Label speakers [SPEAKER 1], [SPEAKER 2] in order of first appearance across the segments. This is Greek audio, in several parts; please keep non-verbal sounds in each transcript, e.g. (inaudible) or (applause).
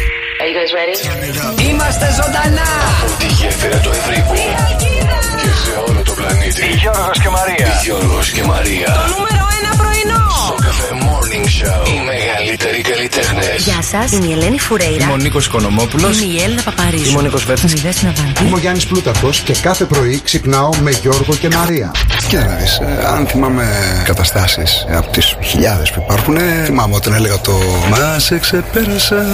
[SPEAKER 1] Everybody's ready.
[SPEAKER 2] Είμαστε ζωντανά!
[SPEAKER 3] Από τη γέφυρα του Ευρύπου και σε όλο το πλανήτη.
[SPEAKER 4] Γιώργος και Μαρία.
[SPEAKER 3] Γιώργος και Μαρία.
[SPEAKER 5] Νούμερο 1 πρωινό.
[SPEAKER 3] Στο καφέ Morning Show. Οι μεγαλύτεροι καλλιτέχνες.
[SPEAKER 6] Γεια σας, είμαι η Ελένη Φουρέιρα.
[SPEAKER 7] Είμαι ο Νίκος Οικονομόπουλος.
[SPEAKER 6] Είμαι η Έλληνα Παπαρίζου.
[SPEAKER 7] Είμαι ο Νίκος Βέρτης.
[SPEAKER 6] Είμαι η Δέσποινα Βανδύ.
[SPEAKER 8] Είμαι ο Γιάννης Πλούταρχος και κάθε πρωί ξυπνάω με Γιώργο και Μαρία.
[SPEAKER 9] Κοίτα να δεις, ε, αν θυμάμαι καταστάσεις ε, από τις χιλιάδες που υπάρχουν, ε, θυμάμαι όταν έλεγα το «Μα σε ξεπέρασα».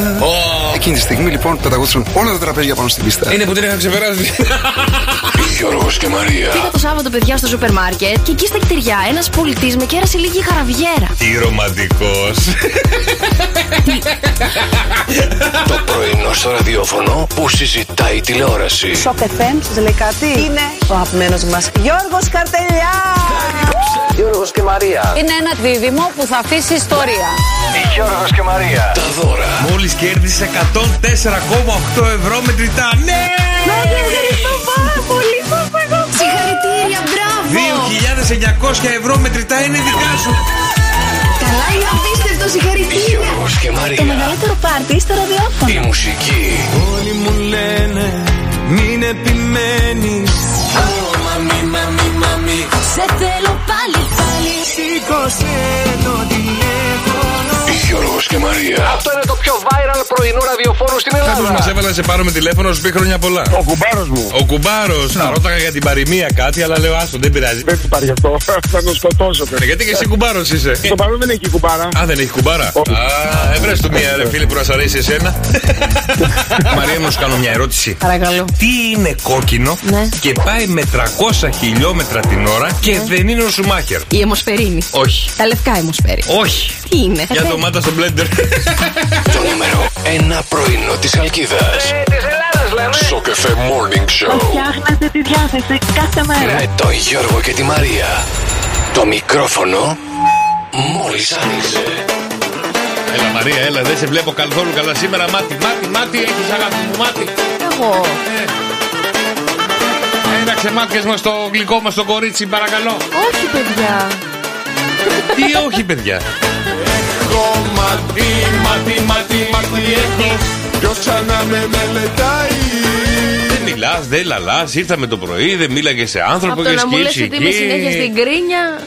[SPEAKER 9] Εκείνη τη στιγμή λοιπόν πεταγόντουσαν όλα τα τραπέζια πάνω στην πίστα.
[SPEAKER 7] Είναι που την είχα ξεπεράσει.
[SPEAKER 3] Γιώργος και Μαρία.
[SPEAKER 6] (laughs) Πήγα το Σάββατο, παιδιά, στο σούπερ μάρκετ και εκεί στα κτηριά ένας πολιτής με κέρασε λίγη χαραβιέρα.
[SPEAKER 7] Τι ρομαντικός.
[SPEAKER 3] Το πρωινό στο ραδιόφωνο που συζητάει η τηλεόραση.
[SPEAKER 10] Σοκ FM, σας λέει κάτι. Είναι ο αγαπημένος μας Γιώργος Καρτελιά.
[SPEAKER 4] Γιώργος και Μαρία.
[SPEAKER 5] Είναι ένα δίδυμο που θα αφήσει ιστορία.
[SPEAKER 4] Γιώργος και Μαρία.
[SPEAKER 3] Τα δώρα.
[SPEAKER 7] Μόλις κέρδισε 104,8 ευρώ μετρητά. Ναι!
[SPEAKER 10] Να σε ευχαριστώ πάρα πολύ. Πω, πω, εγώ.
[SPEAKER 6] Συγχαρητήρια, μπράβο!
[SPEAKER 7] 2.900 ευρώ μετρητά είναι δικά σου.
[SPEAKER 6] Καλά, είναι απίστευτο, συγχαρητήρια.
[SPEAKER 3] Γιώργος και
[SPEAKER 6] Το
[SPEAKER 3] Μαρία.
[SPEAKER 6] μεγαλύτερο πάρτι στο ραδιόφωνο.
[SPEAKER 3] Η μουσική.
[SPEAKER 11] Όλοι μου λένε μην επιμένεις
[SPEAKER 6] Σε θέλω πάλι, πάλι.
[SPEAKER 11] Σήκωσε το τηλέφωνο
[SPEAKER 3] Γιώργος και Μαρία.
[SPEAKER 4] Αυτό είναι το πιο viral πρωινό ραδιοφόρου στην
[SPEAKER 7] Κάποιο
[SPEAKER 4] Ελλάδα.
[SPEAKER 7] μας έβαλε να σε πάρουμε τηλέφωνο, σου πει χρόνια πολλά.
[SPEAKER 12] Ο κουμπάρος μου.
[SPEAKER 7] Ο κουμπάρος, θα ρώταγα για την παροιμία κάτι, αλλά λέω άστο, δεν πειράζει.
[SPEAKER 12] Δεν του πάρει αυτό. Θα τον σκοτώσετε.
[SPEAKER 7] Ε, Γιατί και εσύ κουμπάρος είσαι.
[SPEAKER 12] Στο παρόν δεν έχει κουμπάρα.
[SPEAKER 7] Α, δεν έχει κουμπάρα.
[SPEAKER 12] Όχι.
[SPEAKER 7] Α, έβρες του μία ρε φίλε που να σ' αρέσει
[SPEAKER 12] (laughs)
[SPEAKER 7] εσένα. Μαρία, να σου κάνω μια ερώτηση.
[SPEAKER 6] Παρακαλώ.
[SPEAKER 7] Τι είναι κόκκινο
[SPEAKER 6] Ναι.
[SPEAKER 7] και πάει με 300 χιλιόμετρα την ώρα και δεν είναι ο Σουμάχερ.
[SPEAKER 6] Η αιμοσφαιρίνη.
[SPEAKER 7] Όχι.
[SPEAKER 6] Τα λευκά αιμοσφαίρι.
[SPEAKER 7] Όχι.
[SPEAKER 6] Τι είναι. Ε,
[SPEAKER 7] Για ντομάτα στο μπλέντερ.
[SPEAKER 3] Το νούμερο ένα πρωινό της Αλκίδας.
[SPEAKER 4] Ε, της Ελλάδας λέμε.
[SPEAKER 3] Στο καφέ Morning Show.
[SPEAKER 10] Φτιάχνετε τη διάθεση κάθε μέρα.
[SPEAKER 3] Με τον Γιώργο και τη Μαρία. Το μικρόφωνο μόλις άνοιξε.
[SPEAKER 7] Έλα Μαρία, έλα, δεν σε βλέπω καθόλου καλά σήμερα. Μάτι, μάτι, μάτι, έχεις αγάπη μου, μάτι.
[SPEAKER 6] Εγώ.
[SPEAKER 7] Ένα ξεμάτιες μας το γλυκό μας το κορίτσι, παρακαλώ.
[SPEAKER 6] Όχι, παιδιά.
[SPEAKER 7] Τι όχι, παιδιά.
[SPEAKER 11] Έχω μάτι, μάτι, μάτι, μάτι έχω Ποιος ξανά με μελετάει
[SPEAKER 7] Δεν μιλάς, δεν λαλάς, ήρθαμε το πρωί, δεν μίλαγες σε άνθρωπο
[SPEAKER 6] Από το
[SPEAKER 7] και
[SPEAKER 6] να μου λε
[SPEAKER 7] σκύψει
[SPEAKER 6] ότι είμαι συνέχεια στην
[SPEAKER 7] εκεί.
[SPEAKER 6] κρίνια.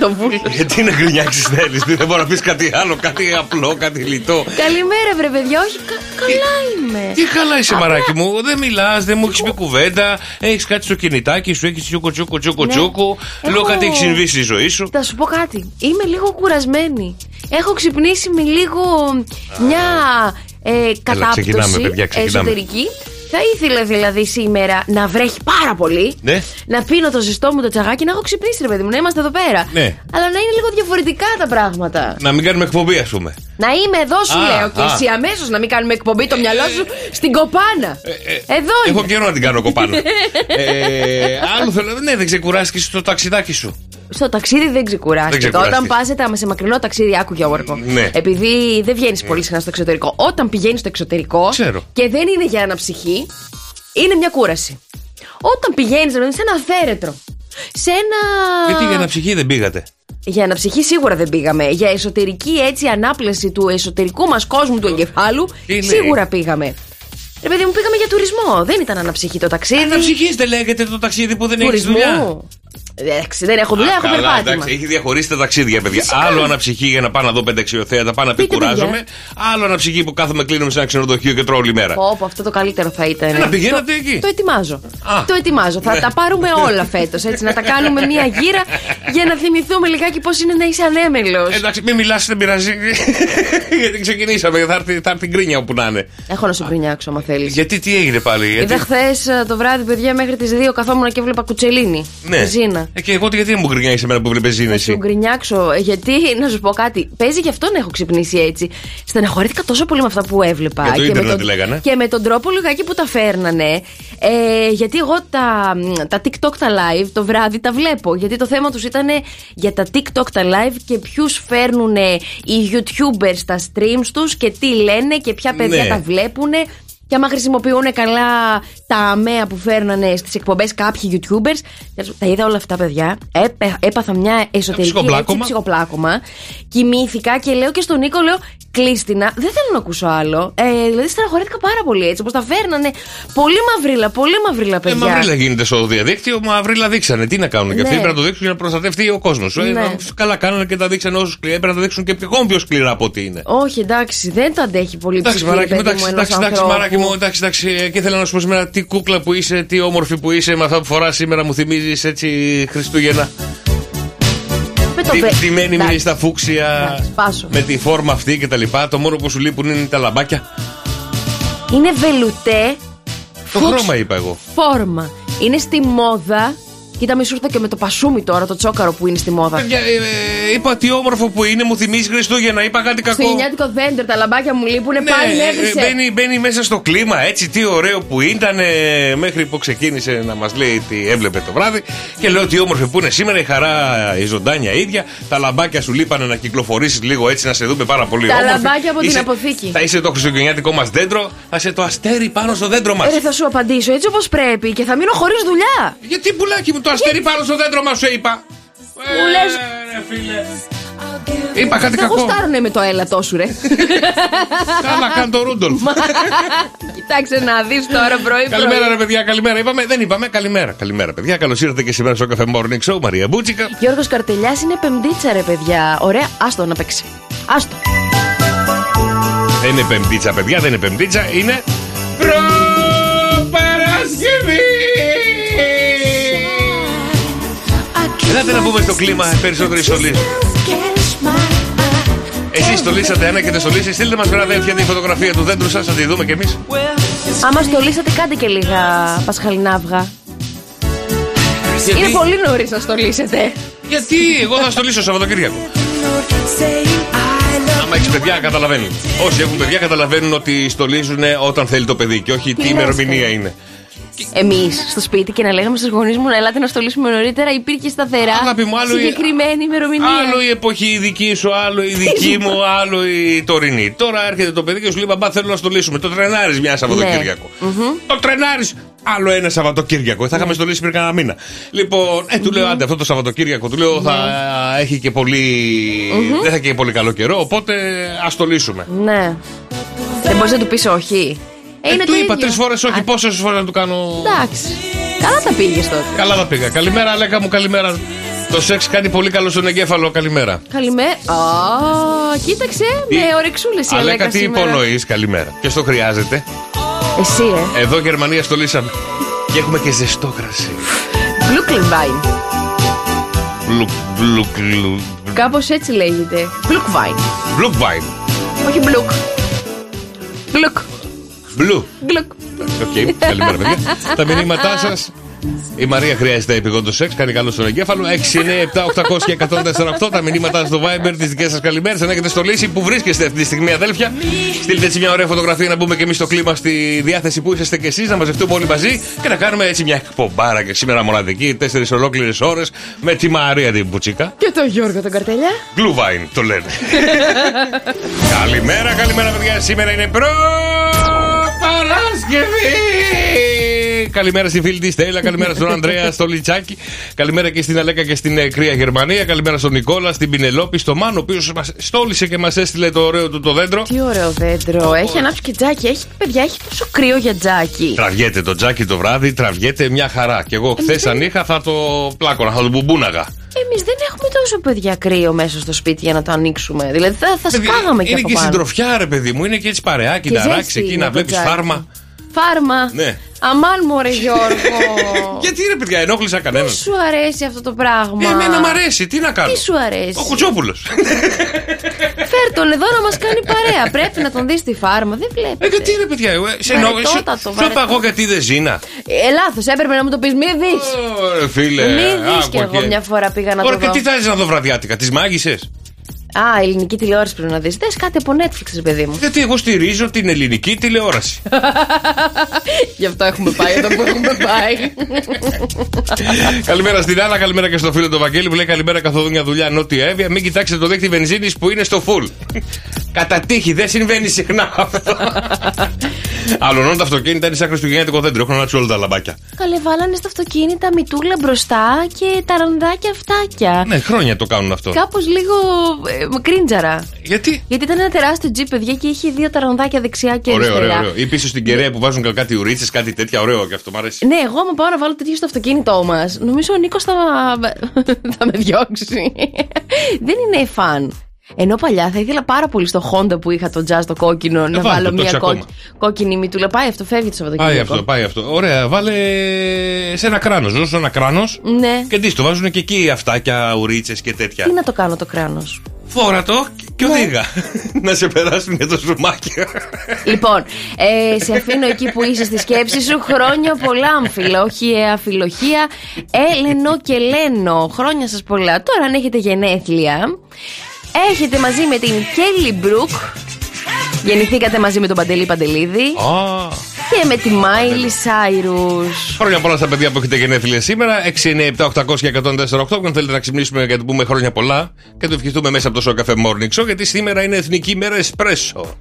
[SPEAKER 6] Το βούλιο.
[SPEAKER 7] (laughs) Γιατί να γκρινιάξεις θέλεις, δεν μπορεί να πεις κάτι άλλο, κάτι απλό, κάτι λιτό.
[SPEAKER 6] Καλημέρα, βρε παιδιά. Όχι, κα- καλά είμαι.
[SPEAKER 7] Τι καλά είσαι, μαράκι μου. Δεν μιλάς, δεν μου έχεις πει κουβέντα. Έχεις κάτι στο κινητάκι σου, έχεις τσούκο τσούκο τσούκο
[SPEAKER 6] Ναι.
[SPEAKER 7] τσούκο. Λέω
[SPEAKER 6] Έχω-
[SPEAKER 7] κάτι έχει συμβεί στη ζωή σου.
[SPEAKER 6] Θα σου πω κάτι. Είμαι λίγο κουρασμένη. Έχω ξυπνήσει με λίγο μια ε, κατάπτωση
[SPEAKER 7] ξεκινάμε, παιδιά, ξεκινάμε.
[SPEAKER 6] εσωτερική. Θα ήθελα δηλαδή σήμερα να βρέχει πάρα πολύ.
[SPEAKER 7] Ναι.
[SPEAKER 6] Να πίνω το ζεστό μου το τσαγάκι, να έχω ξυπνήσει, ρε παιδί μου, να είμαστε εδώ πέρα.
[SPEAKER 7] Ναι.
[SPEAKER 6] Αλλά να είναι λίγο διαφορετικά τα πράγματα.
[SPEAKER 7] Να μην κάνουμε εκπομπή, ας πούμε.
[SPEAKER 6] Να είμαι εδώ, σου
[SPEAKER 7] Α,
[SPEAKER 6] λέω, και
[SPEAKER 7] α. Ε,
[SPEAKER 6] εσύ αμέσως να μην κάνουμε εκπομπή το μυαλό σου στην κοπάνα. εδώ είναι.
[SPEAKER 7] Έχω καιρό να την κάνω
[SPEAKER 6] (laughs)
[SPEAKER 7] κοπάνω. ε, άλλο θέλω. Ναι, δεν ξεκουράστηκες το ταξιδάκι σου.
[SPEAKER 6] Στο ταξίδι δεν ξεκουράστηκα.
[SPEAKER 7] Δεν ξεκουράστηκε.
[SPEAKER 6] Όταν πας σε, τα- σε μακρινό ταξίδι, άκου Γιώργο.
[SPEAKER 7] Ναι.
[SPEAKER 6] Επειδή δεν βγαίνεις πολύ συχνά στο εξωτερικό. Όταν πηγαίνεις στο εξωτερικό
[SPEAKER 7] Ξέρω.
[SPEAKER 6] και δεν είναι για αναψυχή, είναι μια κούραση. Όταν πηγαίνεις, δηλαδή, σε ένα θέρετρο. Σε ένα.
[SPEAKER 7] Γιατί για να ψυχή δεν πήγατε.
[SPEAKER 6] Για αναψυχή σίγουρα δεν πήγαμε. Για εσωτερική έτσι ανάπλαση του εσωτερικού μας κόσμου του εγκεφάλου
[SPEAKER 7] Τι λέει.
[SPEAKER 6] σίγουρα πήγαμε. Ρε παιδί μου, πήγαμε για τουρισμό. Δεν ήταν αναψυχή το ταξίδι.
[SPEAKER 7] Να ψυχή δεν λέγεται το ταξίδι που δεν έχεις δουλειά.
[SPEAKER 6] Τουρισμού. Εντάξει, δεν έχω δουλειά,
[SPEAKER 7] Α,
[SPEAKER 6] έχω
[SPEAKER 7] καλά,
[SPEAKER 6] περπάτημα.
[SPEAKER 7] εντάξει, έχει διαχωρίσει τα ταξίδια, παιδιά. Άλλο αναψυχή για να πάω να δω πέντε αξιοθέατα, πάω να πει
[SPEAKER 6] Πείτε, παιδιά.
[SPEAKER 7] κουράζομαι. Άλλο αναψυχή που κάθομαι κλείνομαι σε ένα ξενοδοχείο και τρώω όλη μέρα.
[SPEAKER 6] Πω, πω, αυτό το καλύτερο θα ήταν.
[SPEAKER 7] Να πηγαίνατε εκεί.
[SPEAKER 6] Το ετοιμάζω.
[SPEAKER 7] Α.
[SPEAKER 6] Το ετοιμάζω. Θα
[SPEAKER 7] Ναι.
[SPEAKER 6] τα πάρουμε όλα φέτος. Έτσι, να τα κάνουμε μία γύρα για να θυμηθούμε λιγάκι πώς είναι να είσαι ανέμελος.
[SPEAKER 7] Ε, Εντάξει, μην μιλάς, δεν πειράζει. (laughs) Γιατί ξεκινήσαμε, θα έρθει, θα έρθει γκρίνια όπου να είναι.
[SPEAKER 6] Έχω να σου γκρινιάξω, άμα θέλεις.
[SPEAKER 7] Γιατί τι έγινε πάλι,
[SPEAKER 6] Είδα
[SPEAKER 7] γιατί.
[SPEAKER 6] χθες το βράδυ, παιδιά, μέχρι τις 2 καθόμουν και έβλεπα κουτσελίνη. Ζήνα.
[SPEAKER 7] Ε, και εγώ τι- γιατί δεν μου γκρινιάει εμένα που βλέπεις ζήνα
[SPEAKER 6] Σου
[SPEAKER 7] εσύ.
[SPEAKER 6] γκρινιάξω, γιατί να σου πω κάτι. Παίζει γι' αυτό να έχω ξυπνήσει έτσι. Στεναχωρήθηκα τόσο πολύ με αυτά που έβλεπα.
[SPEAKER 7] Για το
[SPEAKER 6] με,
[SPEAKER 7] ίντερνετ
[SPEAKER 6] τον,
[SPEAKER 7] λέγανε.
[SPEAKER 6] και με τον τρόπο λιγάκι που τα φέρνανε. Ε, γιατί εγώ τα, τα TikTok τα live το βράδυ τα βλέπω. Γιατί το θέμα τους ήταν για τα TikTok τα live και ποιους φέρνουν οι YouTubers στα streams τους και τι λένε και ποια παιδιά
[SPEAKER 7] Ναι.
[SPEAKER 6] τα βλέπουν. και άμα χρησιμοποιούν καλά τα αμαία που φέρνανε στις εκπομπές κάποιοι YouTubers. Τέλος, Τα είδα όλα αυτά, παιδιά. Έπε- έπαθα μια εσωτερική
[SPEAKER 7] ψυχοπλάκωμα.
[SPEAKER 6] έτσι, ψυχοπλάκωμα. Κοιμήθηκα και λέω και στον Νίκο, λέω κλείστηνα. Δεν θέλω να ακούσω άλλο. Ε, δηλαδή, στεναχωρέθηκα πάρα πολύ έτσι όπως τα φέρνανε. Πολύ μαυρίλα, πολύ μαυρίλα,
[SPEAKER 7] Ε,
[SPEAKER 6] παιδιά.
[SPEAKER 7] μαυρίλα γίνεται στο διαδίκτυο, μαυρίλα δείξανε. Τι να κάνουν και αυτοί,
[SPEAKER 6] Ναι.
[SPEAKER 7] πρέπει να το δείξουν για να προστατευτεί ο κόσμος.
[SPEAKER 6] Ναι.
[SPEAKER 7] καλά κάνανε και τα δείξανε όσο σκληρά, ε, πρέπει να τα δείξουν και ακόμα πιο σκληρά από ό,τι είναι.
[SPEAKER 6] Όχι, εντάξει, δεν το αντέχει πολύ η
[SPEAKER 7] Εντάξει,
[SPEAKER 6] ψυχή,
[SPEAKER 7] μαράκι μου,
[SPEAKER 6] παιδί
[SPEAKER 7] εντάξει,
[SPEAKER 6] μου, ενός
[SPEAKER 7] εντάξει, εντάξει,
[SPEAKER 6] ανθρώπου.
[SPEAKER 7] μαράκι μου, εντάξει, εντάξει. ε, Και ήθελα να σου πω σήμερα τι κούκλα που είσαι, τι όμορφη που είσαι, με αυτά που φοράς σήμερα μου θυμίζεις έτσι Χριστούγεννα.
[SPEAKER 6] Με το
[SPEAKER 7] Τι
[SPEAKER 6] πε-
[SPEAKER 7] χτυμένη μου
[SPEAKER 6] εντάξει,
[SPEAKER 7] στα φούξια,
[SPEAKER 6] σπάσω.
[SPEAKER 7] με τη φόρμα αυτή και τα λοιπά. Το μόνο που σου λείπουν είναι τα λαμπάκια.
[SPEAKER 6] Είναι βελουτέ
[SPEAKER 7] Το
[SPEAKER 6] Φούξ-
[SPEAKER 7] χρώμα είπα εγώ.
[SPEAKER 6] φόρμα. Είναι στη μόδα. Κοίτα, μη σου ήρθα και με το πασούμι τώρα, το τσόκαρο που είναι στη μόδα.
[SPEAKER 7] Παιδιά, ε, ε, είπα τι όμορφο που είναι, μου θυμίζει Χριστούγεννα, είπα κάτι
[SPEAKER 6] Στο
[SPEAKER 7] κακό.
[SPEAKER 6] γενιάτικο δέντρο, τα λαμπάκια μου λείπουν, πάλι με
[SPEAKER 7] ε,
[SPEAKER 6] έβρισε.
[SPEAKER 7] μπαίνει, μπαίνει μέσα στο κλίμα, έτσι, τι ωραίο που ήταν ε, μέχρι που ξεκίνησε να μας λέει τι έβλεπε το βράδυ και λέω τι όμορφη που είναι σήμερα, η χαρά η ζωντάνια ίδια, τα λαμπάκια σου λείπανε να κυκλοφορήσεις λίγο έτσι να σε δούμε πάρα πολύ
[SPEAKER 6] Τα
[SPEAKER 7] όμορφη.
[SPEAKER 6] λαμπάκια από την
[SPEAKER 7] Είσαι-
[SPEAKER 6] αποθήκη.
[SPEAKER 7] Θα είσαι το χριστουγεννιάτικό μας δέντρο, θα είσαι το αστέρι πάνω στο δέντρο μας.
[SPEAKER 6] Ρε, θα σου απαντήσω έτσι όπως πρέπει και θα μείνω χωρίς δουλειά.
[SPEAKER 7] Γιατί πουλάκι μου το αστέρι πάνω στο δέντρο μας σου είπα. Ε,
[SPEAKER 6] Μου λες-
[SPEAKER 7] Είπα κάτι
[SPEAKER 6] Δεν
[SPEAKER 7] κακό.
[SPEAKER 6] γουστάρουνε με το έλατό
[SPEAKER 7] (laughs)
[SPEAKER 6] σου, ρε.
[SPEAKER 7] Καλά, κάνε το Ρούντολφ.
[SPEAKER 6] Κοιτάξε να δεις τώρα πρωί.
[SPEAKER 7] Καλημέρα,
[SPEAKER 6] πρωί.
[SPEAKER 7] ρε παιδιά, καλημέρα. Είπαμε, δεν είπαμε, καλημέρα. Καλημέρα, παιδιά. Καλώς ήρθατε και σήμερα στο Cafe Morning Show, Μαρία Μπούτσικα.
[SPEAKER 6] Γιώργος Καρτελιάς είναι πεμπτίτσα ρε παιδιά Ωραία, άστο να παίξει Άστο
[SPEAKER 7] Δεν είναι πεμπτίτσα, παιδιά, δεν είναι πεμπτίτσα, είναι. Προπαρασκευή! Ελάτε να μπούμε στο κλίμα περισσότερη στολή. Εσείς στολίσατε ένα και δεν στολίσατε. Στείλτε μας βράδυ ποια είναι η φωτογραφία του δέντρου σας, θα τη δούμε κι εμείς.
[SPEAKER 6] Άμα στολίσατε κάντε και λίγα πασχαλινά αυγά Είναι πολύ νωρίς να στολίσετε
[SPEAKER 7] Γιατί εγώ θα στολίσω Σαββατοκύριακο. Άμα έχεις παιδιά, καταλαβαίνουν. Όσοι έχουν παιδιά, καταλαβαίνουν ότι στολίζουν όταν θέλει το παιδί και όχι τι
[SPEAKER 6] λες,
[SPEAKER 7] ημερομηνία
[SPEAKER 6] παιδί.
[SPEAKER 7] είναι.
[SPEAKER 6] Εμείς στο σπίτι και να λέγαμε στους γονείς μου να ελάτε να στολίσουμε νωρίτερα Υπήρχε σταθερά
[SPEAKER 7] Αγάπη μου, άλλο η-
[SPEAKER 6] συγκεκριμένη ημερομηνία
[SPEAKER 7] Άλλο η εποχή η δική σου, άλλο η δική μου, άλλο η τωρινή. Τώρα έρχεται το παιδί και σου λέει Μπαμπά, θέλω να στολίσουμε. Το τρενάρι μια Σαββατοκύριακο.
[SPEAKER 6] Ναι.
[SPEAKER 11] Μμμ.
[SPEAKER 7] Το τρενάρι! Άλλο ένα Σαββατοκύριακο. Θα είχαμε στολίσει πριν κανένα μήνα. Λοιπόν, ε, του λέω άντε αυτό το Σαββατοκύριακο. Του λέω θα έχει και πολύ.
[SPEAKER 6] Ναι. Μμμ.
[SPEAKER 7] Δεν θα έχει και πολύ καλό καιρό. Οπότε ας στολίσουμε.
[SPEAKER 6] Ναι Δεν μπορείς να του πεις όχι Ε,
[SPEAKER 7] Ε,
[SPEAKER 6] Είναι
[SPEAKER 7] του
[SPEAKER 6] το
[SPEAKER 7] είπα
[SPEAKER 6] ίδιο. Ναι,
[SPEAKER 7] τρεις φορές, όχι πόσες φορές να του κάνω.
[SPEAKER 6] Εντάξει Καλά τα πήγες τότε
[SPEAKER 7] Καλά τα πήγα. Καλημέρα, Αλέκα μου, καλημέρα. Το σεξ κάνει πολύ καλό στον εγκέφαλο. Καλημέρα.
[SPEAKER 6] Καλημέρα. Α, κοίταξε με ωρεξούλες η Αλέκα
[SPEAKER 7] Αλέκα, τι
[SPEAKER 6] σήμερα.
[SPEAKER 7] υπονοείς, καλημέρα. Και στο χρειάζεται.
[SPEAKER 6] Εσύ, ε.
[SPEAKER 7] Εδώ Γερμανία στολίσαμε. Και έχουμε και ζεστό κρασί.
[SPEAKER 6] Γκλουκλιβάιν.
[SPEAKER 7] Βλουκ, βλουκ,
[SPEAKER 6] Κάπως έτσι λέγεται. Γκλουκβάιν.
[SPEAKER 7] βλουκ, βάιν.
[SPEAKER 6] Όχι μπλουκ. Γκλουκ.
[SPEAKER 7] Μπλου.
[SPEAKER 6] Γκλουκ.
[SPEAKER 7] Οκ, καλημέρα, παιδιά. Τα μηνύματά σας. Η Μαρία χρειάζεται επιγόντω σεξ, κάνει καλό στον εγκέφαλο. 6, 9, 7, 800 και 148. Τα μηνύματά στο Viber, τις δικές σας καλημέρες. Αν έχετε στολίσει που βρίσκεστε αυτή τη στιγμή, αδέλφια. Στείλτε έτσι μια ωραία φωτογραφία να μπούμε και εμείς στο κλίμα στη διάθεση που είσαστε κι εσείς, να μαζευτούμε όλοι μαζί και να κάνουμε έτσι μια εκπομπάρα και σήμερα μοναδική, τέσσερις ολόκληρες ώρες με τη Μαρία την Πουτσίκα.
[SPEAKER 6] Και το Γιώργο τον καρτελιά.
[SPEAKER 7] Γκλουβάιν το λένε.
[SPEAKER 6] (laughs)
[SPEAKER 7] καλημέρα, καλημέρα παιδιά. Σήμερα είναι προ. Παρασκευή! Καλημέρα στη φίλη της Στέλλα, καλημέρα στον Ανδρέα, στο Λιτσάκι, καλημέρα και στην Αλέκα και στην ε, Κρύα Γερμανία, καλημέρα στον Νικόλα, στην Πινελόπη, στον Μάνο, ο οποίος μας στόλισε και μας έστειλε το ωραίο του το δέντρο.
[SPEAKER 6] Τι ωραίο δέντρο. Έχει ανάψει και τζάκι. Έχει, παιδιά, έχει τόσο κρύο για τζάκι.
[SPEAKER 7] Τραβιέται το τζάκι το βράδυ, τραβιέται μια χαρά. Και εγώ χθε
[SPEAKER 6] Ε,
[SPEAKER 7] αν είχα θα το πλάκωνα, θα το μπουμπούναγα.
[SPEAKER 6] Εμείς δεν έχουμε τόσο παιδιά κρύο μέσα στο σπίτι για να το ανοίξουμε. Δηλαδή θα, θα
[SPEAKER 7] Παιδιά,
[SPEAKER 6] σκάγαμε και
[SPEAKER 7] Είναι
[SPEAKER 6] από
[SPEAKER 7] και
[SPEAKER 6] πάνω.
[SPEAKER 7] συντροφιά, ρε παιδί μου, είναι και έτσι παρεάκι,
[SPEAKER 6] Και
[SPEAKER 7] ταράξει
[SPEAKER 6] ζέστη
[SPEAKER 7] εκεί
[SPEAKER 6] είναι
[SPEAKER 7] να
[SPEAKER 6] το
[SPEAKER 7] βλέπεις
[SPEAKER 6] τζάκι.
[SPEAKER 7] φάρμα.
[SPEAKER 6] Φάρμα.
[SPEAKER 7] Ναι.
[SPEAKER 6] Αμάν μου, ρε
[SPEAKER 7] (laughs)
[SPEAKER 6] Γιώργο.
[SPEAKER 7] Γιατί ρε παιδιά, ενόχλησα κανέναν.
[SPEAKER 6] Τι σου αρέσει αυτό το πράγμα.
[SPEAKER 7] Ε, Εμένα μ' αρέσει, τι να κάνω.
[SPEAKER 6] Τι σου αρέσει. Ε,
[SPEAKER 7] Ο Κουτσόπουλος.
[SPEAKER 6] Φέρ τον εδώ να μας κάνει παρέα.
[SPEAKER 7] (laughs)
[SPEAKER 6] Πρέπει να τον δεις στη φάρμα. Δεν βλέπεις.
[SPEAKER 7] Ε, γιατί ρε παιδιά, εγώ, σε ενόχλησε.
[SPEAKER 6] Βαρετότατο,
[SPEAKER 7] Σου
[SPEAKER 6] βαρετό.
[SPEAKER 7] είπα εγώ γιατί δεν ζήνα.
[SPEAKER 6] Ε, λάθος, έπρεπε να μου το πεις. Μη δεις.
[SPEAKER 7] Ωραία, φίλε.
[SPEAKER 6] Μη δεις
[SPEAKER 7] Ε, άκου
[SPEAKER 6] και εγώ
[SPEAKER 7] εκεί.
[SPEAKER 6] μια φορά πήγα να
[SPEAKER 7] Ωραία,
[SPEAKER 6] το
[SPEAKER 7] και
[SPEAKER 6] δω.
[SPEAKER 7] τι θα έζησε να δω βραδιάτικα, τις μάγισσες.
[SPEAKER 6] Α, ελληνική τηλεόραση πρέπει να δεις. Δες κάτι από Netflix, ρε
[SPEAKER 7] (laughs)
[SPEAKER 6] παιδί μου.
[SPEAKER 7] Γιατί εγώ στηρίζω την ελληνική τηλεόραση.
[SPEAKER 6] (laughs) Γι' αυτό έχουμε πάει εδώ που έχουμε πάει.
[SPEAKER 7] καλημέρα στην Άννα, καλημέρα και στο φίλο του Βαγγέλη που λέει καλημέρα καθόλου μια δουλειά νότια Εύβοια. Μην κοιτάξετε το δίκτυ
[SPEAKER 6] (laughs)
[SPEAKER 7] βενζίνης που είναι στο full. Κατά τύχη, δεν συμβαίνει συχνά αυτό. Αλωνών τα αυτοκίνητα είναι σαν χριστουγεννιάτικο δέντρο. Έχουν αλλάξει όλα τα λαμπάκια.
[SPEAKER 6] (laughs) Καλέ, βάλανε στα αυτοκίνητα μητούλα μπροστά και τα ρανδάκια αυτάκια.
[SPEAKER 7] Ναι, χρόνια το κάνουν αυτό.
[SPEAKER 6] Κάπως λίγο ε, κρίντζαρα.
[SPEAKER 7] Γιατί?
[SPEAKER 6] Γιατί ήταν ένα τεράστιο τζιπ, παιδιά, και είχε δύο ταρανδάκια δεξιά και
[SPEAKER 7] Ωραίο,
[SPEAKER 6] αριστερά.
[SPEAKER 7] ωραίο, ωραίο. Ή πίσω στην κεραία που βάζουν κάτι ουρίτσες, κάτι τέτοια. Ωραίο και αυτό μου αρέσει.
[SPEAKER 6] Ναι, εγώ άμα πάω να βάλω τέτοιο στο αυτοκίνητό μας, νομίζω ο Νίκος θα... θα με διώξει. Δεν είναι φαν. Ενώ παλιά θα ήθελα πάρα πολύ στο Honda που είχα το jazz το κόκκινο να
[SPEAKER 7] βάλτε
[SPEAKER 6] βάλω
[SPEAKER 7] Ε, το, το
[SPEAKER 6] μια
[SPEAKER 7] έχει
[SPEAKER 6] κόκκι-
[SPEAKER 7] ακόμα.
[SPEAKER 6] κόκκινη μητούλα. Πάει αυτό, φεύγει το
[SPEAKER 7] Πάει
[SPEAKER 6] Σαββατοκύριακο.
[SPEAKER 7] αυτό, πάει αυτό. Ωραία, βάλε σε ένα κράνος. Δώσε ένα κράνος.
[SPEAKER 6] Ναι.
[SPEAKER 7] Και τι, το βάζουν και εκεί αυτάκια, ουρίτσε και τέτοια.
[SPEAKER 6] Τι να το κάνω το κράνος
[SPEAKER 7] Φόρα το και- και
[SPEAKER 6] Ναι.
[SPEAKER 7] οδήγα. (laughs) να σε περάσουν για το
[SPEAKER 6] (laughs)
[SPEAKER 7] ζουμάκι.
[SPEAKER 6] Λοιπόν, ε, σε αφήνω εκεί που είσαι στη σκέψη σου. Χρόνια πολλά, αμφιλό. Όχι ε, αφιλοχία. Έλενο και Λένο. Χρόνια σας πολλά. Τώρα, αν έχετε γενέθλια, έχετε μαζί με την Κέλλη Μπρουκ. Γεννηθήκατε μαζί με τον Παντελή Παντελίδη.
[SPEAKER 7] Α,
[SPEAKER 6] Και με τη Μάιλι Σάιρους.
[SPEAKER 7] Χρόνια πολλά στα παιδιά που έχετε γενέθλια σήμερα. 6, 9, 7, 800 και 104, Αν θέλετε να ξυπνήσουμε και να του πούμε χρόνια πολλά και το ευχηθούμε μέσα από το Show Cafe Morning Show, γιατί σήμερα είναι Εθνική Μέρα Εσπρέσο.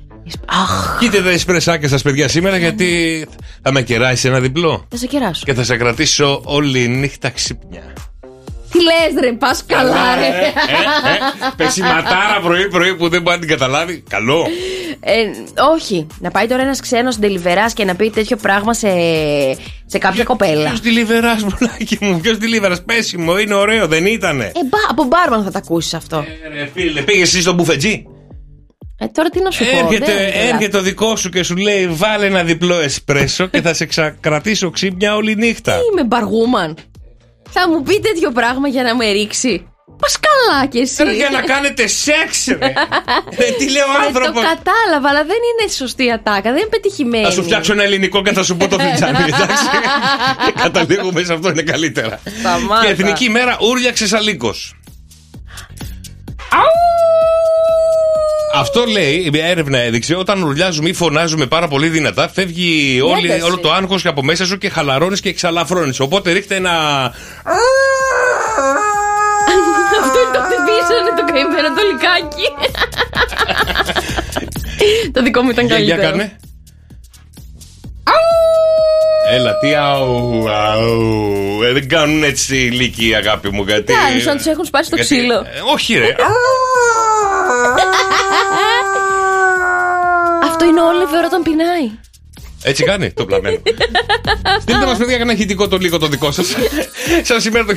[SPEAKER 6] Αχ.
[SPEAKER 7] Κοίτα τα εσπρεσάκια σας, παιδιά, σήμερα, γιατί θα με κεράσει ένα διπλό.
[SPEAKER 6] Θα σε κεράσω.
[SPEAKER 7] Και θα σε κρατήσω όλη νύχτα ξύπνια.
[SPEAKER 6] Τι λες ρε, πας καλά ρε.
[SPEAKER 7] Ε, ε, ε, Πεσηματάρα πρωί-πρωί που δεν μπορεί να την καταλάβει. Καλό.
[SPEAKER 6] Ε, όχι. Να πάει τώρα ένας ξένος ντελιβεράς και να πει τέτοιο πράγμα σε, σε κάποια κοπέλα.
[SPEAKER 7] Ποιος τη λιβερά, μουλάκι μου, ποιος τη λιβερά. Πέσιμο, είναι ωραίο, δεν ήτανε.
[SPEAKER 6] Ε, μπα, από μπάρμαν θα τα ακούσεις αυτό.
[SPEAKER 7] Ε, ρε φίλε, πήγες εσύ στον μπουφετζή. Λοιπόν, ναι,
[SPEAKER 6] Ε, τώρα τι να σου πω. ναι, δεν
[SPEAKER 7] Έρχεται,
[SPEAKER 6] είναι
[SPEAKER 7] έρχεται ο δικό σου και σου λέει: Βάλε ένα διπλό εσπρέσο και θα σε ξα- κρατήσω ξύπνια όλη νύχτα.
[SPEAKER 6] καλά. Είμαι μπαργούμαν. Θα μου πει τέτοιο πράγμα για να με ρίξει. Πας καλά κι εσύ.
[SPEAKER 7] Τώρα για να κάνετε σεξ, (laughs) ρε. Ε, Τι λέει ο
[SPEAKER 6] Ρε,
[SPEAKER 7] άνθρωπο.
[SPEAKER 6] Το κατάλαβα, αλλά δεν είναι σωστή ατάκα. Δεν είναι πετυχημένη.
[SPEAKER 7] Θα σου φτιάξω ένα ελληνικό και θα σου πω το
[SPEAKER 6] (laughs)
[SPEAKER 7] φιτζάνι, εντάξει. Και Καταλήγουμε σε αυτό, είναι καλύτερα.
[SPEAKER 6] Σταμάτα.
[SPEAKER 7] Και εθνική μέρα Ούρια Ξεσαλίκος. Αυτό λέει, μια έρευνα έδειξε, όταν ουρλιάζουμε ή φωνάζουμε πάρα πολύ δυνατά, φεύγει όλη-
[SPEAKER 1] ένταση.
[SPEAKER 7] όλο το άγχος και από μέσα σου και χαλαρώνεις και εξαλαφρώνεις. Οπότε ρίχτε ένα.
[SPEAKER 6] (laughs) Αυτό είναι το χτυπήσανε το καημένο το λικάκι. το δικό μου ήταν
[SPEAKER 7] Για- για
[SPEAKER 6] καλύτερο.
[SPEAKER 7] κάνε. Έλα, τι αου, αου. Ε, δεν κάνουν έτσι οι λύκοι, αγάπη μου, γιατί.
[SPEAKER 6] Κάνεις να τους έχουν σπάσει το
[SPEAKER 7] γιατί-
[SPEAKER 6] ξύλο.
[SPEAKER 7] Ε, όχι, ρε.
[SPEAKER 6] Αυτό είναι ο Όλιβερ όταν πεινάει.
[SPEAKER 7] Έτσι κάνει το πλαμένο. Στείλτε μας, παιδιά, ένα ηχητικό το λίγο το δικό σας. Σαν σήμερα το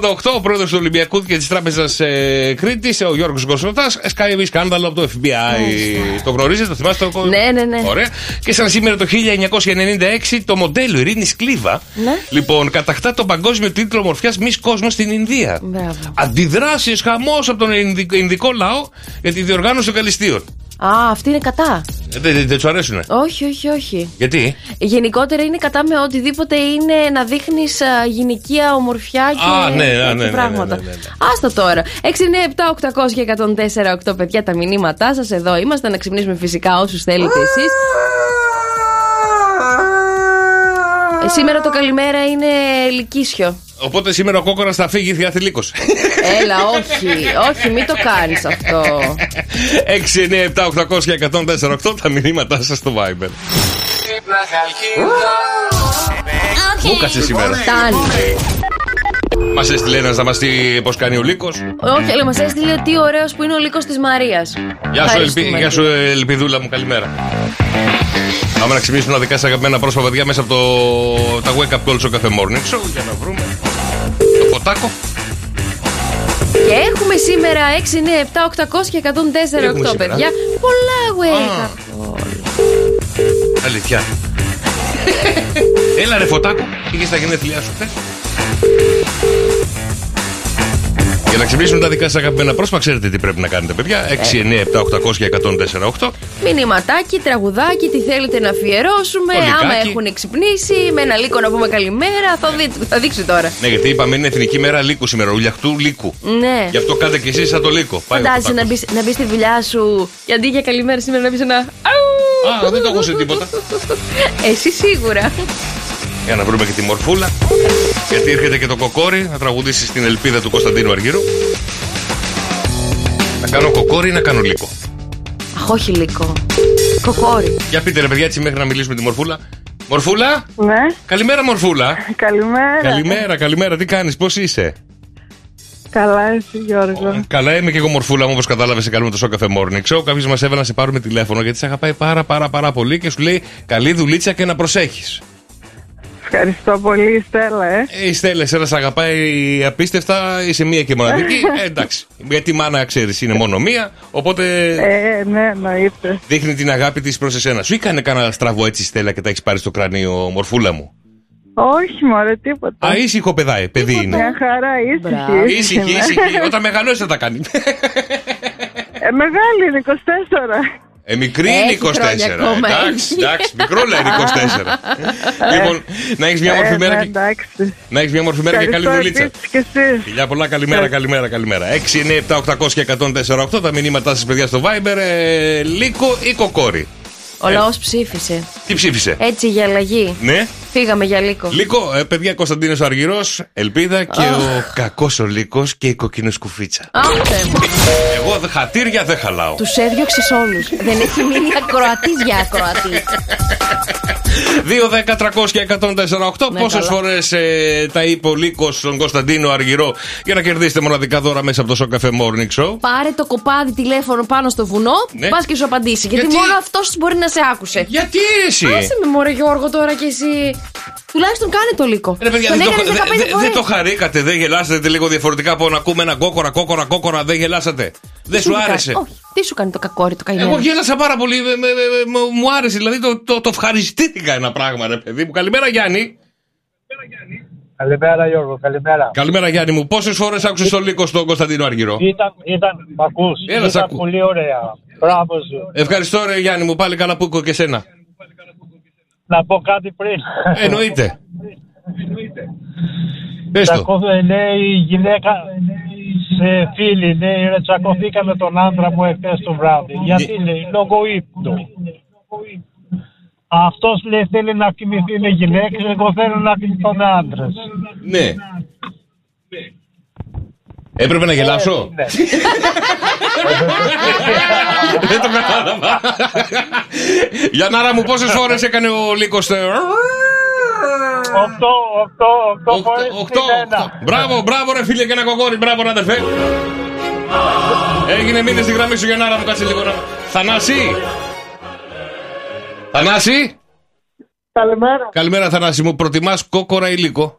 [SPEAKER 7] 1988, ο πρόεδρος του Ολυμπιακού και της Τράπεζας ε, Κρήτης, ο Γιώργος Γκοσνοτάς, σκάει σκάνδαλο από το FBI. το γνωρίζετε, το θυμάστε το
[SPEAKER 6] Ναι, ναι, ναι.
[SPEAKER 7] Ωραία. Και σαν σήμερα το 1996, το μοντέλο Ειρήνης Κλίβα,
[SPEAKER 6] Ναι.
[SPEAKER 7] λοιπόν, κατακτά τον παγκόσμιο τίτλο μορφιά Μη Κόσμος στην Ινδία.
[SPEAKER 6] Μπράβο.
[SPEAKER 7] Αντιδράσεις, χαμός από τον Ινδικ- Ινδικό λαό για τη διοργάνωση των Καλυστίων.
[SPEAKER 6] Α, αυτή είναι κατά.
[SPEAKER 7] Ε, Δεν δεν- δεν του αρέσουνε.
[SPEAKER 6] Όχι, όχι, όχι.
[SPEAKER 7] Γιατί?
[SPEAKER 6] Γενικότερα είναι κατά με οτιδήποτε είναι να δείχνεις γυναικεία ομορφιά και
[SPEAKER 7] Α, ναι,
[SPEAKER 6] τέτοια
[SPEAKER 7] ναι, ναι, ναι,
[SPEAKER 6] πράγματα.
[SPEAKER 7] ναι, ναι, ναι.
[SPEAKER 6] Άστα τώρα. 6, 9, 7, 800 και 104, 8 παιδιά τα μηνύματά σας. Εδώ είμαστε να ξυπνήσουμε φυσικά όσους θέλετε εσείς. Ε, Σήμερα το καλημέρα είναι λυκίσιο.
[SPEAKER 7] Οπότε σήμερα ο κόκορας θα φύγει θεαθηλίκο.
[SPEAKER 6] Έλα, όχι, όχι, μην το κάνεις αυτό.
[SPEAKER 7] 6, 9, 7, 800 και 104,8 τα μηνύματά σας στο Viber. Μου κάτσε σήμερα.
[SPEAKER 6] Φτάνει.
[SPEAKER 7] Μας έστειλε ένας να μας πει πώς κάνει ο λύκος.
[SPEAKER 6] Όχι, αλλά μας έστειλε τι ωραίος που είναι ο λύκος της Μαρίας.
[SPEAKER 7] Γεια σου, ελπι... Γεια σου, ε, Ελπιδούλα μου, καλημέρα. Πάμε να ξυπνήσουμε τα δικά σας αγαπημένα πρόσωπα παιδιά μέσα από το... τα wake up calls ο κάθε morning show για να βρούμε το ποτάκο.
[SPEAKER 6] Και έχουμε σήμερα 6, 9, 7, 800 και 104, 8
[SPEAKER 7] Έχουμε σήμερα.
[SPEAKER 6] παιδιά. Πολλά wake up.
[SPEAKER 7] Αλήθεια. Έλα ρε φωτάκο, πήγες στα γενέθλιά σου χθε. Για να ξυπνήσουν τα δικά σας αγαπημένα πρόσωπα, ξέρετε τι πρέπει να κάνετε, παιδιά.
[SPEAKER 6] Ε.
[SPEAKER 7] 6, 9, 7, 800 και 104, 8.
[SPEAKER 6] Μηνυματάκι, τραγουδάκι, τι θέλετε να αφιερώσουμε.
[SPEAKER 7] Πολυκάκι.
[SPEAKER 6] Άμα έχουν ξυπνήσει, με ένα λύκο να πούμε καλημέρα. Θα, δει, θα δείξει τώρα.
[SPEAKER 7] Ναι, γιατί είπαμε είναι εθνική μέρα λύκου σήμερα, ουλιαχτού λύκου.
[SPEAKER 6] Ναι.
[SPEAKER 7] Γι' αυτό κάντε κι εσείς σαν το λύκο. Πάει ο
[SPEAKER 6] Φαντάζεσαι να
[SPEAKER 7] Φωτάκος.
[SPEAKER 6] μπεις να μπεις στη δουλειά σου και αντί για καλημέρα σήμερα να πει ένα.
[SPEAKER 7] Α, δεν το ακούσε τίποτα.
[SPEAKER 6] (laughs) Εσύ σίγουρα.
[SPEAKER 7] Για να βρούμε και τη μορφούλα. Γιατί έρχεται και το κοκόρι να τραγουδήσει στην ελπίδα του Κωνσταντίνου Αργύρου. Να κάνω κοκόρι ή να κάνω λύκο.
[SPEAKER 6] Αχ, όχι λύκο.
[SPEAKER 10] Κοκόρι.
[SPEAKER 7] Για πείτε ρε παιδιά, έτσι μέχρι να μιλήσουμε τη Μορφούλα. Μορφούλα!
[SPEAKER 1] Ναι.
[SPEAKER 7] Καλημέρα, Μορφούλα!
[SPEAKER 1] Καλημέρα.
[SPEAKER 7] Καλημέρα, καλημέρα, τι κάνεις, πώς είσαι. Ε,
[SPEAKER 1] Καλά, εσύ Γιώργο.
[SPEAKER 7] Καλά, είμαι και εγώ μορφούλα μου, όπως κατάλαβες, σε καλούμε το Σόκαφε Morning Show. Κάποιος μας έβαλε να σε πάρουμε τηλέφωνο γιατί σε αγαπάει πάρα πάρα πάρα πολύ και σου λέει καλή δουλίτσα και να προσέχεις.
[SPEAKER 1] Ευχαριστώ πολύ, η Στέλλα, ε.
[SPEAKER 7] Ε, η Στέλλα, εσένα σε αγαπάει απίστευτα, είσαι μία και
[SPEAKER 1] (laughs)
[SPEAKER 7] μοναδική. Ε, εντάξει. Γιατί η μάνα, ξέρεις, είναι μόνο μία. Οπότε
[SPEAKER 1] Ε, ναι, εννοείται.
[SPEAKER 7] δείχνει την αγάπη της προς εσένα. Σου έκανε κανένα στραβό έτσι, Στέλλα, και τα έχεις πάρει στο κρανίο, μορφούλα μου.
[SPEAKER 1] Όχι, μωρέ, τίποτα.
[SPEAKER 7] Α, ήσυχο παιδάι, παιδί είναι.
[SPEAKER 1] Μια χαρά,
[SPEAKER 7] Μπράβο.
[SPEAKER 1] ήσυχη.
[SPEAKER 7] Ήσυχη,
[SPEAKER 1] είμαι.
[SPEAKER 7] ήσυχη. Όταν μεγαλώσει θα τα
[SPEAKER 1] (laughs)
[SPEAKER 7] κάνει.
[SPEAKER 1] Ε, μεγάλη είναι, 24.
[SPEAKER 7] Ε, μικρή είναι
[SPEAKER 1] Έχει
[SPEAKER 7] 24.
[SPEAKER 1] χρόνια ακόμα,
[SPEAKER 7] Εντάξει,
[SPEAKER 1] έχει.
[SPEAKER 7] εντάξει, μικρούλα είναι
[SPEAKER 1] (laughs)
[SPEAKER 7] 24. λοιπόν, να έχεις μια μορφή
[SPEAKER 1] Ε,
[SPEAKER 7] μέρα
[SPEAKER 1] ναι,
[SPEAKER 7] και,
[SPEAKER 1] Εντάξει.
[SPEAKER 7] να έχεις μια μορφή μέρα και καλή
[SPEAKER 1] Ευχαριστώ
[SPEAKER 7] δουλίτσα.
[SPEAKER 1] επίσης και εσύ.
[SPEAKER 7] Φιλιά πολλά, καλημέρα, καλημέρα, καλημέρα. 6, 9, 7, 800 και 104, τα μηνύματά σας, παιδιά, στο Viber. Ε, λύκο ή κοκόρι.
[SPEAKER 6] Ο λαός ψήφισε.
[SPEAKER 7] Τι ψήφισε.
[SPEAKER 1] Ε.
[SPEAKER 6] Έτσι για αλλαγή.
[SPEAKER 7] Ε. Ναι.
[SPEAKER 6] Φύγαμε για λύκο.
[SPEAKER 7] Λύκο, ε, παιδιά, Κωνσταντίνος Αργυρός, Ελπίδα και ο κακός ο Λύκος και η κοκκινοσκουφίτσα. Εγώ δε- χατήρια δεν χαλάω.
[SPEAKER 6] Τους έδιωξες όλους. (laughs) Δεν έχει μείνει ακροατή για ακροατή.
[SPEAKER 7] 2, 10, 300 και 148.
[SPEAKER 6] Ναι,
[SPEAKER 7] Πόσες
[SPEAKER 6] καλά.
[SPEAKER 7] φορές ε, τα είπε ο Λύκος στον Κωνσταντίνο Αργυρό για να κερδίσετε μοναδικά δώρα μέσα από το Σοκαφέ Morning Show.
[SPEAKER 6] Πάρε το κοπάδι τηλέφωνο πάνω στο βουνό,
[SPEAKER 7] Ναι.
[SPEAKER 6] ναι. πας και σου απαντήσει. Γιατί,
[SPEAKER 7] Γιατί? Ε.
[SPEAKER 6] μόνο αυτός μπορεί να σε άκουσε.
[SPEAKER 7] Γιατί εσύ?
[SPEAKER 6] Άσε με, Μωρέ Γιώργο, τώρα κι εσύ. Τουλάχιστον κάνε το λύκο.
[SPEAKER 7] Ρε παιδιά,
[SPEAKER 6] Τον
[SPEAKER 7] δεν το,
[SPEAKER 6] έκανες
[SPEAKER 7] χα-
[SPEAKER 6] 15
[SPEAKER 7] δε- δε-
[SPEAKER 6] φορές.
[SPEAKER 7] δεν το χαρήκατε, δεν γελάσατε λίγο διαφορετικά από να ακούμε ένα κόκορα, κόκορα, κόκορα, δεν γελάσατε. Δεν
[SPEAKER 6] Τι
[SPEAKER 7] σου
[SPEAKER 6] κάνει-
[SPEAKER 7] άρεσε.
[SPEAKER 6] Όχι. Τι σου κάνει το κακόρι, το καημένο.
[SPEAKER 7] Εγώ γέλασα πάρα πολύ, με- με- με- με- μου άρεσε, δηλαδή το, το, το ευχαριστήθηκα ένα πράγμα, ρε παιδί μου. Καλημέρα Γιάννη.
[SPEAKER 13] Καλημέρα Γιώργο, καλημέρα.
[SPEAKER 7] Καλημέρα Γιάννη μου. Πόσες φορές άκουσες το λύκο στον Κωνσταντίνο Αργυρό.
[SPEAKER 13] Ήταν, ήταν, μ' ακούς,
[SPEAKER 7] Έλα, σ'
[SPEAKER 13] ήταν
[SPEAKER 7] ακού.
[SPEAKER 13] πολύ ωραία. Μπράβο σου.
[SPEAKER 7] Ευχαριστώ ρε Γιάννη μου, πάλι καλά που έχω και σένα.
[SPEAKER 13] Να πω κάτι πριν.
[SPEAKER 7] Εννοείται. Πες το.
[SPEAKER 13] Τσακώθη- ε, λέει η γυναίκα σε φίλη, λέει ρε τσακωθήκα με τον άντρα μου εχθές το βράδυ. Γιατί λέει, λόγω ύπνου. Αυτός λέει θέλει να κοιμηθεί με γυναίκες, εγώ θέλω να κοιμηθώ με άντρες.
[SPEAKER 7] Ναι. Έπρεπε να
[SPEAKER 13] Ε,
[SPEAKER 7] γελάσω.
[SPEAKER 13] ναι.
[SPEAKER 7] (laughs) Δεν το κατάλαβα. Γιάνναρα μου,
[SPEAKER 13] (laughs)
[SPEAKER 7] πόσε φορέ έκανε ο ε, Λύκο.
[SPEAKER 13] Οκτώ, οκτώ, οκτώ φορές
[SPEAKER 7] Οκτώ.
[SPEAKER 13] στην ένα.
[SPEAKER 7] Μπράβο, μπράβο, ρε φίλε και ένα κοκόρι. Μπράβο, ρε αδερφέ. Έγινε μήνες στη γραμμή σου, Γιάνναρα μου, κάτσε λίγο. να- Θανάση. Θανάση.
[SPEAKER 13] Καλημέρα.
[SPEAKER 7] Καλημέρα, Θανάση μου. Προτιμάς κόκορα ή λύκο.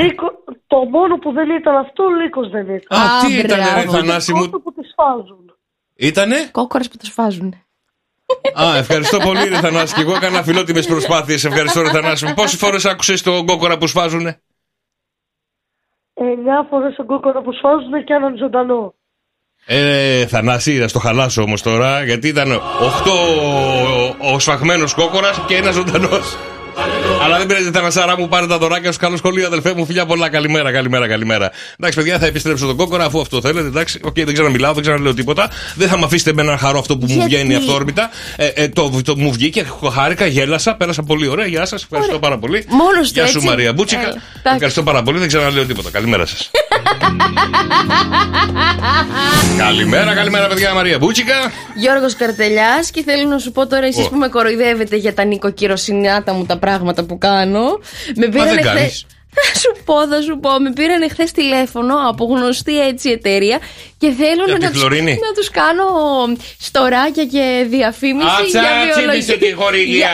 [SPEAKER 14] Λύκο, το μόνο που δεν ήταν αυτό, λύκος δεν ήταν.
[SPEAKER 7] Α, τι ήταν, ρε Θανάση
[SPEAKER 15] Ε,
[SPEAKER 7] μου.
[SPEAKER 14] Κόκκο που τη φάζουν.
[SPEAKER 7] Ήτανε.
[SPEAKER 6] Κόκορα που του φάζουν.
[SPEAKER 7] Α, ευχαριστώ πολύ, ρε Θανάση. Και εγώ έκανα φιλότιμες προσπάθειες. Ευχαριστώ, ρε Θανάση μου. Πόσες φορές άκουσες τον κόκορα που σφάζουνε.
[SPEAKER 14] Εννιά φορές τον κόκορα που σφάζουν και έναν ζωντανό.
[SPEAKER 7] Ε, Θανάση, να στο χαλάσω όμως τώρα, γιατί ήταν 8 ο, ο σφαγμένος κόκορας και ένας ζωντανός. Αλλά δεν πειράζει, Θανασάρα μου, πάρε τα δωράκια σου. Καλό σχολείο, αδελφέ μου, φιλιά πολλά. Καλημέρα, καλημέρα, καλημέρα. Εντάξει, παιδιά, θα επιστρέψω τον κόκορα αφού αυτό θέλετε. Εντάξει, οκ, δεν ξαναμιλάω, δεν ξαναλέω τίποτα. Δεν θα με αφήσετε με ένα χαρό αυτό που μου
[SPEAKER 15] Γιατί?
[SPEAKER 7] βγαίνει αυτόρμητα. Ε, ε, το, το, μου βγήκε, χάρηκα, γέλασα, πέρασα πολύ ωραία. Γεια σας, ευχαριστώ πάρα πολύ.
[SPEAKER 6] Μόνος του,
[SPEAKER 7] Γεια σου,
[SPEAKER 6] έτσι.
[SPEAKER 7] Μαρία
[SPEAKER 6] Ε,
[SPEAKER 7] Μπούτσικα.
[SPEAKER 6] εντάξει.
[SPEAKER 7] Ευχαριστώ πάρα πολύ, δεν ξαναλέω τίποτα. Καλημέρα
[SPEAKER 6] (laughs)
[SPEAKER 7] σας. καλημέρα, καλημέρα, παιδιά, Μαρία Μπούτσικα.
[SPEAKER 6] Γιώργος Καρτελιάς και θέλω να σου πω τώρα εσείς
[SPEAKER 7] Ω.
[SPEAKER 6] που με κοροϊδεύετε για τα νοικοκυροσυνάτα μου τα πράγματα που κάνω. Με
[SPEAKER 7] δεν
[SPEAKER 6] χθες-
[SPEAKER 7] κάνεις.
[SPEAKER 6] (laughs) Θα σου πω, θα σου πω. Με πήραν χθε τηλέφωνο από γνωστή έτσι εταιρεία και
[SPEAKER 7] Για
[SPEAKER 6] θέλουν
[SPEAKER 7] τη
[SPEAKER 6] να τους
[SPEAKER 7] Φλωρίνη.
[SPEAKER 6] να τους κάνω στοράκια και διαφήμιση
[SPEAKER 7] Άτσα,
[SPEAKER 6] για,
[SPEAKER 7] τσίπησε
[SPEAKER 6] βιολογικά,
[SPEAKER 7] τη χορηγία.
[SPEAKER 6] για,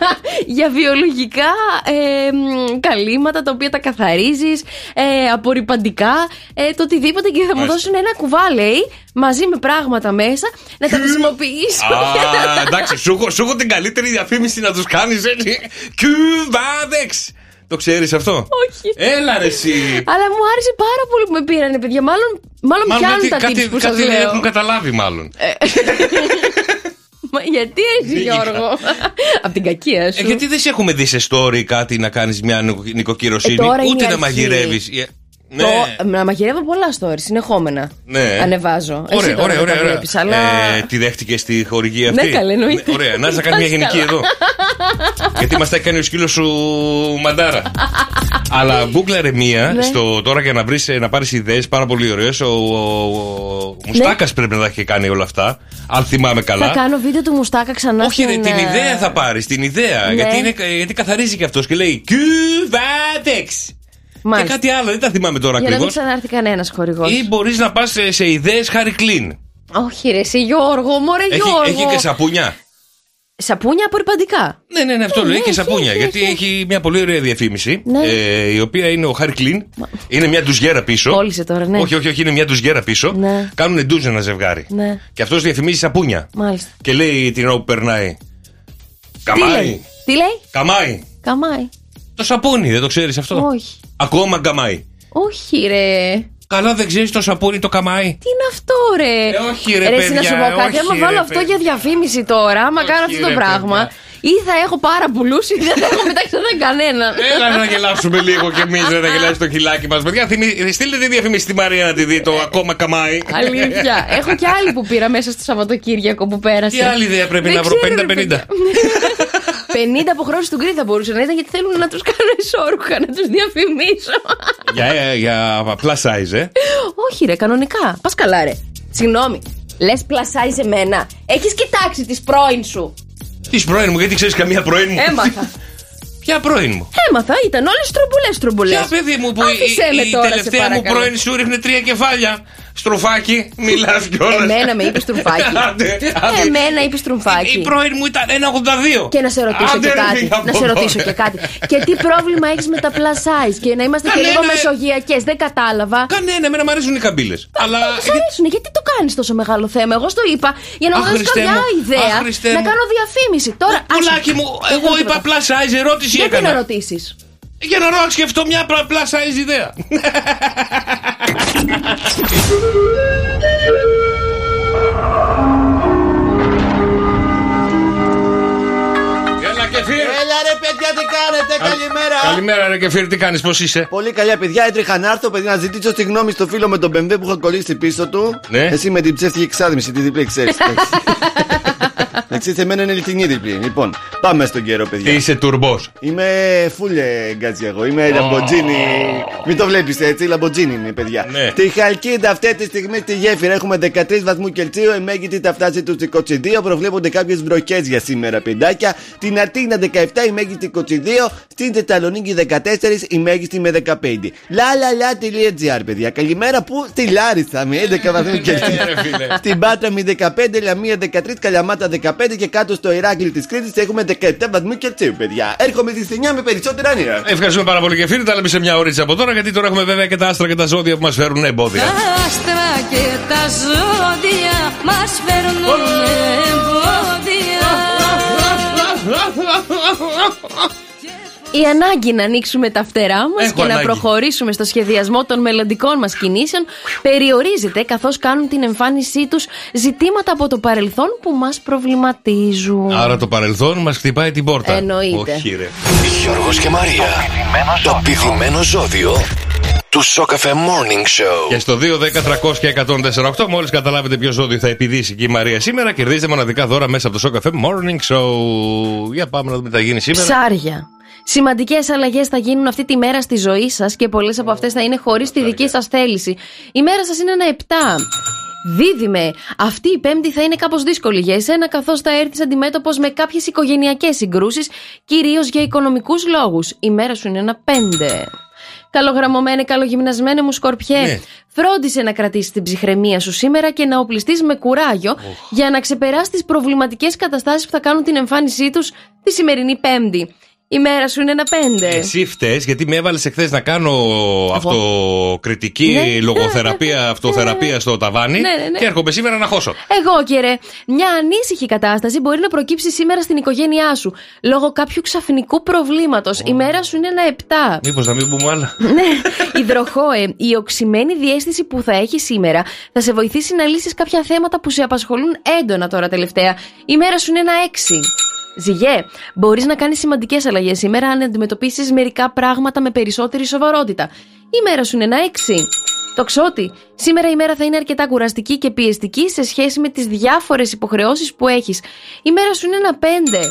[SPEAKER 6] (laughs) για βιολογικά ε, μ, καλύματα τα οποία τα καθαρίζεις, ε, απορριπαντικά, ε, το οτιδήποτε και θα μου
[SPEAKER 7] Μάλιστα.
[SPEAKER 6] δώσουν ένα κουβά, λέει, μαζί με πράγματα μέσα να τα χρησιμοποιήσω.
[SPEAKER 7] Α, εντάξει, σου έχω- σου έχω την καλύτερη διαφήμιση να τους κάνεις έτσι. Κουβάδεξ! Το ξέρεις αυτό.
[SPEAKER 6] Όχι.
[SPEAKER 7] Έλα ρε εσύ.
[SPEAKER 6] Αλλά μου άρεσε πάρα πολύ που με πήρανε, παιδιά. Μάλλον, μάλλον, πιάνουν
[SPEAKER 7] κάτι-
[SPEAKER 6] τα tips
[SPEAKER 7] κάτι,
[SPEAKER 6] που σας
[SPEAKER 7] κάτι
[SPEAKER 6] λέω. Ε,
[SPEAKER 7] έχουν καταλάβει μάλλον.
[SPEAKER 6] Μα γιατί έτσι,
[SPEAKER 7] Λίγα.
[SPEAKER 6] Γιώργο. Από την κακία σου.
[SPEAKER 7] Ε, γιατί δεν σε έχουμε δει σε story κάτι να κάνεις μια νοικο-
[SPEAKER 6] Ε,
[SPEAKER 7] νοικοκυροσύνη,
[SPEAKER 6] τώρα είναι η
[SPEAKER 7] ούτε να
[SPEAKER 6] αρχή.
[SPEAKER 7] μαγειρεύεις. Ναι.
[SPEAKER 6] Το, να μαγειρεύω πολλά stories συνεχόμενα.
[SPEAKER 7] Ναι.
[SPEAKER 6] Ανεβάζω. Εσύ
[SPEAKER 7] Ωραία,
[SPEAKER 6] τώρα
[SPEAKER 7] ωραία,
[SPEAKER 6] δεν τα
[SPEAKER 7] ωραία. ωραία.
[SPEAKER 6] βλέπεις, αλλά...
[SPEAKER 7] Ε, τη δέχτηκε στη χορηγία
[SPEAKER 6] Ναι,
[SPEAKER 7] αυτή.
[SPEAKER 6] καλέ, εννοείται.
[SPEAKER 7] Ναι, Ωραία, να σε κάνει μια γενική
[SPEAKER 6] Καλά.
[SPEAKER 7] εδώ. Γιατί μας τα έκανε ο σκύλος σου μαντάρα. Αλλά γκούγκλαρε μία
[SPEAKER 6] Ναι.
[SPEAKER 7] στο τώρα για να βρεις να πάρεις ιδέες πάρα πολύ ωραίες. Ο, ο, ο Μουστάκας πρέπει να τα έχει κάνει όλα αυτά. Αν θυμάμαι καλά.
[SPEAKER 6] Ναι. Θα κάνω βίντεο του Μουστάκα ξανά
[SPEAKER 7] Όχι, ρε,
[SPEAKER 6] στην,
[SPEAKER 7] την
[SPEAKER 6] ε,
[SPEAKER 7] ιδέα θα πάρεις. Την ιδέα.
[SPEAKER 6] Ναι.
[SPEAKER 7] Γιατί, είναι, γιατί καθαρίζει και αυτός και λέει Κουβάτεξ. Και
[SPEAKER 6] Μάλιστα.
[SPEAKER 7] κάτι άλλο, δεν τα θυμάμαι τώρα
[SPEAKER 6] Για να
[SPEAKER 7] ακριβώ.
[SPEAKER 6] μην ξανάρθει κανένας χορηγός.
[SPEAKER 7] Ή μπορείς να πας σε, σε ιδέες Χάρη Κλίν.
[SPEAKER 6] Όχι, ρε, εσύ Γιώργο, μωρέ
[SPEAKER 7] Έχει,
[SPEAKER 6] Γιώργο.
[SPEAKER 7] έχει και σαπούνια.
[SPEAKER 6] Σαπούνια απορριπαντικά.
[SPEAKER 7] Ναι, ναι, ναι,
[SPEAKER 6] Ε,
[SPEAKER 7] αυτό λέω. Έχει και σαπούνια. γιατί έχει, μια πολύ ωραία διαφήμιση.
[SPEAKER 6] Ναι.
[SPEAKER 7] Ε, η οποία είναι ο Χάρη Κλίν. Είναι μια ντουζιέρα πίσω.
[SPEAKER 6] Κόλλησε τώρα, ναι.
[SPEAKER 7] Όχι, όχι, όχι, είναι μια ντουζιέρα πίσω.
[SPEAKER 6] Ναι.
[SPEAKER 7] Κάνουν ντουζ ένα ζευγάρι.
[SPEAKER 6] Ναι,
[SPEAKER 7] Και αυτός διαφημίζει σαπούνια.
[SPEAKER 6] μάλιστα.
[SPEAKER 7] Και λέει την ώρα που περνάει.
[SPEAKER 6] Τι
[SPEAKER 7] Καμάει.
[SPEAKER 6] λέει, τι λέει,
[SPEAKER 7] Καμάει.
[SPEAKER 6] καμάει.
[SPEAKER 7] Το σαπούνι, δεν το ξέρεις αυτό.
[SPEAKER 6] Όχι,
[SPEAKER 7] Ακόμα καμάει.
[SPEAKER 6] όχι ρε.
[SPEAKER 7] Καλά, δεν ξέρεις το σαπούνι το καμάει.
[SPEAKER 6] Τι είναι αυτό ρε.
[SPEAKER 7] Ε, όχι, ρε,
[SPEAKER 6] ρε εσύ να
[SPEAKER 7] παιδιά,
[SPEAKER 6] σου πω κάτι,
[SPEAKER 7] όχι,
[SPEAKER 6] άμα
[SPEAKER 7] ρε,
[SPEAKER 6] βάλω αυτό
[SPEAKER 7] παιδιά.
[SPEAKER 6] για διαφήμιση τώρα, άμα κάνω αυτό το
[SPEAKER 7] ρε,
[SPEAKER 6] πράγμα, ή θα έχω πάρα πολλούς ή δεν θα έχω μετά ξανά κανέναν.
[SPEAKER 7] Έλα να γελάσουμε λίγο κι εμείς, να γελάσει το χιλάκι μας. Παιδιά, θυμι- στείλτε τη διαφήμιση στη Μαρία να τη δει το ακόμα καμάει.
[SPEAKER 6] Αλήθεια. Έχω και άλλη που πήρα μέσα στο Σαββατοκύριακο που πέρασε.
[SPEAKER 7] Τι άλλη ιδέα πρέπει
[SPEAKER 6] Δεν
[SPEAKER 7] να βρω,
[SPEAKER 6] ξέρω, ρε,
[SPEAKER 7] 50-50.
[SPEAKER 6] 50 αποχρώσει του γκρι θα μπορούσε να ήταν γιατί θέλουν να τους κάνω εσόρουχα, να τους διαφημίσω.
[SPEAKER 7] Για, ε, για plus size, ε.
[SPEAKER 6] Όχι, ρε, κανονικά. Πας καλά, ρε. Συγγνώμη. Λες πλασάει σε μένα. Έχεις κοιτάξει τις πρώην σου.
[SPEAKER 7] Τη πρώην μου, γιατί ξέρεις καμία πρώην μου.
[SPEAKER 6] Έμαθα.
[SPEAKER 7] Ποια πρώην μου.
[SPEAKER 6] Έμαθα, ήταν όλες τρομπουλέ τρομπουλέ.
[SPEAKER 7] Ποια παιδί μου που η,
[SPEAKER 6] Άφησέ με
[SPEAKER 7] η- η
[SPEAKER 6] τώρα, σε
[SPEAKER 7] τελευταία μου
[SPEAKER 6] παρακαλώ.
[SPEAKER 7] πρώην σου ρίχνε τρία κεφάλια. Στροφάκι, μιλάς κιόλας.
[SPEAKER 6] Εμένα με είπες
[SPEAKER 7] (laughs)
[SPEAKER 6] στρουφάκι. Εμένα είπε στρουφάκι.
[SPEAKER 7] Η πρώην μου ήταν 1,82.
[SPEAKER 6] Και να σε ρωτήσω
[SPEAKER 7] Άντε,
[SPEAKER 6] και
[SPEAKER 7] ρε,
[SPEAKER 6] κάτι.
[SPEAKER 7] φύγα από
[SPEAKER 6] Να σε
[SPEAKER 7] εδώ,
[SPEAKER 6] ρωτήσω
[SPEAKER 7] ρε.
[SPEAKER 6] και κάτι. Και τι πρόβλημα έχεις με τα plus size και να είμαστε και
[SPEAKER 7] Κανένα,
[SPEAKER 6] λίγο
[SPEAKER 7] ε.
[SPEAKER 6] μεσογειακές. Δεν κατάλαβα.
[SPEAKER 7] Κανένα, εμένα μου αρέσουν οι καμπύλες. Αλλά.
[SPEAKER 6] Σ' αρέσουν, γιατί το κάνεις τόσο μεγάλο θέμα. Εγώ στο είπα για να
[SPEAKER 7] Αχ,
[SPEAKER 6] μου δώσει
[SPEAKER 7] Χριστέ
[SPEAKER 6] καμιά
[SPEAKER 7] μου.
[SPEAKER 6] ιδέα
[SPEAKER 7] Αχ, Χριστέ
[SPEAKER 6] να
[SPEAKER 7] μου.
[SPEAKER 6] κάνω διαφήμιση. Τώρα.
[SPEAKER 7] Πουλάκι μου, εγώ είπα plus size, ερώτηση
[SPEAKER 6] Γιατί να
[SPEAKER 7] έκανα.
[SPEAKER 6] ρωτήσεις.
[SPEAKER 7] Για να ρωτήσω, σκεφτώ μια plus size ιδέα. Έλα και
[SPEAKER 15] Έλα ρε παιδιά τι κάνετε, καλημέρα.
[SPEAKER 7] Καλημέρα, ρε Κεφίρ, τι κάνεις, πώς είσαι.
[SPEAKER 15] Πολύ καλιά παιδιά, έτρεχα να έρθω παιδί να ζητήσω τη γνώμη στο φίλο με τον BMW που είχα κολλήσει πίσω του.
[SPEAKER 7] Ναι.
[SPEAKER 15] Εσύ με την ψεύτικη εξάδμιση, τη διπλή ξέρεις. εντάξει. Εντάξει, σε μένα είναι αληθινή διπλή. Λοιπόν, πάμε στον καιρό παιδιά.
[SPEAKER 7] Είσαι τουρμπός. (laughs)
[SPEAKER 15] Είμαι φούλε γκάτζι εγώ. Είμαι λαμποτζίνι. Μην το βλέπεις έτσι, λαμποτζίνι είναι, παιδιά.
[SPEAKER 7] Ναι.
[SPEAKER 15] Τη Χαλκίδα αυτή τη στιγμή στη γέφυρα έχουμε 13 βαθμού Κελσίου. Η μέγιστη θα φτάσει του 22. Προβλέπονται κάποιες βροχές για σήμερα, πεντάκια. Την Αθήνα 17, η μέγιστη 22. Στην Θεσσαλονίκη 14, η μέγιστη με 15. Λαλαλα.gr, παιδιά. Καλημέρα που στη Λάρισα με 11 βαθμού Κελσίου.
[SPEAKER 7] Ναι, ρε, φίλε.
[SPEAKER 15] Στην Πάτρα με 15, Λαμία 13, Καλαμάτα 15 και κάτω στο Ηράκλειο της Κρήτης έχουμε 17 βαθμού Κελσίου, παιδιά. Έρχομαι στι 9 με περισσότερα νέα.
[SPEAKER 7] Ευχαριστούμε πάρα πολύ, Κεφίρ. Τα λέμε σε μια ωρίτσα από τώρα, γιατί τώρα έχουμε βέβαια και τα άστρα και τα ζώδια που μας φέρουν εμπόδια.
[SPEAKER 2] άστρα και τα ζώδια μας φέρνουν εμπόδια.
[SPEAKER 6] Η ανάγκη να ανοίξουμε τα φτερά μας
[SPEAKER 2] Έχω
[SPEAKER 6] και να
[SPEAKER 2] ανάγκη.
[SPEAKER 6] προχωρήσουμε στο σχεδιασμό των μελλοντικών μας κινήσεων περιορίζεται καθώς κάνουν την εμφάνισή τους ζητήματα από το παρελθόν που μας προβληματίζουν.
[SPEAKER 7] Άρα το παρελθόν μας χτυπάει την πόρτα.
[SPEAKER 6] Εννοείται.
[SPEAKER 7] Όχι, ρε.
[SPEAKER 3] Γιώργος και Μαρία. Το πυγμένο ζώδιο του Σοκαφέ Morning Show.
[SPEAKER 7] Και στο 2, 10, 300 και 148, μόλις καταλάβετε ποιο ζώδιο θα επιδίσει και η Μαρία σήμερα, κερδίζετε μοναδικά δώρα μέσα από το Σοκαφέ Morning Show. Για πάμε να δούμε τι θα γίνει σήμερα.
[SPEAKER 6] Ψάρια. Σημαντικές αλλαγές θα γίνουν αυτή τη μέρα στη ζωή σας και πολλές από αυτές θα είναι χωρίς τη δική σας θέληση. Η μέρα σας είναι ένα 7. Δίδυμε, αυτή η Πέμπτη θα είναι κάπως δύσκολη για εσένα, καθώς θα έρθεις αντιμέτωπος με κάποιες οικογενειακές συγκρούσεις, κυρίως για οικονομικούς λόγους. Η μέρα σου είναι ένα 5. Καλογραμμωμένε, καλογυμνασμένε μου σκορπιέ. Φρόντισε να κρατήσεις την ψυχραιμία σου σήμερα και να οπλιστείς με κουράγιο για να ξεπεράσεις τις προβληματικές καταστάσεις που θα κάνουν την εμφάνισή τους τη σημερινή Πέμπτη. Η μέρα σου είναι ένα πέντε.
[SPEAKER 7] Εσύ φταίει γιατί με έβαλες εχθές να κάνω αυτοκριτική
[SPEAKER 6] Ναι.
[SPEAKER 7] λογοθεραπεία, αυτοθεραπεία στο ταβάνι.
[SPEAKER 6] Ναι, ναι, ναι.
[SPEAKER 7] Και έρχομαι σήμερα να χώσω.
[SPEAKER 6] Εγώ κύριε, μια ανήσυχη κατάσταση μπορεί να προκύψει σήμερα στην οικογένειά σου λόγω κάποιου ξαφνικού προβλήματος. Η μέρα σου είναι ένα 7.
[SPEAKER 7] Μήπως να μην πούμε άλλα.
[SPEAKER 6] (laughs) ναι, υδροχόε, η οξυμένη διέστηση που θα έχει σήμερα θα σε βοηθήσει να λύσεις κάποια θέματα που σε απασχολούν έντονα τώρα τελευταία. Η μέρα σου είναι ένα έξι. Ζυγέ, μπορείς να κάνεις σημαντικές αλλαγές σήμερα αν αντιμετωπίσεις μερικά πράγματα με περισσότερη σοβαρότητα. Η μέρα σου είναι ένα έξι. Τοξότη, σήμερα η μέρα θα είναι αρκετά κουραστική και πιεστική σε σχέση με τις διάφορες υποχρεώσεις που έχεις. Η μέρα σου είναι ένα πέντε.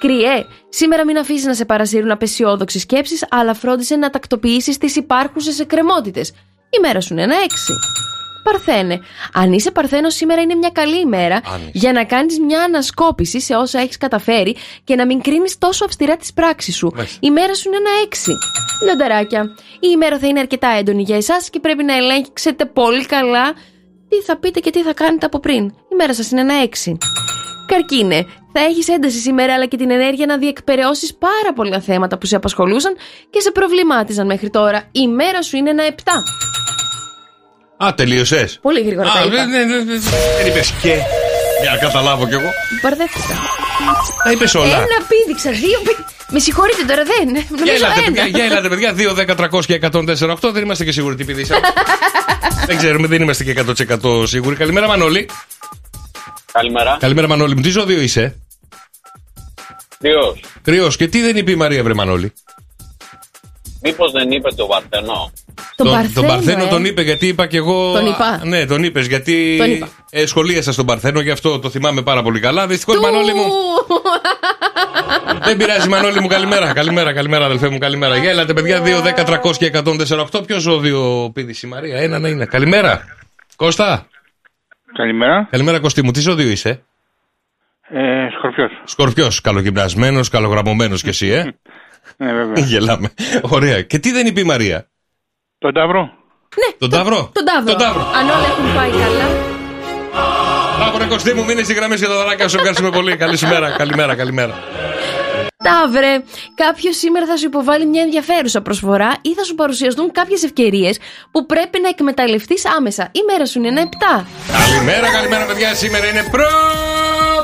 [SPEAKER 6] Κριέ, σήμερα μην αφήσεις να σε παρασύρουν απεσιόδοξες σκέψεις, αλλά φρόντισε να τακτοποιήσεις τις υπάρχουσες εκκρεμότητες. Η μέρα σου είναι ένα έξι. Παρθένε. Αν είσαι Παρθένος, σήμερα είναι μια καλή ημέρα για να κάνεις μια ανασκόπηση σε όσα έχεις καταφέρει και να μην κρίνεις τόσο αυστηρά τις πράξεις σου. Η μέρα σου είναι ένα έξι. Λιονταράκια. Η ημέρα θα είναι αρκετά έντονη για εσάς και πρέπει να ελέγξετε πολύ καλά τι θα πείτε και τι θα κάνετε από πριν. Η μέρα σας είναι ένα έξι. Καρκίνε. Θα έχεις ένταση σήμερα, αλλά και την ενέργεια να διεκπαιρεώσεις πάρα πολλά θέματα που σε απασχολούσαν και σε προβλημάτιζαν μέχρι τώρα. Η μέρα σου είναι ένα 7.
[SPEAKER 7] Α, τελείωσες.
[SPEAKER 6] Πολύ γρήγορα τα
[SPEAKER 7] Α, ναι,
[SPEAKER 6] είπα.
[SPEAKER 7] ναι, ναι, ναι. Δεν είπες και. Για να καταλάβω κι εγώ.
[SPEAKER 6] Μπαρδεύτηκα.
[SPEAKER 7] Τα είπες όλα.
[SPEAKER 6] Ένα πήδηξα, δύο πήδηξα. Με συγχωρείτε τώρα, δεν.
[SPEAKER 7] Για
[SPEAKER 6] Νομίζω
[SPEAKER 7] έλατε, παιδιά,
[SPEAKER 6] ένα.
[SPEAKER 7] για έλατε, παιδιά. 2, 10, 300 και 104,8. Δεν είμαστε και σίγουροι τι πηδήσα.
[SPEAKER 6] (laughs)
[SPEAKER 7] δεν ξέρουμε, δεν είμαστε και 100% σίγουροι. Καλημέρα, Μανώλη.
[SPEAKER 16] Καλημέρα.
[SPEAKER 7] Καλημέρα, Μανώλη. Μου τι ζώδιο είσαι.
[SPEAKER 16] Κρυό.
[SPEAKER 7] Κρυό. Και τι δεν είπε η Μαρία, βρε Μανώλη.
[SPEAKER 16] Μήπως δεν είπε το Βαρθενό.
[SPEAKER 7] τον,
[SPEAKER 6] Παρθένο,
[SPEAKER 7] τον Παρθένο
[SPEAKER 6] ε.
[SPEAKER 7] τον είπε γιατί είπα και εγώ.
[SPEAKER 6] Τον είπα.
[SPEAKER 7] Ναι, τον είπες γιατί.
[SPEAKER 6] Τον είπα.
[SPEAKER 7] Ε, σχολίασα στον Παρθένο, γι' αυτό το θυμάμαι πάρα πολύ καλά. Δυστυχώς,
[SPEAKER 6] Του.
[SPEAKER 7] Μανώλη μου. Δεν πειράζει, Μανώλη μου, καλημέρα. Καλημέρα, καλημέρα, αδελφέ μου, καλημέρα. Για έλατε, παιδιά, 2, 10, 300 και 148. Ποιο ζώδιο πήδησε η Μαρία, ένα να είναι. Καλημέρα. Κώστα.
[SPEAKER 12] Καλημέρα.
[SPEAKER 7] Καλημέρα, Κωστή μου, τι ζώδιο είσαι.
[SPEAKER 12] Ε, Σκορπιός.
[SPEAKER 7] Σκορπιός, καλογυμνασμένος, καλογραμμωμένος κι εσύ, ε.
[SPEAKER 12] (laughs) Ναι, βέβαια.
[SPEAKER 7] Γελάμε. Ωραία. Και τι δεν είπε η Μαρία.
[SPEAKER 12] Τον Ταύρο.
[SPEAKER 6] Ναι.
[SPEAKER 7] Τον Ταύρο.
[SPEAKER 6] Τον Ταύρο. Αν όλα έχουν πάει καλά.
[SPEAKER 7] Μπράβο, ρε Κωστή μου, μείνε στη γραμμή για τα δωράκια σου. Ευχαριστούμε πολύ. Καλή σου μέρα. Καλημέρα, καλημέρα.
[SPEAKER 6] Ταύρε, κάποιος σήμερα θα σου υποβάλει μια ενδιαφέρουσα προσφορά ή θα σου παρουσιαστούν κάποιες ευκαιρίες που πρέπει να εκμεταλλευτείς άμεσα. Η μέρα σου είναι ένα 7.
[SPEAKER 7] Καλημέρα, καλημέρα, παιδιά. Σήμερα είναι προ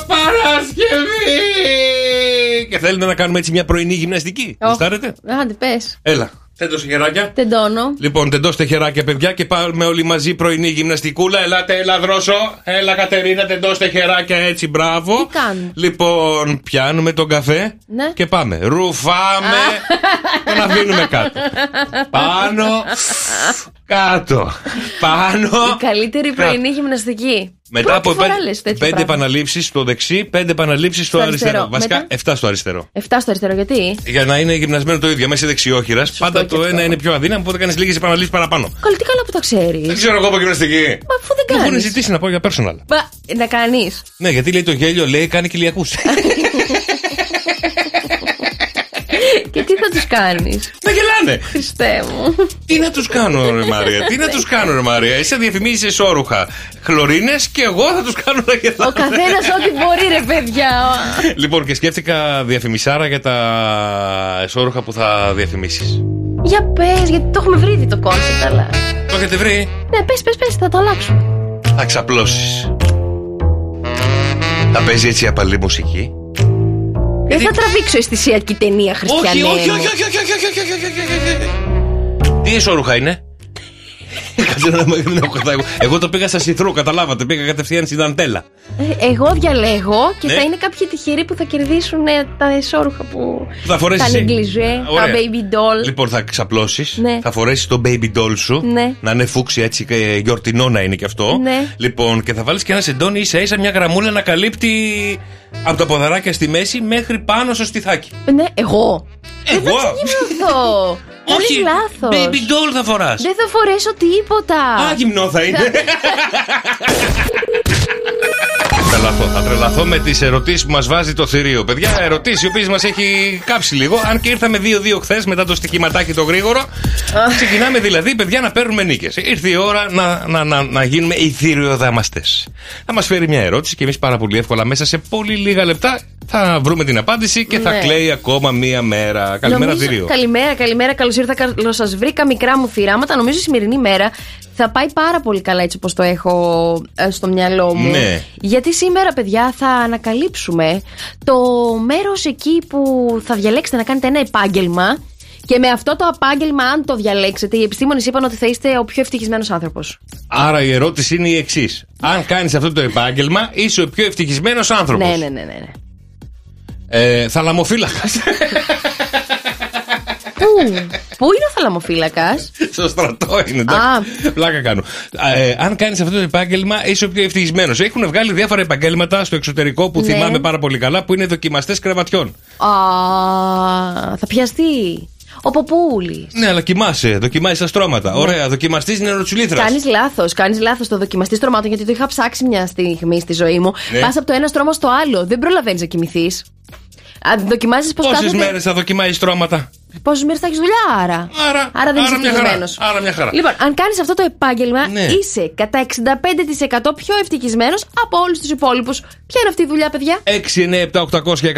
[SPEAKER 7] Παρασκευή. Και θέλετε να κάνουμε έτσι μια πρωινή γυμναστική. Γουστάρετε.
[SPEAKER 6] Άντε, πες.
[SPEAKER 7] Έλα. Τέντωσε χεράκια.
[SPEAKER 6] Τεντώνω.
[SPEAKER 7] Λοιπόν, τεντώστε χεράκια, παιδιά, και πάμε όλοι μαζί πρωινή γυμναστικούλα. Ελάτε, έλα, δρόσο. Έλα, Κατερίνα, τεντώστε χεράκια έτσι, μπράβο.
[SPEAKER 6] Τι κάνουμε.
[SPEAKER 7] Λοιπόν, πιάνουμε τον καφέ
[SPEAKER 6] Ναι.
[SPEAKER 7] και πάμε. Ρουφάμε, τον αφήνουμε κάτω. Πάνω, κάτω. Πάνω.
[SPEAKER 6] Η καλύτερη
[SPEAKER 7] Κάτω.
[SPEAKER 6] πρωινή γυμναστική.
[SPEAKER 7] Μετά
[SPEAKER 6] Πρώτη
[SPEAKER 7] από
[SPEAKER 6] φορά
[SPEAKER 7] πέντε,
[SPEAKER 6] λες τέτοιο
[SPEAKER 7] πέντε
[SPEAKER 6] πράγμα.
[SPEAKER 7] επαναλήψεις στο δεξί, πέντε επαναλήψεις στο,
[SPEAKER 6] Στο
[SPEAKER 7] αριστερό.
[SPEAKER 6] αριστερό.
[SPEAKER 7] Βασικά,
[SPEAKER 6] Μετά?
[SPEAKER 7] 7 στο αριστερό.
[SPEAKER 6] Εφτά στο αριστερό, γιατί.
[SPEAKER 7] Για να είναι γυμνασμένο το ίδιο. Μέσα είσαι δεξιόχειρα. Πάντα το ένα είναι πιο αδύναμο, οπότε κάνεις λίγες επαναλήψεις παραπάνω.
[SPEAKER 6] Καλή, τι καλά που το ξέρεις.
[SPEAKER 7] Δεν ξέρω εγώ από γυμναστική.
[SPEAKER 6] Μα αφού δεν
[SPEAKER 7] Μου έχουν
[SPEAKER 6] κάνεις.
[SPEAKER 7] ζητήσει να πω για personal.
[SPEAKER 6] Να κάνεις.
[SPEAKER 7] Ναι, γιατί λέει το γέλιο, λέει κάνει κοιλιακού.
[SPEAKER 6] (laughs) Και τι θα τους κάνεις.
[SPEAKER 7] Να γελάνε.
[SPEAKER 6] Χριστέ μου.
[SPEAKER 7] Τι να τους κάνω, ρε Μαρία, τι να τους κάνω, ρε Μαρία. Εσύ θα διαφημίζει εσόρουχα χλωρίνες και εγώ θα τους κάνω να
[SPEAKER 6] Ο
[SPEAKER 7] γελάνε.
[SPEAKER 6] καθένας ό,τι μπορεί, ρε παιδιά.
[SPEAKER 7] Λοιπόν, και σκέφτηκα διαφημισάρα για τα εσόρουχα που θα διαφημίσεις.
[SPEAKER 6] Για πες, γιατί το έχουμε βρει ήδη το κόνσεπτ, αλλά.
[SPEAKER 7] Το έχετε βρει.
[SPEAKER 6] Ναι, πες, πες, πες, θα το αλλάξουμε.
[SPEAKER 7] Θα ξαπλώσεις. Θα παίζει έτσι απαλή μουσική.
[SPEAKER 6] Δεν θα τραβήξω αισθησιακή ταινία, Χριστιανέ.
[SPEAKER 7] όχι,
[SPEAKER 6] μου.
[SPEAKER 7] όχι, όχι, όχι, όχι, όχι, όχι, όχι, όχι, όχι. Τι εσόρουχα είναι. Κάτσε να με να έχω εγώ. Εγώ το πήγα στα σιθρού, καταλάβατε. Πήγα κατευθείαν στην Αντέλα.
[SPEAKER 6] Ε, Εγώ διαλέγω και
[SPEAKER 7] Ναι.
[SPEAKER 6] θα είναι κάποιοι τυχεροί που θα κερδίσουν ε, τα εσόρουχα που.
[SPEAKER 7] Θα φορέσεις
[SPEAKER 6] Τα
[SPEAKER 7] εσύ.
[SPEAKER 6] νεγκλιζέ, τα
[SPEAKER 7] Ωραία.
[SPEAKER 6] baby doll.
[SPEAKER 7] Λοιπόν, θα ξαπλώσεις,
[SPEAKER 6] Ναι.
[SPEAKER 7] θα φορέσεις το baby doll σου.
[SPEAKER 6] Ναι.
[SPEAKER 7] Να είναι φούξι έτσι και γιορτινό να είναι κι αυτό.
[SPEAKER 6] Ναι.
[SPEAKER 7] Λοιπόν, και θα βάλεις και ένα σεντόνι ίσα ίσα μια γραμμούλα να καλύπτει από τα ποδαράκια στη μέση μέχρι πάνω στο στιθάκι.
[SPEAKER 6] Ναι, εγώ. Ε,
[SPEAKER 7] Εγώ!
[SPEAKER 6] Γυμνωθώ.
[SPEAKER 7] (laughs) Όχι,
[SPEAKER 6] Κάνει λάθος.
[SPEAKER 7] Baby doll θα φοράς.
[SPEAKER 6] Δεν θα φορέσω τίποτα.
[SPEAKER 7] Α, γυμνό θα είναι. Θα τρελαθώ, θα τρελαθώ με τις ερωτήσεις που μας βάζει το θηρίο. Παιδιά, ερωτήσεις οι οποίες μας έχει κάψει λίγο. Αν και ήρθαμε 2-2 χθες μετά το στοιχηματάκι το γρήγορο. Ξεκινάμε δηλαδή, παιδιά, να παίρνουμε νίκες. Ήρθε η ώρα να, να, να, να γίνουμε οι θηριοδαμαστές. Θα μας φέρει μια ερώτηση και εμείς πάρα πολύ εύκολα μέσα σε πολύ λίγα λεπτά θα βρούμε την απάντηση και θα
[SPEAKER 6] Ναι.
[SPEAKER 7] κλαίει ακόμα μία μέρα. Καλημέρα,
[SPEAKER 6] Νομίζω-
[SPEAKER 7] θηρίο.
[SPEAKER 6] Καλημέρα, καλημέρα. Καλώς ήρθα. Καλώς σας βρήκα, μικρά μου θυράματα. Νομίζω η σημερινή μέρα θα πάει πάρα πολύ καλά έτσι όπως το έχω ε, στο μυαλό μου.
[SPEAKER 7] Ναι.
[SPEAKER 6] Γιατί σήμερα, παιδιά, θα ανακαλύψουμε το μέρος εκεί που θα διαλέξετε να κάνετε ένα επάγγελμα. Και με αυτό το επάγγελμα, αν το διαλέξετε, οι επιστήμονες είπαν ότι θα είστε ο πιο ευτυχισμένος άνθρωπος.
[SPEAKER 7] Άρα η ερώτηση είναι η εξής. Αν κάνεις αυτό το επάγγελμα, είσαι ο πιο ευτυχισμένος άνθρωπος.
[SPEAKER 6] Ναι, ναι, ναι, ναι. ναι.
[SPEAKER 7] Ε, θαλαμοφύλακας.
[SPEAKER 6] Πού, ναι. πού είναι ο θαλαμοφύλακας.
[SPEAKER 7] (laughs) Στο στρατό είναι, εντάξει. Πλάκα κάνω. Α, ε, αν κάνεις αυτό το επάγγελμα, είσαι ο πιο ευτυχισμένος. Έχουν βγάλει διάφορα επαγγέλματα στο εξωτερικό που
[SPEAKER 6] Ναι.
[SPEAKER 7] θυμάμαι πάρα πολύ καλά, που είναι δοκιμαστές κρεβατιών.
[SPEAKER 6] Α, θα πιαστεί. Ο Ποπούλη.
[SPEAKER 7] Ναι, αλλά κοιμάσαι, δοκιμάζεις τα στρώματα.
[SPEAKER 6] Ναι.
[SPEAKER 7] Ωραία, δοκιμαστής νεροτσουλήθρας.
[SPEAKER 6] Κάνεις λάθος, κάνεις λάθος το δοκιμαστή στρωμάτων γιατί το είχα ψάξει μια στιγμή στη ζωή μου.
[SPEAKER 7] Ναι.
[SPEAKER 6] Πας από το ένα στρώμα στο άλλο. Δεν προλαβαίνεις να κοιμηθείς. Δοκιμάζεις πώ
[SPEAKER 7] Πόσες μέρες θα δοκιμάζει στρώματα.
[SPEAKER 6] Πόσε μέρε θα έχεις δουλειά, άρα.
[SPEAKER 7] Άρα,
[SPEAKER 6] δεν
[SPEAKER 7] άρα μια
[SPEAKER 6] είσαι
[SPEAKER 7] χαρά.
[SPEAKER 6] ευτυχισμένος.
[SPEAKER 7] Άρα μια χαρά.
[SPEAKER 6] Λοιπόν, αν κάνεις αυτό το επάγγελμα,
[SPEAKER 7] Ναι.
[SPEAKER 6] είσαι κατά 65% πιο ευτυχισμένος από όλους τους υπόλοιπους. Ποια είναι αυτή η δουλειά, παιδιά.
[SPEAKER 7] 6, 9, 7, 800 και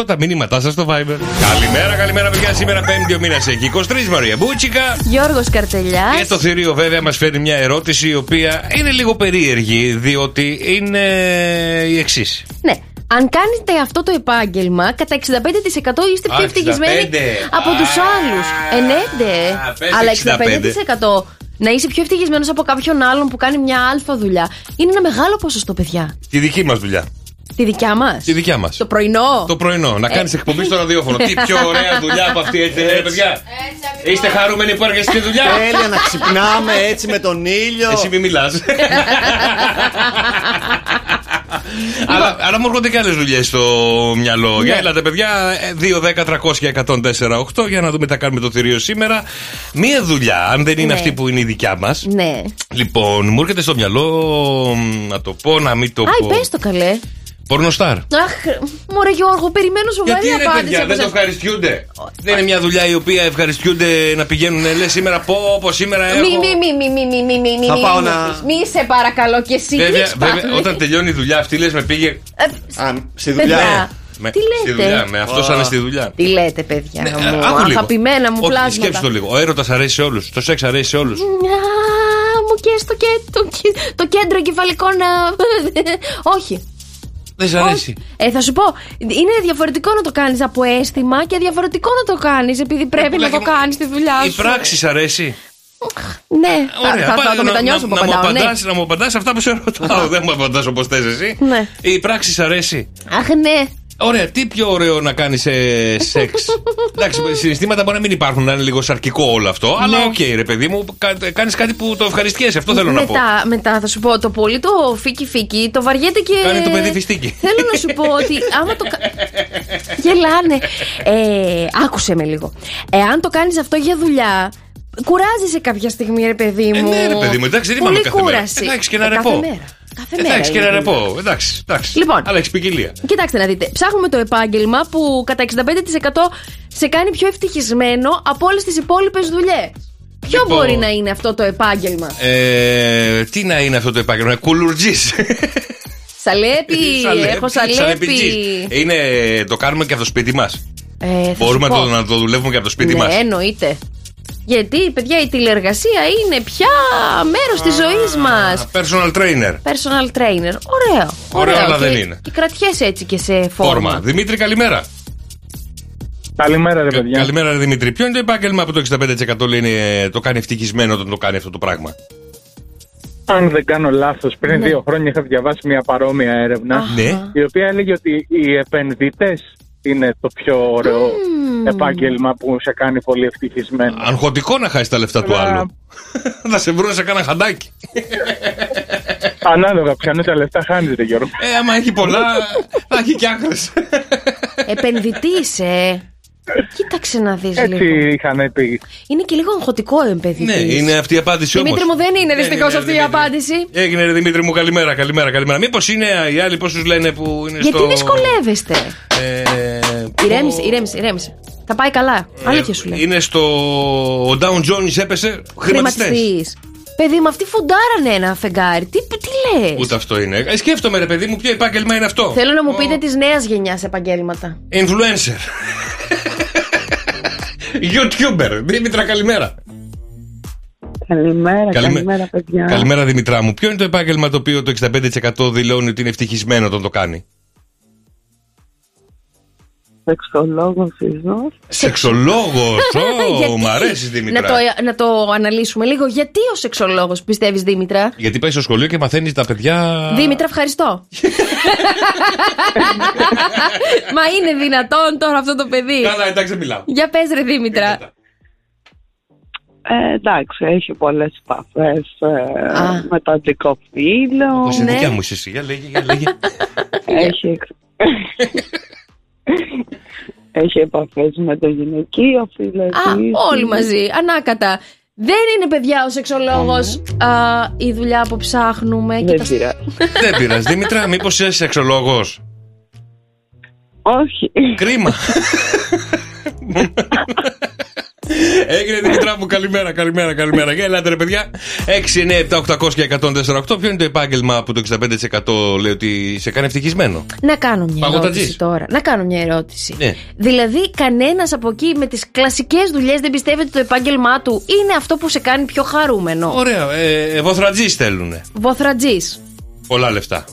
[SPEAKER 7] 148 τα μηνύματά σας στο Viber. Καλημέρα, καλημέρα, παιδιά. Σήμερα 5η ο μήνας έχει 23 Μαρία Μπούτσικα.
[SPEAKER 6] Γιώργος Καρτελιάς.
[SPEAKER 7] Και στο θηρίο βέβαια μας φέρνει μια ερώτηση η οποία είναι λίγο περίεργη διότι είναι η εξής.
[SPEAKER 6] Ναι. Αν κάνετε αυτό το επάγγελμα, κατά 65% είστε
[SPEAKER 7] Α,
[SPEAKER 6] πιο ευτυχισμένοι
[SPEAKER 7] 65.
[SPEAKER 6] από τους άλλους. Ε, ναι, ναι.
[SPEAKER 7] πες
[SPEAKER 6] Αλλά 65% να είσαι πιο ευτυχισμένος από κάποιον άλλον που κάνει μια αλφα δουλειά. Είναι ένα μεγάλο ποσοστό, παιδιά.
[SPEAKER 7] Τη δική μας δουλειά.
[SPEAKER 6] Τη δικιά μας.
[SPEAKER 7] Τη δικιά μας.
[SPEAKER 6] Το πρωινό.
[SPEAKER 7] Το πρωινό,
[SPEAKER 6] Ε.
[SPEAKER 7] να κάνεις εκπομπή στο ραδιόφωνο. Τι πιο ωραία δουλειά από αυτή, έτσι, ε, παιδιά. Είστε χαρούμενοι που έρχεστε στη δουλειά.
[SPEAKER 15] Τέλεια να ξυπνάμε έτσι με τον ήλιο.
[SPEAKER 7] Εσύ μη
[SPEAKER 15] (laughs)
[SPEAKER 7] μιλάς. Αλλά, αλλά μου έρχονται και άλλες δουλειές στο μυαλό.
[SPEAKER 15] Ναι.
[SPEAKER 7] Για έλατε, παιδιά. 2-10-300-1048 για να δούμε τι θα κάνουμε το θηρίο σήμερα. Μία δουλειά, αν δεν είναι
[SPEAKER 6] Ναι.
[SPEAKER 7] αυτή που είναι η δικιά μας.
[SPEAKER 6] Ναι.
[SPEAKER 7] Λοιπόν, μου έρχεται στο μυαλο μ, να το πω, να μην το
[SPEAKER 6] Άι,
[SPEAKER 7] πω.
[SPEAKER 6] πες το καλέ.
[SPEAKER 7] Πορνοστάρ.
[SPEAKER 6] Αχ, μωρέ Γιώργο, περιμένω σοβαρή
[SPEAKER 7] Γιατί ρε
[SPEAKER 6] απάντηση.
[SPEAKER 7] παιδιά,
[SPEAKER 6] από
[SPEAKER 7] δεν το
[SPEAKER 6] σένα.
[SPEAKER 7] ευχαριστιούνται. Δεν είναι μια δουλειά η οποία ευχαριστιούνται να πηγαίνουν, λες σήμερα πω, όπω σήμερα έχω.
[SPEAKER 6] Μη, μη, μη, μη, μη, μη, μη, μη, μη,
[SPEAKER 7] Θα
[SPEAKER 6] μη,
[SPEAKER 7] πάω
[SPEAKER 6] μη,
[SPEAKER 7] να-
[SPEAKER 6] μη, σε παρακαλώ και εσύ.
[SPEAKER 7] Βέβαια,
[SPEAKER 6] κλείξ'
[SPEAKER 7] βέβαια,
[SPEAKER 6] πάθλη.
[SPEAKER 7] όταν τελειώνει η δουλειά αυτή, λες με πήγε. ε,
[SPEAKER 15] Α, στη
[SPEAKER 6] δουλειά. Παιδιά,
[SPEAKER 7] Ναι. Με,
[SPEAKER 6] τι
[SPEAKER 7] Στη
[SPEAKER 6] λέτε?
[SPEAKER 7] δουλειά, με αυτό
[SPEAKER 15] Ω.
[SPEAKER 7] σαν στη δουλειά.
[SPEAKER 6] Τι λέτε, παιδιά
[SPEAKER 7] Ε,
[SPEAKER 6] μου,
[SPEAKER 7] άκου λίγο.
[SPEAKER 6] αγαπημένα μου
[SPEAKER 7] Όχι,
[SPEAKER 6] πλάσματα.
[SPEAKER 7] Σκέψου το λίγο. Ο έρωτας αρέσει σε όλους. Το σεξ αρέσει σε όλους.
[SPEAKER 6] Α, μου και στο και, το, το κέντρο εγκεφαλικό να... (laughs) Όχι.
[SPEAKER 7] Δεν σ' αρέσει.
[SPEAKER 6] Ε, θα σου πω, είναι διαφορετικό να το κάνεις από αίσθημα και διαφορετικό να το κάνεις επειδή πρέπει να
[SPEAKER 7] πουλάκι Ε,
[SPEAKER 6] το
[SPEAKER 7] μου,
[SPEAKER 6] κάνεις τη δουλειά
[SPEAKER 7] Η
[SPEAKER 6] σου.
[SPEAKER 7] πράξη σ' αρέσει.
[SPEAKER 6] Ναι, θα-
[SPEAKER 7] Ωραία,
[SPEAKER 6] θα,
[SPEAKER 7] πάλι
[SPEAKER 6] θα το
[SPEAKER 7] να-
[SPEAKER 6] μετανιώσω που
[SPEAKER 7] να, να, μου
[SPEAKER 6] απαντάω, ναι.
[SPEAKER 7] απαντάς, να μου απαντάς αυτά που σε
[SPEAKER 6] (laughs)
[SPEAKER 7] ρωτάω. Δεν μου απαντάς όπως θες εσύ.
[SPEAKER 6] Ναι.
[SPEAKER 7] Η πράξη σ' αρέσει.
[SPEAKER 6] Αχ, ναι.
[SPEAKER 7] Ωραία, τι πιο ωραίο να κάνεις ε,
[SPEAKER 6] (laughs)
[SPEAKER 7] σεξ. Εντάξει, συναισθήματα μπορεί να μην υπάρχουν, να είναι λίγο σαρκικό όλο αυτό.
[SPEAKER 6] Ναι.
[SPEAKER 7] Αλλά οκ, ρε παιδί μου, κάνεις κάτι που το ευχαριστιέσαι. Αυτό θέλω να πω.
[SPEAKER 6] μετά, μετά θα σου πω το πολύ το φίκι φίκι, το βαριέται και.
[SPEAKER 7] Κάνει το παιδί φιστίκι.
[SPEAKER 6] Θέλω να σου πω ότι άμα το.
[SPEAKER 7] (laughs)
[SPEAKER 6] κα- Γελάνε. Ε, άκουσε με λίγο. Εάν το κάνεις αυτό για δουλειά, κουράζεσαι κάποια στιγμή, ρε παιδί μου.
[SPEAKER 7] ναι, ρε παιδί μου, εντάξει, δεν
[SPEAKER 6] Πολύ
[SPEAKER 7] είμαστε κάθε μέρα.
[SPEAKER 6] κουράση.
[SPEAKER 7] Εντάξει, και να
[SPEAKER 6] Ε,
[SPEAKER 7] ρεπώ.
[SPEAKER 6] Κάθε μέρα. Κάθε μέρα.
[SPEAKER 7] Εντάξει, και
[SPEAKER 6] είναι
[SPEAKER 7] να
[SPEAKER 6] η δουλειά.
[SPEAKER 7] ρεπώ. Εντάξει, εντάξει.
[SPEAKER 6] Λοιπόν.
[SPEAKER 7] Αλλά έχεις ποικιλία.
[SPEAKER 6] Κοιτάξτε να δείτε. Ψάχνουμε το επάγγελμα που κατά 65% σε κάνει πιο ευτυχισμένο από όλες τις υπόλοιπες δουλειές. Ποιο
[SPEAKER 7] Λοιπόν.
[SPEAKER 6] μπορεί να είναι αυτό το επάγγελμα.
[SPEAKER 7] Ε, τι να είναι αυτό το επάγγελμα, κουλουρτζής. (laughs)
[SPEAKER 6] Σαλέπι, ε, έχω σαλέπι.
[SPEAKER 7] Είναι, το κάνουμε και από το σπίτι μας.
[SPEAKER 6] Ε, θα
[SPEAKER 7] Μπορούμε
[SPEAKER 6] σου
[SPEAKER 7] να
[SPEAKER 6] πω.
[SPEAKER 7] το, να το δουλεύουμε και από το σπίτι
[SPEAKER 6] ναι,
[SPEAKER 7] μας.
[SPEAKER 6] εννοείται. Γιατί, παιδιά, η τηλεργασία είναι πια μέρος της ζωής μας.
[SPEAKER 7] Personal trainer.
[SPEAKER 6] Personal trainer. Ωραίο.
[SPEAKER 7] Ωραίο, αλλά
[SPEAKER 6] και,
[SPEAKER 7] δεν είναι.
[SPEAKER 6] Και κρατιέσαι έτσι και σε φόρμα.
[SPEAKER 7] Φόρμα. Δημήτρη, καλημέρα.
[SPEAKER 12] Καλημέρα, ρε παιδιά.
[SPEAKER 7] Καλημέρα, ρε Δημήτρη. Ποιο είναι το επάγγελμα που το 65% λέει είναι, ε, το κάνει ευτυχισμένο όταν το κάνει αυτό το πράγμα.
[SPEAKER 12] Αν δεν κάνω λάθος, πριν
[SPEAKER 7] Ναι.
[SPEAKER 12] δύο χρόνια είχα διαβάσει μια παρόμοια έρευνα.
[SPEAKER 7] Ναι.
[SPEAKER 12] Η οποία έλεγε ότι οι επενδυτές είναι το πιο ωραίο επάγγελμα που σε κάνει πολύ ευτυχισμένο.
[SPEAKER 7] Αγχωτικό να χάσεις τα λεφτά του άλλου. (laughs) Θα σε βρουν σε κάνα χαντάκι.
[SPEAKER 12] Ανάλογα, πιανού τα λεφτά χάνετε, Γιώργο.
[SPEAKER 7] Ε, άμα έχει πολλά,
[SPEAKER 6] (laughs)
[SPEAKER 7] θα έχει και άκρες.
[SPEAKER 6] Επενδυτής είσαι. Κοίταξε να δεις
[SPEAKER 12] Έτσι
[SPEAKER 6] λίγο.
[SPEAKER 12] είχαν πει.
[SPEAKER 6] Είναι και λίγο αγχωτικό επενδυτή.
[SPEAKER 7] ναι, είναι αυτή η απάντηση όμω.
[SPEAKER 6] Δημήτρη μου, δεν είναι δυστυχώς
[SPEAKER 7] ναι,
[SPEAKER 6] αυτή η απάντηση.
[SPEAKER 7] Έγινε, ρε Δημήτρη μου, καλημέρα, καλημέρα, καλημέρα. Μήπως είναι οι άλλοι, πόσου λένε που είναι
[SPEAKER 6] Γιατί
[SPEAKER 7] στο.
[SPEAKER 6] δυσκολεύεστε.
[SPEAKER 7] Ε,
[SPEAKER 6] Ηρέμησε, ηρέμησε, ηρέμησε. Θα πάει καλά. Αλήθεια σου λέω.
[SPEAKER 7] Είναι στο. Ο Down Jones έπεσε χρηματιστές.
[SPEAKER 6] Χρηματιστής. Παιδί μου, αυτοί φουντάρανε ένα φεγγάρι. Τι, τι λες.
[SPEAKER 7] Ούτε αυτό είναι. Ε, Σκέφτομαι, ρε παιδί μου, ποιο επάγγελμα είναι αυτό.
[SPEAKER 6] Θέλω να μου πείτε της νέας γενιάς επαγγέλματα.
[SPEAKER 7] Influencer. YouTuber. Δήμητρα, καλημέρα.
[SPEAKER 1] Καλημέρα,
[SPEAKER 7] Καλημέ-
[SPEAKER 1] καλημέρα, παιδιά.
[SPEAKER 7] Καλημέρα, Δημητρά μου. Ποιο είναι το επάγγελμα το οποίο το 65% δηλώνει ότι είναι ευτυχισμένο όταν το κάνει.
[SPEAKER 1] Σεξολόγος ίσως.
[SPEAKER 7] Σεξολόγος!
[SPEAKER 6] (laughs) Γιατί?
[SPEAKER 7] Μ' αρέσει Δήμητρα.
[SPEAKER 6] Να το, να το αναλύσουμε λίγο. Γιατί ο σεξολόγος, πιστεύεις, Δήμητρα.
[SPEAKER 7] Γιατί πάει στο σχολείο και μαθαίνεις τα παιδιά.
[SPEAKER 6] Δήμητρα,
[SPEAKER 7] (laughs)
[SPEAKER 6] ευχαριστώ. Μα είναι δυνατόν τώρα αυτό το παιδί.
[SPEAKER 7] Καλά, εντάξει, δεν μιλάω.
[SPEAKER 6] Για πες ρε Δήμητρα.
[SPEAKER 1] Ε, εντάξει, έχει πολλές επαφές
[SPEAKER 17] ε,
[SPEAKER 6] Α.
[SPEAKER 1] με το αντικό φίλο.
[SPEAKER 7] Όπως η δικιά μου είσαι εσύ, για λέγε, για λέγε.
[SPEAKER 1] Έχει,
[SPEAKER 17] (laughs)
[SPEAKER 1] έχει επαφές με το γυναικείο φίλο.
[SPEAKER 6] Α,
[SPEAKER 1] επίσης.
[SPEAKER 6] όλοι μαζί, ανάκατα. Δεν είναι παιδιά ο σεξολόγος α, η δουλειά που ψάχνουμε. και τα-
[SPEAKER 7] Δεν πειράζει, Δήμητρα, μήπως είσαι σεξολόγος.
[SPEAKER 1] Όχι.
[SPEAKER 7] Κρίμα. Έγινε Δημητρά μου, καλημέρα, καλημέρα, καλημέρα. Για ελάτε ρε παιδιά. 6, 9, 7, 800 και 148. Ποιο είναι το επάγγελμα που το 65% λέει ότι σε κάνει ευτυχισμένο.
[SPEAKER 6] Να κάνω μια
[SPEAKER 7] Παγωτατζής.
[SPEAKER 6] ερώτηση τώρα. Να κάνω μια ερώτηση.
[SPEAKER 7] Ναι.
[SPEAKER 6] Δηλαδή, κανένας από εκεί με τις κλασικές δουλειές δεν πιστεύει ότι το επάγγελμά του είναι αυτό που σε κάνει πιο χαρούμενο.
[SPEAKER 7] Ωραία. Ε, Βοθρατζής θέλουν.
[SPEAKER 6] Βοθρατζής.
[SPEAKER 7] Πολλά λεφτά.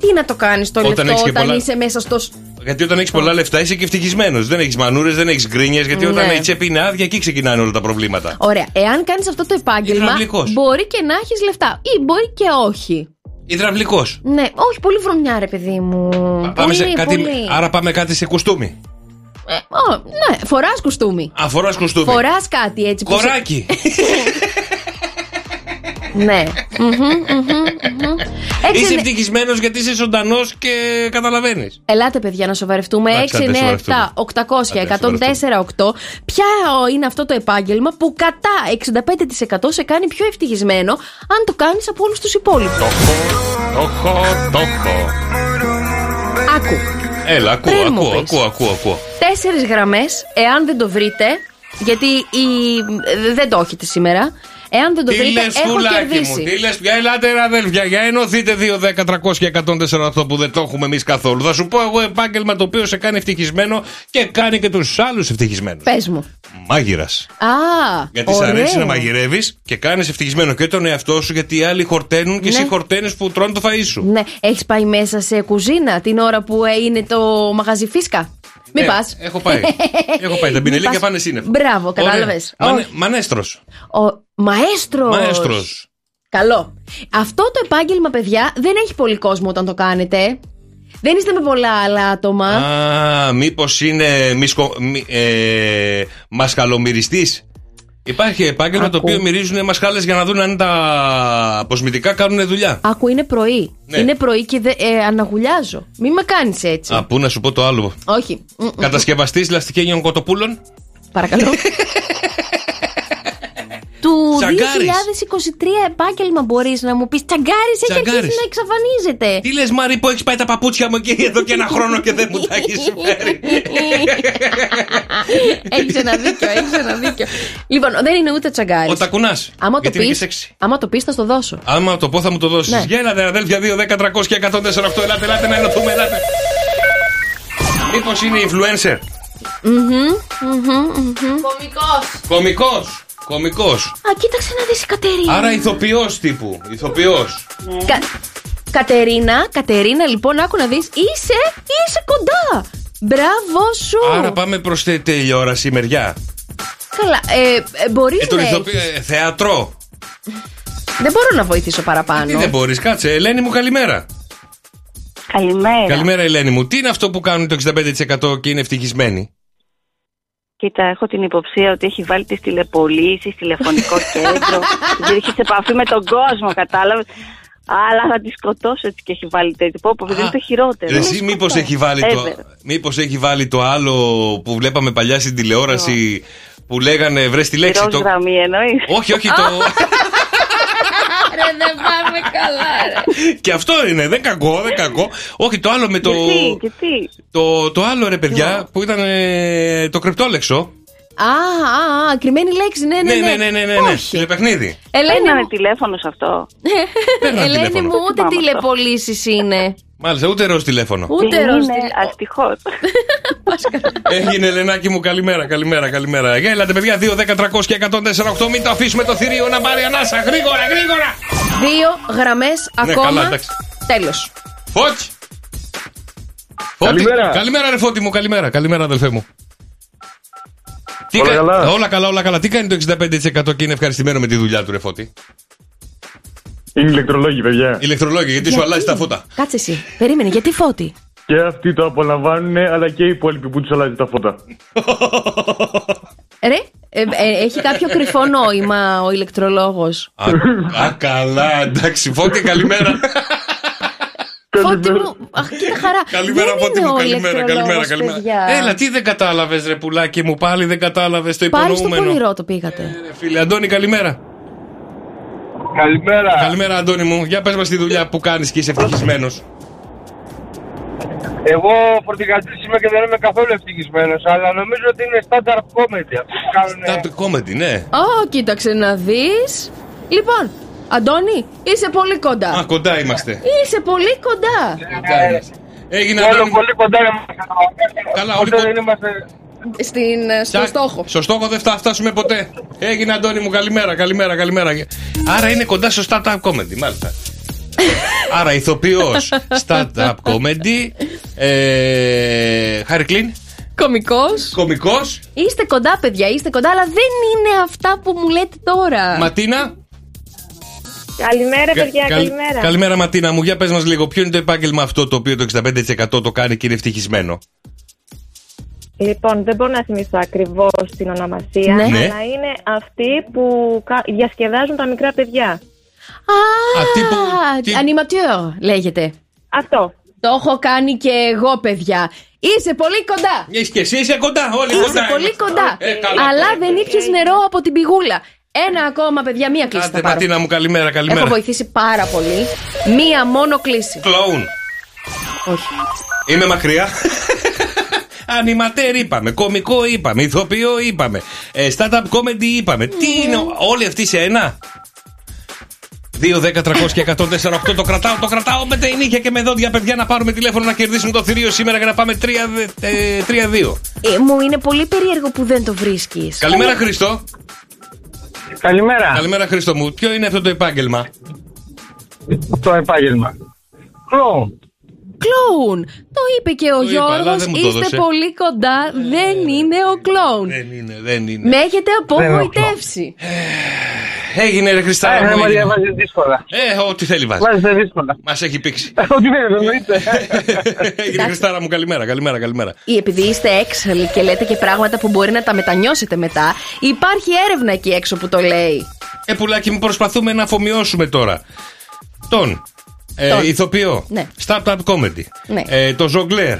[SPEAKER 6] Τι να το κάνεις το
[SPEAKER 7] Όταν
[SPEAKER 6] λεφτό
[SPEAKER 7] έχεις και
[SPEAKER 6] όταν
[SPEAKER 7] πολλά-
[SPEAKER 6] είσαι μέσα στο. σ-
[SPEAKER 7] Γιατί όταν έχεις πολλά λεφτά είσαι και ευτυχισμένος. Δεν έχεις μανούρες, δεν έχεις γκρίνιες. Γιατί όταν
[SPEAKER 6] Ναι.
[SPEAKER 7] η τσέπη είναι άδεια, εκεί ξεκινάνε όλα τα προβλήματα.
[SPEAKER 6] Ωραία. Εάν κάνεις αυτό το επάγγελμα,
[SPEAKER 7] Υδραυλικός.
[SPEAKER 6] μπορεί και να έχεις λεφτά. Ή μπορεί και όχι.
[SPEAKER 7] Ιδραυλικό.
[SPEAKER 6] Ναι, όχι, πολύ βρωμιά, ρε παιδί μου. πολύ,
[SPEAKER 7] κάτι...
[SPEAKER 6] πολύ.
[SPEAKER 7] Άρα πάμε κάτι σε κουστούμι.
[SPEAKER 6] Ε, ω, ναι, φοράς κουστούμι.
[SPEAKER 7] Αφορά κουστούμι.
[SPEAKER 6] Φοράς κάτι έτσι. που σε- (laughs)
[SPEAKER 7] Κοράκι.
[SPEAKER 6] Ναι. Μμμ, μμμ, μμμ. Έξι,
[SPEAKER 7] Είσαι
[SPEAKER 6] ναι.
[SPEAKER 7] ευτυχισμένος γιατί είσαι ζωντανός και καταλαβαίνεις.
[SPEAKER 6] Ελάτε, παιδιά, να σοβαρευτούμε.
[SPEAKER 7] Εντάξει,
[SPEAKER 6] 6, 9,
[SPEAKER 7] άντε,
[SPEAKER 6] 7, 800,
[SPEAKER 7] σοβαρευτούμε. Άντε,
[SPEAKER 6] 104, 8. Ποια είναι αυτό το επάγγελμα που κατά 65% σε κάνει πιο ευτυχισμένο αν το κάνεις από όλους τους υπόλοιπους.
[SPEAKER 7] Τόχο, τόχο.
[SPEAKER 6] Άκου.
[SPEAKER 7] Έλα, ακούω,
[SPEAKER 6] Πριν μου
[SPEAKER 7] ακούω,
[SPEAKER 6] πεις.
[SPEAKER 7] ακούω, ακούω, ακούω.
[SPEAKER 6] Τέσσερις γραμμές, εάν δεν το βρείτε. Γιατί η... δεν το έχετε σήμερα. Εάν δεν το βρείτε,
[SPEAKER 7] λες,
[SPEAKER 6] έχω
[SPEAKER 7] σκουλάκι
[SPEAKER 6] κερδίσει.
[SPEAKER 7] μου, τι λες, για ελάτε ρε αδέλφια, για ενωθείτε 2, 10, 300 και 148 που δεν το έχουμε εμείς καθόλου. Θα σου πω εγώ επάγγελμα το οποίο σε κάνει ευτυχισμένο και κάνει και τους άλλους ευτυχισμένους.
[SPEAKER 6] Πες μου.
[SPEAKER 7] Μάγειρας.
[SPEAKER 6] Α,
[SPEAKER 7] Γιατί σ'
[SPEAKER 6] ωραίο.
[SPEAKER 7] αρέσει να μαγειρεύεις και κάνεις ευτυχισμένο και τον εαυτό σου γιατί οι άλλοι χορταίνουν και
[SPEAKER 6] Ναι.
[SPEAKER 7] εσύ χορταίνε που τρώνε το φαΐ σου.
[SPEAKER 6] Ναι, έχεις πάει μέσα σε κουζίνα την ώρα που ε, είναι το μαγαζί φίσκα. Μην
[SPEAKER 7] Ε,
[SPEAKER 6] πας.
[SPEAKER 7] Έχω
[SPEAKER 6] (laughs)
[SPEAKER 7] πάει. έχω πάει. Τα πινελίκια πάνε σύννεφα.
[SPEAKER 6] Μπράβο,
[SPEAKER 7] Ωραία.
[SPEAKER 6] κατάλαβες.
[SPEAKER 7] Μανε- Μανέστρος.
[SPEAKER 6] Ο μαέστρος.
[SPEAKER 7] Μαέστρος.
[SPEAKER 6] Καλό. Αυτό το επάγγελμα, παιδιά, δεν έχει πολύ κόσμο όταν το κάνετε. Δεν είστε με πολλά άλλα άτομα.
[SPEAKER 7] Α, μήπως είναι μισκο... μι... ε... μασχαλομυριστή. Υπάρχει επάγγελμα το οποίο μυρίζουν μασχάλε για να δουν αν τα αποσμητικά κάνουν δουλειά.
[SPEAKER 6] Άκου, είναι πρωί.
[SPEAKER 7] Ναι.
[SPEAKER 6] Είναι πρωί και δε- ε, αναγουλιάζω. Μην με κάνεις έτσι.
[SPEAKER 7] Α, πού να σου πω το άλλο.
[SPEAKER 6] Όχι. Μμ, μ.
[SPEAKER 7] Κατασκευαστής λαστικένιων κοτοπούλων. (laughs)
[SPEAKER 6] Παρακαλώ. Του
[SPEAKER 7] Τσαγκάρης.
[SPEAKER 6] 2023 επάγγελμα μπορείς να μου πεις Τσαγκάρι έχει
[SPEAKER 7] Τσαγκάρης.
[SPEAKER 6] αρχίσει να εξαφανίζεται.
[SPEAKER 7] Τι λες, Μάρι, που έχεις πάει τα παπούτσια μου εκεί εδώ και ένα χρόνο και δεν μου τα έχεις
[SPEAKER 6] (laughs)
[SPEAKER 7] φέρει.
[SPEAKER 6] Έχεις ένα δίκιο, έχεις ένα δίκιο. Λοιπόν, δεν είναι ούτε τσαγκάρι.
[SPEAKER 7] Ο τακουνάς.
[SPEAKER 6] Άμα το
[SPEAKER 7] Γιατί είναι και
[SPEAKER 6] πεις,
[SPEAKER 7] σεξι.
[SPEAKER 6] άμα το πεις, θα στο δώσω.
[SPEAKER 7] Άμα το πω θα μου το δώσεις.
[SPEAKER 6] Ναι.
[SPEAKER 7] Για έλατε, αδέλφια 2, 10, 300 και 148. Ελάτε, ελάτε να ενωθούμε, ελάτε. Μήπως είναι influencer.
[SPEAKER 6] Κομικός.
[SPEAKER 7] Κομικός. Κομικός.
[SPEAKER 6] Α, κοίταξε να δεις η Κατερίνα.
[SPEAKER 7] Άρα ηθοποιός τύπου. Ηθοποιός.
[SPEAKER 6] Κα- Κατερίνα, Κατερίνα, λοιπόν, άκου να δεις Είσαι, είσαι κοντά. Μπράβο σου.
[SPEAKER 7] Άρα πάμε προς τη τηλεόραση μεριά.
[SPEAKER 6] Καλά, ε, ε, μπορείς
[SPEAKER 7] Ε, τον
[SPEAKER 6] να
[SPEAKER 7] ηθοποιό.
[SPEAKER 6] έχεις.
[SPEAKER 7] ε, θεατρό.
[SPEAKER 6] Δεν μπορώ να βοηθήσω παραπάνω.
[SPEAKER 7] Τι δεν μπορείς, κάτσε. Ελένη μου, καλημέρα.
[SPEAKER 17] Καλημέρα.
[SPEAKER 7] Καλημέρα, Ελένη μου. Τι είναι αυτό που κάνουν το 65% και είναι ευτυχισμένοι.
[SPEAKER 17] Κοίτα, έχω την υποψία ότι έχει βάλει τις τηλεπολίσει, τηλεφωνικό κέντρο. Δεν έχει σε επαφή με τον κόσμο, κατάλαβες. Αλλά θα τη σκοτώσω έτσι και έχει βάλει τέτοιο. Πω, πω, δεν είναι το χειρότερο.
[SPEAKER 7] Ρε, Εσύ μήπω έχει, βάλει το, μήπως έχει βάλει το άλλο που βλέπαμε παλιά στην τηλεόραση που λέγανε βρες τη λέξη.
[SPEAKER 17] Ροζ
[SPEAKER 7] Το...
[SPEAKER 17] γραμμή εννοείς.
[SPEAKER 7] Όχι, όχι, το.
[SPEAKER 6] (laughs) (laughs)
[SPEAKER 7] (laughs)
[SPEAKER 6] Ρε, δεν πάμε καλά, ρε.
[SPEAKER 7] και αυτό είναι, δεν κακό, δεν κακό. Όχι, το άλλο με το.
[SPEAKER 17] Γιατί, γιατί.
[SPEAKER 7] Το, το άλλο ρε παιδιά που ήταν ε, το κρυπτόλεξο.
[SPEAKER 6] Α, α, α, κρυμμένη λέξη, ναι, ναι, ναι.
[SPEAKER 7] ναι, ναι, ναι, ναι. Τηλεπαιχνίδι.
[SPEAKER 6] Ελένη,
[SPEAKER 17] Παίρνανε
[SPEAKER 6] μου,
[SPEAKER 17] τηλέφωνο σε αυτό.
[SPEAKER 7] Παίρνανε
[SPEAKER 6] Ελένη
[SPEAKER 7] τηλέφωνο.
[SPEAKER 6] μου, ούτε τηλεπολίσεις είναι.
[SPEAKER 7] Μάλιστα, ούτε ροζ τηλέφωνο.
[SPEAKER 6] Ούτε ροζ
[SPEAKER 17] Ευτυχώ.
[SPEAKER 7] Έγινε Ελενάκι μου, καλημέρα, καλημέρα, καλημέρα. Για έλατε παιδιά, 2, 10, 300 και 148. Μην το αφήσουμε το θηρίο να πάρει ανάσα. Γρήγορα, γρήγορα.
[SPEAKER 6] Δύο γραμμές
[SPEAKER 7] Ναι, καλά,
[SPEAKER 6] ακόμα.
[SPEAKER 7] εντάξει.
[SPEAKER 6] Τέλος.
[SPEAKER 7] Φωτ! Ό,τι-
[SPEAKER 18] Καλημέρα.
[SPEAKER 7] Καλημέρα, ρε φώτη μου, καλημέρα, καλημέρα, αδελφέ μου. Τι
[SPEAKER 18] Όλα
[SPEAKER 7] κα-
[SPEAKER 18] καλά.
[SPEAKER 7] όλα καλά, όλα καλά. Τι κάνει το 65% και είναι ευχαριστημένο με τη δουλειά του, ρε φώτη.
[SPEAKER 18] Είναι ηλεκτρολόγοι, παιδιά.
[SPEAKER 7] Ηλεκτρολόγοι, γιατί σου
[SPEAKER 6] Γιατί?
[SPEAKER 7] αλλάζει τα φώτα.
[SPEAKER 6] Κάτσε εσύ. Περίμενε, γιατί φώτη.
[SPEAKER 18] Και αυτοί το απολαμβάνουν, αλλά και οι υπόλοιποι που τους αλλάζει τα φώτα.
[SPEAKER 6] Ρε, ε, ε, έχει κάποιο κρυφό νόημα ο ηλεκτρολόγος.
[SPEAKER 7] Α, α, καλά, εντάξει. Φώτη,
[SPEAKER 6] (laughs)
[SPEAKER 7] καλημέρα.
[SPEAKER 6] Φώτη μου, αχ, κοίτα χαρά.
[SPEAKER 7] (laughs) καλημέρα,
[SPEAKER 6] Δεν
[SPEAKER 7] Φώτη
[SPEAKER 6] είναι
[SPEAKER 7] μου.
[SPEAKER 6] ο
[SPEAKER 7] Καλημέρα, καλημέρα,
[SPEAKER 6] ηλεκτρολόγος,
[SPEAKER 7] καλημέρα.
[SPEAKER 6] παιδιά.
[SPEAKER 7] Έλα, τι δεν κατάλαβες, ρε πουλάκι μου, πάλι δεν κατάλαβες το
[SPEAKER 6] Πάλι στο
[SPEAKER 7] υπονοούμενο. Ε,
[SPEAKER 6] πονηρό το πήγατε.
[SPEAKER 7] Ρε Φίλε, Αντώνη, καλημέρα. Καλημέρα. Καλημέρα, Αντώνη μου. Για πες μας τη δουλειά που κάνεις και είσαι ευτυχισμένος.
[SPEAKER 19] Εγώ φορτηγατής είμαι και δεν είμαι καθόλου ευτυχισμένος, αλλά νομίζω ότι είναι standard comedy αυτό που κάνουν.
[SPEAKER 7] Comedy, ναι.
[SPEAKER 6] Ω, κοίταξε να δεις. Λοιπόν, Αντώνη, είσαι πολύ κοντά.
[SPEAKER 7] Α, κοντά είμαστε.
[SPEAKER 6] Είσαι πολύ κοντά.
[SPEAKER 7] Κοντά είμαστε. Έγινε Αντώνη. μου. Καλά, όλοι δεν
[SPEAKER 6] Στην, ε, στο στόχο.
[SPEAKER 7] Στο στόχο δεν φτά- φτάσουμε ποτέ. Έγινε Αντώνη μου, καλημέρα, καλημέρα, καλημέρα. Άρα είναι κοντά στο startup comedy,
[SPEAKER 6] (laughs)
[SPEAKER 7] μάλιστα. Άρα ηθοποιός startup comedy. Ε, Χάρη Κλίν.
[SPEAKER 6] Κομικός.
[SPEAKER 7] Κομικός.
[SPEAKER 6] Είστε κοντά, παιδιά, είστε κοντά, αλλά δεν είναι αυτά που μου λέτε τώρα.
[SPEAKER 7] Ματίνα.
[SPEAKER 20] Καλημέρα, παιδιά,
[SPEAKER 7] Κα- καλ-
[SPEAKER 20] καλημέρα.
[SPEAKER 7] καλημέρα, Ματίνα μου. Για πες μας λίγο, ποιο είναι το επάγγελμα αυτό το οποίο το 65% το κάνει και είναι ευτυχισμένο.
[SPEAKER 20] Λοιπόν, δεν μπορώ να θυμηθώ ακριβώς την ονομασία,
[SPEAKER 7] Ναι. Ναι.
[SPEAKER 20] αλλά είναι αυτοί που κα- διασκεδάζουν τα μικρά παιδιά.
[SPEAKER 6] Α, animateur λέγεται.
[SPEAKER 20] Αυτό.
[SPEAKER 6] Το έχω κάνει και εγώ, παιδιά. Είσαι πολύ κοντά.
[SPEAKER 7] Είσαι και εσύ, είσαι κοντά, όλοι
[SPEAKER 6] Είσαι
[SPEAKER 7] κοντά.
[SPEAKER 6] πολύ
[SPEAKER 7] είμαστε.
[SPEAKER 6] κοντά.
[SPEAKER 7] Ε, καλά.
[SPEAKER 6] αλλά δεν ήπιες νερό από την πηγούλα. Ένα ακόμα, παιδιά, μία κλίση
[SPEAKER 7] Άντε,
[SPEAKER 6] θα πάρω.
[SPEAKER 7] Ματίνα μου, καλημέρα,
[SPEAKER 6] Έχω
[SPEAKER 7] καλημέρα.
[SPEAKER 6] βοηθήσει πάρα πολύ. Μία μόνο κλίση.
[SPEAKER 7] Κλόουν.
[SPEAKER 6] Όχι.
[SPEAKER 7] Είμαι (laughs) μακριά. Ανιματέρ είπαμε, κωμικό είπαμε, ηθοποιό είπαμε, ε, stand-up comedy είπαμε. Τι είναι ο- όλοι αυτοί σε ένα. 2, 10, 300 και 148 το κρατάω, το κρατάω με τα νύχια και με δόντια παιδιά να πάρουμε τηλέφωνο να κερδίσουμε το θηρίο σήμερα και να πάμε 3-2.
[SPEAKER 6] Ε, μου είναι πολύ περίεργο που δεν το βρίσκεις.
[SPEAKER 7] Καλημέρα Χρήστο.
[SPEAKER 19] Καλημέρα.
[SPEAKER 7] Καλημέρα Χρήστο μου. Ποιο είναι αυτό το επάγγελμα.
[SPEAKER 19] Το επάγγελμα. Κλόουν.
[SPEAKER 6] Κλόουν. Το είπε και ο
[SPEAKER 7] Το είπα, αλλά
[SPEAKER 6] Γιώργος.
[SPEAKER 7] δεν μου το
[SPEAKER 6] Είστε
[SPEAKER 7] έδωσε. Ε,
[SPEAKER 6] πολύ κοντά. Δεν είναι ο κλόουν.
[SPEAKER 7] Δεν είναι, δεν είναι.
[SPEAKER 6] Με έχετε
[SPEAKER 7] Δεν είναι ο
[SPEAKER 6] απογοητεύσει.
[SPEAKER 7] Έγινε ρε Χριστάρα
[SPEAKER 19] Ε,
[SPEAKER 7] μου.
[SPEAKER 19] ρε, Μαρία,
[SPEAKER 7] έγινε.
[SPEAKER 19] βάζεις δύσκολα.
[SPEAKER 7] Ε, ό,τι θέλει βάζεις.
[SPEAKER 19] Βάζετε δύσκολα.
[SPEAKER 7] Μας έχει πήξει.
[SPEAKER 19] Ε, Ότι δεν
[SPEAKER 7] Ε,
[SPEAKER 19] εννοείται.
[SPEAKER 7] Έγινε Χριστάρα μου, καλημέρα, καλημέρα, καλημέρα.
[SPEAKER 6] Ή επειδή είστε έξαλλοι και λέτε και πράγματα που μπορεί να τα μετανιώσετε μετά, υπάρχει έρευνα εκεί έξω που το λέει.
[SPEAKER 7] Ε, πουλάκι μου, προσπαθούμε να αφομοιώσουμε τώρα τον, ε,
[SPEAKER 6] Τον.
[SPEAKER 7] ηθοποιό,
[SPEAKER 6] Ναι.
[SPEAKER 7] startup comedy,
[SPEAKER 6] Ναι.
[SPEAKER 7] ε, τον ζογκλέρ,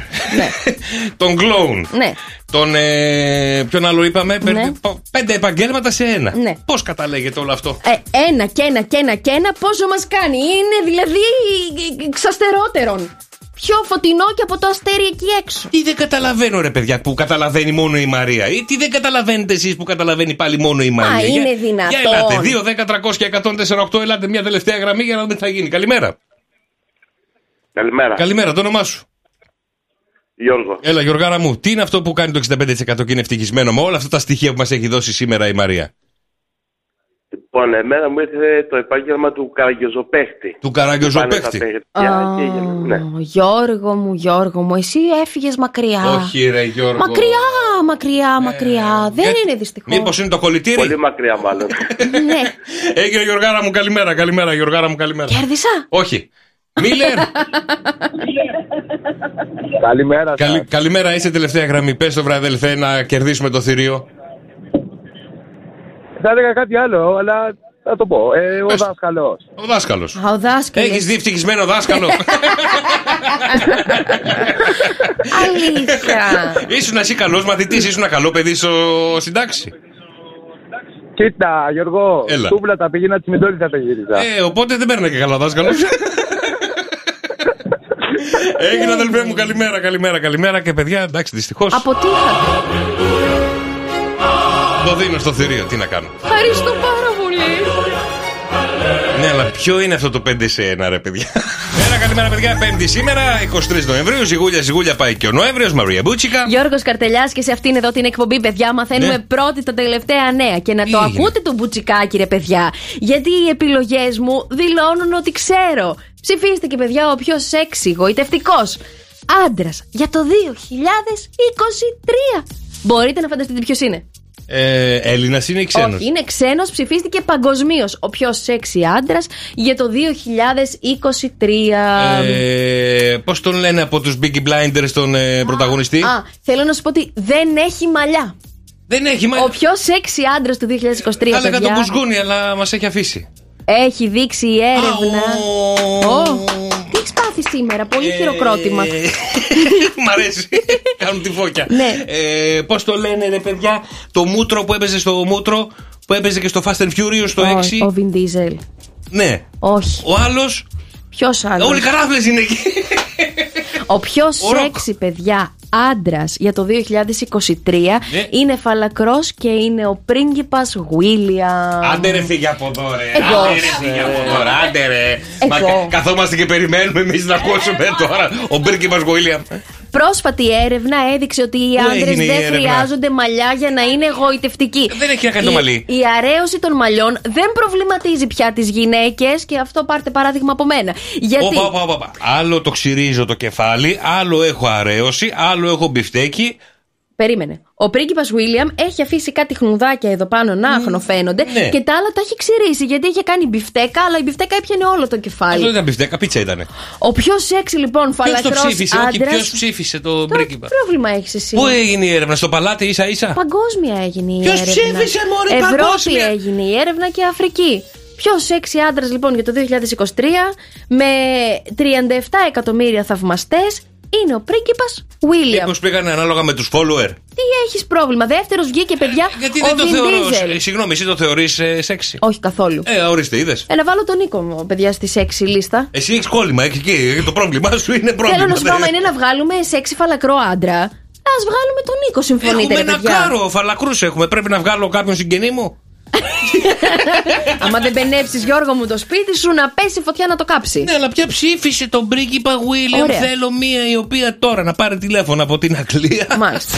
[SPEAKER 7] (laughs) τον κλόουν,
[SPEAKER 6] Ναι.
[SPEAKER 7] τον. Ε, ποιον άλλο είπαμε,
[SPEAKER 6] Ναι.
[SPEAKER 7] πέντε- πο- πέντε επαγγέλματα σε ένα.
[SPEAKER 6] Ναι.
[SPEAKER 7] Πώς καταλέγεται όλο αυτό.
[SPEAKER 6] Ε, ένα και ένα και ένα και ένα πόσο μας κάνει. Είναι δηλαδή εξαστερότερον. Πιο φωτεινό και από το αστέρι εκεί έξω.
[SPEAKER 7] Τι δεν καταλαβαίνω ρε παιδιά που καταλαβαίνει μόνο η Μαρία ή τι δεν καταλαβαίνετε εσείς που καταλαβαίνει πάλι μόνο η Μαρία.
[SPEAKER 6] Α,
[SPEAKER 7] Για-
[SPEAKER 6] είναι δυνατόν.
[SPEAKER 7] Για ελάτε, 2, 10, 300 και 148, ελάτε μια τελευταία γραμμή για να δούμε τι θα γίνει. Καλημέρα.
[SPEAKER 18] Καλημέρα.
[SPEAKER 7] Καλημέρα, το όνομά σου.
[SPEAKER 18] Γιώργο.
[SPEAKER 7] Έλα, Γιωργάρα μου, τι είναι αυτό που κάνει το 65% και είναι ευτυχισμένο με όλα αυτά τα στοιχεία που μας έχει δώσει σήμερα η Μαρία.
[SPEAKER 18] Λοιπόν, εμένα μου ήρθε το επάγγελμα του καραγκιοζοπαίχτη.
[SPEAKER 7] Του καραγκιοζοπαίχτη.
[SPEAKER 18] Πάνε τα
[SPEAKER 6] Α,
[SPEAKER 18] παιδιά και- ναι.
[SPEAKER 7] Ναι.
[SPEAKER 6] Γιώργο μου, Γιώργο μου, εσύ έφυγες μακριά.
[SPEAKER 7] Όχι, ρε Γιώργο.
[SPEAKER 6] Μακριά, μακριά, μακριά. Δεν είναι δυστυχώς.
[SPEAKER 7] Μήπως είναι το κολλητήρι. Πολύ
[SPEAKER 18] μακριά,
[SPEAKER 7] (laughs)
[SPEAKER 18] μάλλον.
[SPEAKER 6] ναι,
[SPEAKER 7] Έγινε, Γιωργάρα μου, καλημέρα, καλημέρα, Γιωργάρα μου, καλημέρα.
[SPEAKER 6] κέρδισα.
[SPEAKER 7] Όχι. Μίλερ!
[SPEAKER 19] Καλημέρα.
[SPEAKER 7] Καλη, καλημέρα, είσαι τελευταία γραμμή. Πες το βραδελφέ να κερδίσουμε το θηρίο.
[SPEAKER 19] Θα έλεγα κάτι άλλο, αλλά θα το πω. Ε, ο δάσκαλος.
[SPEAKER 7] Ο δάσκαλος.
[SPEAKER 6] Α, ο δάσκαλος.
[SPEAKER 7] Έχεις δει ευτυχισμένο
[SPEAKER 6] (laughs)
[SPEAKER 7] δάσκαλο.
[SPEAKER 6] (laughs) Αλήθεια.
[SPEAKER 7] ήσουν εσύ καλός μαθητής, ήσουν καλό παιδί στο συντάξει.
[SPEAKER 19] Κοίτα, Γιώργο.
[SPEAKER 7] Έλα.
[SPEAKER 19] Τούβλα τα πήγαινα, τσιμεντόλι θα τα γύριζα.
[SPEAKER 7] Ε, οπότε δεν παίρνει και καλά δάσκαλος. Έγινε αδελφέ μου, καλημέρα, καλημέρα, καλημέρα και παιδιά, εντάξει, δυστυχώς.
[SPEAKER 6] Αποτύχατε.
[SPEAKER 7] Το δίνω στο θηρίο, τι να κάνω.
[SPEAKER 6] Ευχαριστώ πάρα πολύ.
[SPEAKER 7] Ναι, αλλά ποιο είναι αυτό το 5 σε 1, ρε παιδιά. Έλα, καλημέρα, παιδιά. Πέμπτη σήμερα, 23 Νοεμβρίου. Ζιγούλια, ζιγούλια πάει και ο Νοέμβριος. Μαρία Μπούτσικα.
[SPEAKER 6] Γιώργος Καρτελιάς και σε αυτήν εδώ την εκπομπή, παιδιά, μαθαίνουμε
[SPEAKER 7] Ναι.
[SPEAKER 6] πρώτη τα τελευταία νέα. Και να το
[SPEAKER 7] έγινε?
[SPEAKER 6] ακούτε το μπουτσικάκι, ρε παιδιά. Γιατί οι επιλογές μου δηλώνουν ότι ξέρω. Ψηφίστε και, παιδιά, ο πιο σεξι, γοητευτικός. άντρας για το 2023. Μπορείτε να φανταστείτε ποιος είναι.
[SPEAKER 7] Ε, Έλληνας είναι ή ξένο.
[SPEAKER 6] Όχι, είναι ξένος, ψηφίστηκε παγκοσμίως ο πιο σεξι άντρας για το 2023.
[SPEAKER 7] Ε, Πώς τον λένε από τους Biggie Blinders τον ε, πρωταγωνιστή.
[SPEAKER 6] Α, θέλω να σου πω ότι δεν έχει μαλλιά.
[SPEAKER 7] Δεν έχει μαλλιά.
[SPEAKER 6] Ο πιο σεξι άντρας του 2023.
[SPEAKER 7] Θα έλεγα
[SPEAKER 6] παιδιά.
[SPEAKER 7] τον Κουσκούνη, αλλά μας έχει αφήσει.
[SPEAKER 6] Έχει δείξει η έρευνα. Ω, Τι έχεις πάθει σήμερα, πολύ
[SPEAKER 7] Ε,
[SPEAKER 6] χειροκρότημα.
[SPEAKER 7] (laughs) Μ' αρέσει. Κάνουν τη φώκια.
[SPEAKER 6] Ναι.
[SPEAKER 7] Ε, Πώς το λένε, ρε παιδιά, το μούτρο που έπαιζε στο μούτρο, που έπαιζε και στο Fast and Furious το 6.
[SPEAKER 6] Ο Vin Diesel.
[SPEAKER 7] Ναι.
[SPEAKER 6] Όχι.
[SPEAKER 7] Ο άλλος.
[SPEAKER 6] Ποιος άλλος.
[SPEAKER 7] Όλοι οι καράφλε είναι εκεί.
[SPEAKER 6] Ο πιο
[SPEAKER 7] Ο Ροκ.
[SPEAKER 6] σεξι, παιδιά, άντρας για το 2023
[SPEAKER 7] Ναι.
[SPEAKER 6] είναι φαλακρός και είναι ο πρίγκιπας Βίλιαμ.
[SPEAKER 7] Άντε ρε φύγε από εδώ ρε
[SPEAKER 6] Εγώ.
[SPEAKER 7] Άντε ρε φύγε από εδώ ρε Άντε ρε Μα
[SPEAKER 6] Εγώ. Ε.
[SPEAKER 7] κα- καθόμαστε και περιμένουμε εμείς να ακούσουμε τώρα Ο Μπίρκιπας Γουίλιαμ
[SPEAKER 6] Πρόσφατη έρευνα έδειξε ότι οι
[SPEAKER 7] Πού
[SPEAKER 6] άντρε
[SPEAKER 7] έγινε η
[SPEAKER 6] δεν
[SPEAKER 7] έρευνα?
[SPEAKER 6] χρειάζονται μαλλιά για να είναι εγωιτευτικοί.
[SPEAKER 7] Δεν έχει να κάνει το μαλλί.
[SPEAKER 6] Η αρέωση των μαλλιών δεν προβληματίζει πια τις γυναίκες και αυτό πάρτε παράδειγμα από μένα. Γιατί.
[SPEAKER 7] Όπα, όπα, όπα, όπα. Άλλο το ξυρίζω το κεφάλι Άλλο έχω αρέωση Άλλο έχω μπιφτέκι
[SPEAKER 6] Περίμενε. Ο πρίγκιπας Βίλιαμ έχει αφήσει κάτι χνουδάκια εδώ πάνω να αχνοφαίνονται
[SPEAKER 7] ναι.
[SPEAKER 6] και τα άλλα τα έχει ξηρίσει γιατί είχε κάνει μπιφτέκα, αλλά η μπιφτέκα έπιανε όλο το
[SPEAKER 7] Αυτό
[SPEAKER 6] κεφάλι.
[SPEAKER 7] δεν ήταν μπιφτέκα, πίτσα ήταν
[SPEAKER 6] Ο πιο σεξι λοιπόν
[SPEAKER 7] Ποιος το
[SPEAKER 6] φαλακρός
[SPEAKER 7] ψήφισε, όχι
[SPEAKER 6] άντρας.
[SPEAKER 7] ποιος ψήφισε το Μπίρκιπα
[SPEAKER 6] Πρόβλημα έχεις εσύ.
[SPEAKER 7] Πού έγινε η έρευνα, στο παλάτι ίσα ίσα
[SPEAKER 6] Παγκόσμια έγινε η
[SPEAKER 7] Ποιος
[SPEAKER 6] έρευνα.
[SPEAKER 7] ψήφισε, μωρέ,
[SPEAKER 6] Ευρώπη
[SPEAKER 7] παγκόσμια?
[SPEAKER 6] έγινε η έρευνα και Αφρική. Πιο σεξι άντρας λοιπόν για το 2023 με 37 εκατομμύρια θαυμαστές είναι ο πρίγκιπας Βίλιαμ.
[SPEAKER 7] Μήπως πήγανε ανάλογα με τους follower
[SPEAKER 6] Τι έχεις πρόβλημα, δεύτερος βγήκε παιδιά.
[SPEAKER 7] Ε, Γιατί
[SPEAKER 6] ο
[SPEAKER 7] δεν το
[SPEAKER 6] Vin
[SPEAKER 7] θεωρώ
[SPEAKER 6] Diesel.
[SPEAKER 7] ε, Συγγνώμη, εσύ το θεωρείς ε, σεξι
[SPEAKER 6] Όχι καθόλου.
[SPEAKER 7] Ε, ορίστε, είδες
[SPEAKER 6] Ε, να βάλω τον Νίκο μου, παιδιά, στη σεξι λίστα.
[SPEAKER 7] Εσύ έχεις κόλλημα, έχεις εκεί. Το πρόβλημά σου είναι πρόβλημα.
[SPEAKER 6] Θέλω να σου πω,
[SPEAKER 7] δεν-
[SPEAKER 6] άμα είναι να βγάλουμε σεξι φαλακρό άντρα, ας βγάλουμε τον Νίκο, συμφωνείτε,
[SPEAKER 7] Ε, Έχουμε
[SPEAKER 6] ρε
[SPEAKER 7] ένα
[SPEAKER 6] παιδιά.
[SPEAKER 7] κάρο, φαλακρούς έχουμε. Πρέπει να βγάλω κάποιον συγγενή μου.
[SPEAKER 6] άμα δεν πενέψεις, Γιώργο μου, το σπίτι σου να πέσει φωτιά να το κάψεις.
[SPEAKER 7] Ναι, αλλά πια ψήφισε τον πρίγκιπα Βίλιαμ.
[SPEAKER 6] Ωραία.
[SPEAKER 7] Θέλω μία η οποία τώρα να πάρει τηλέφωνο από την Αγγλία
[SPEAKER 6] Μάλιστα.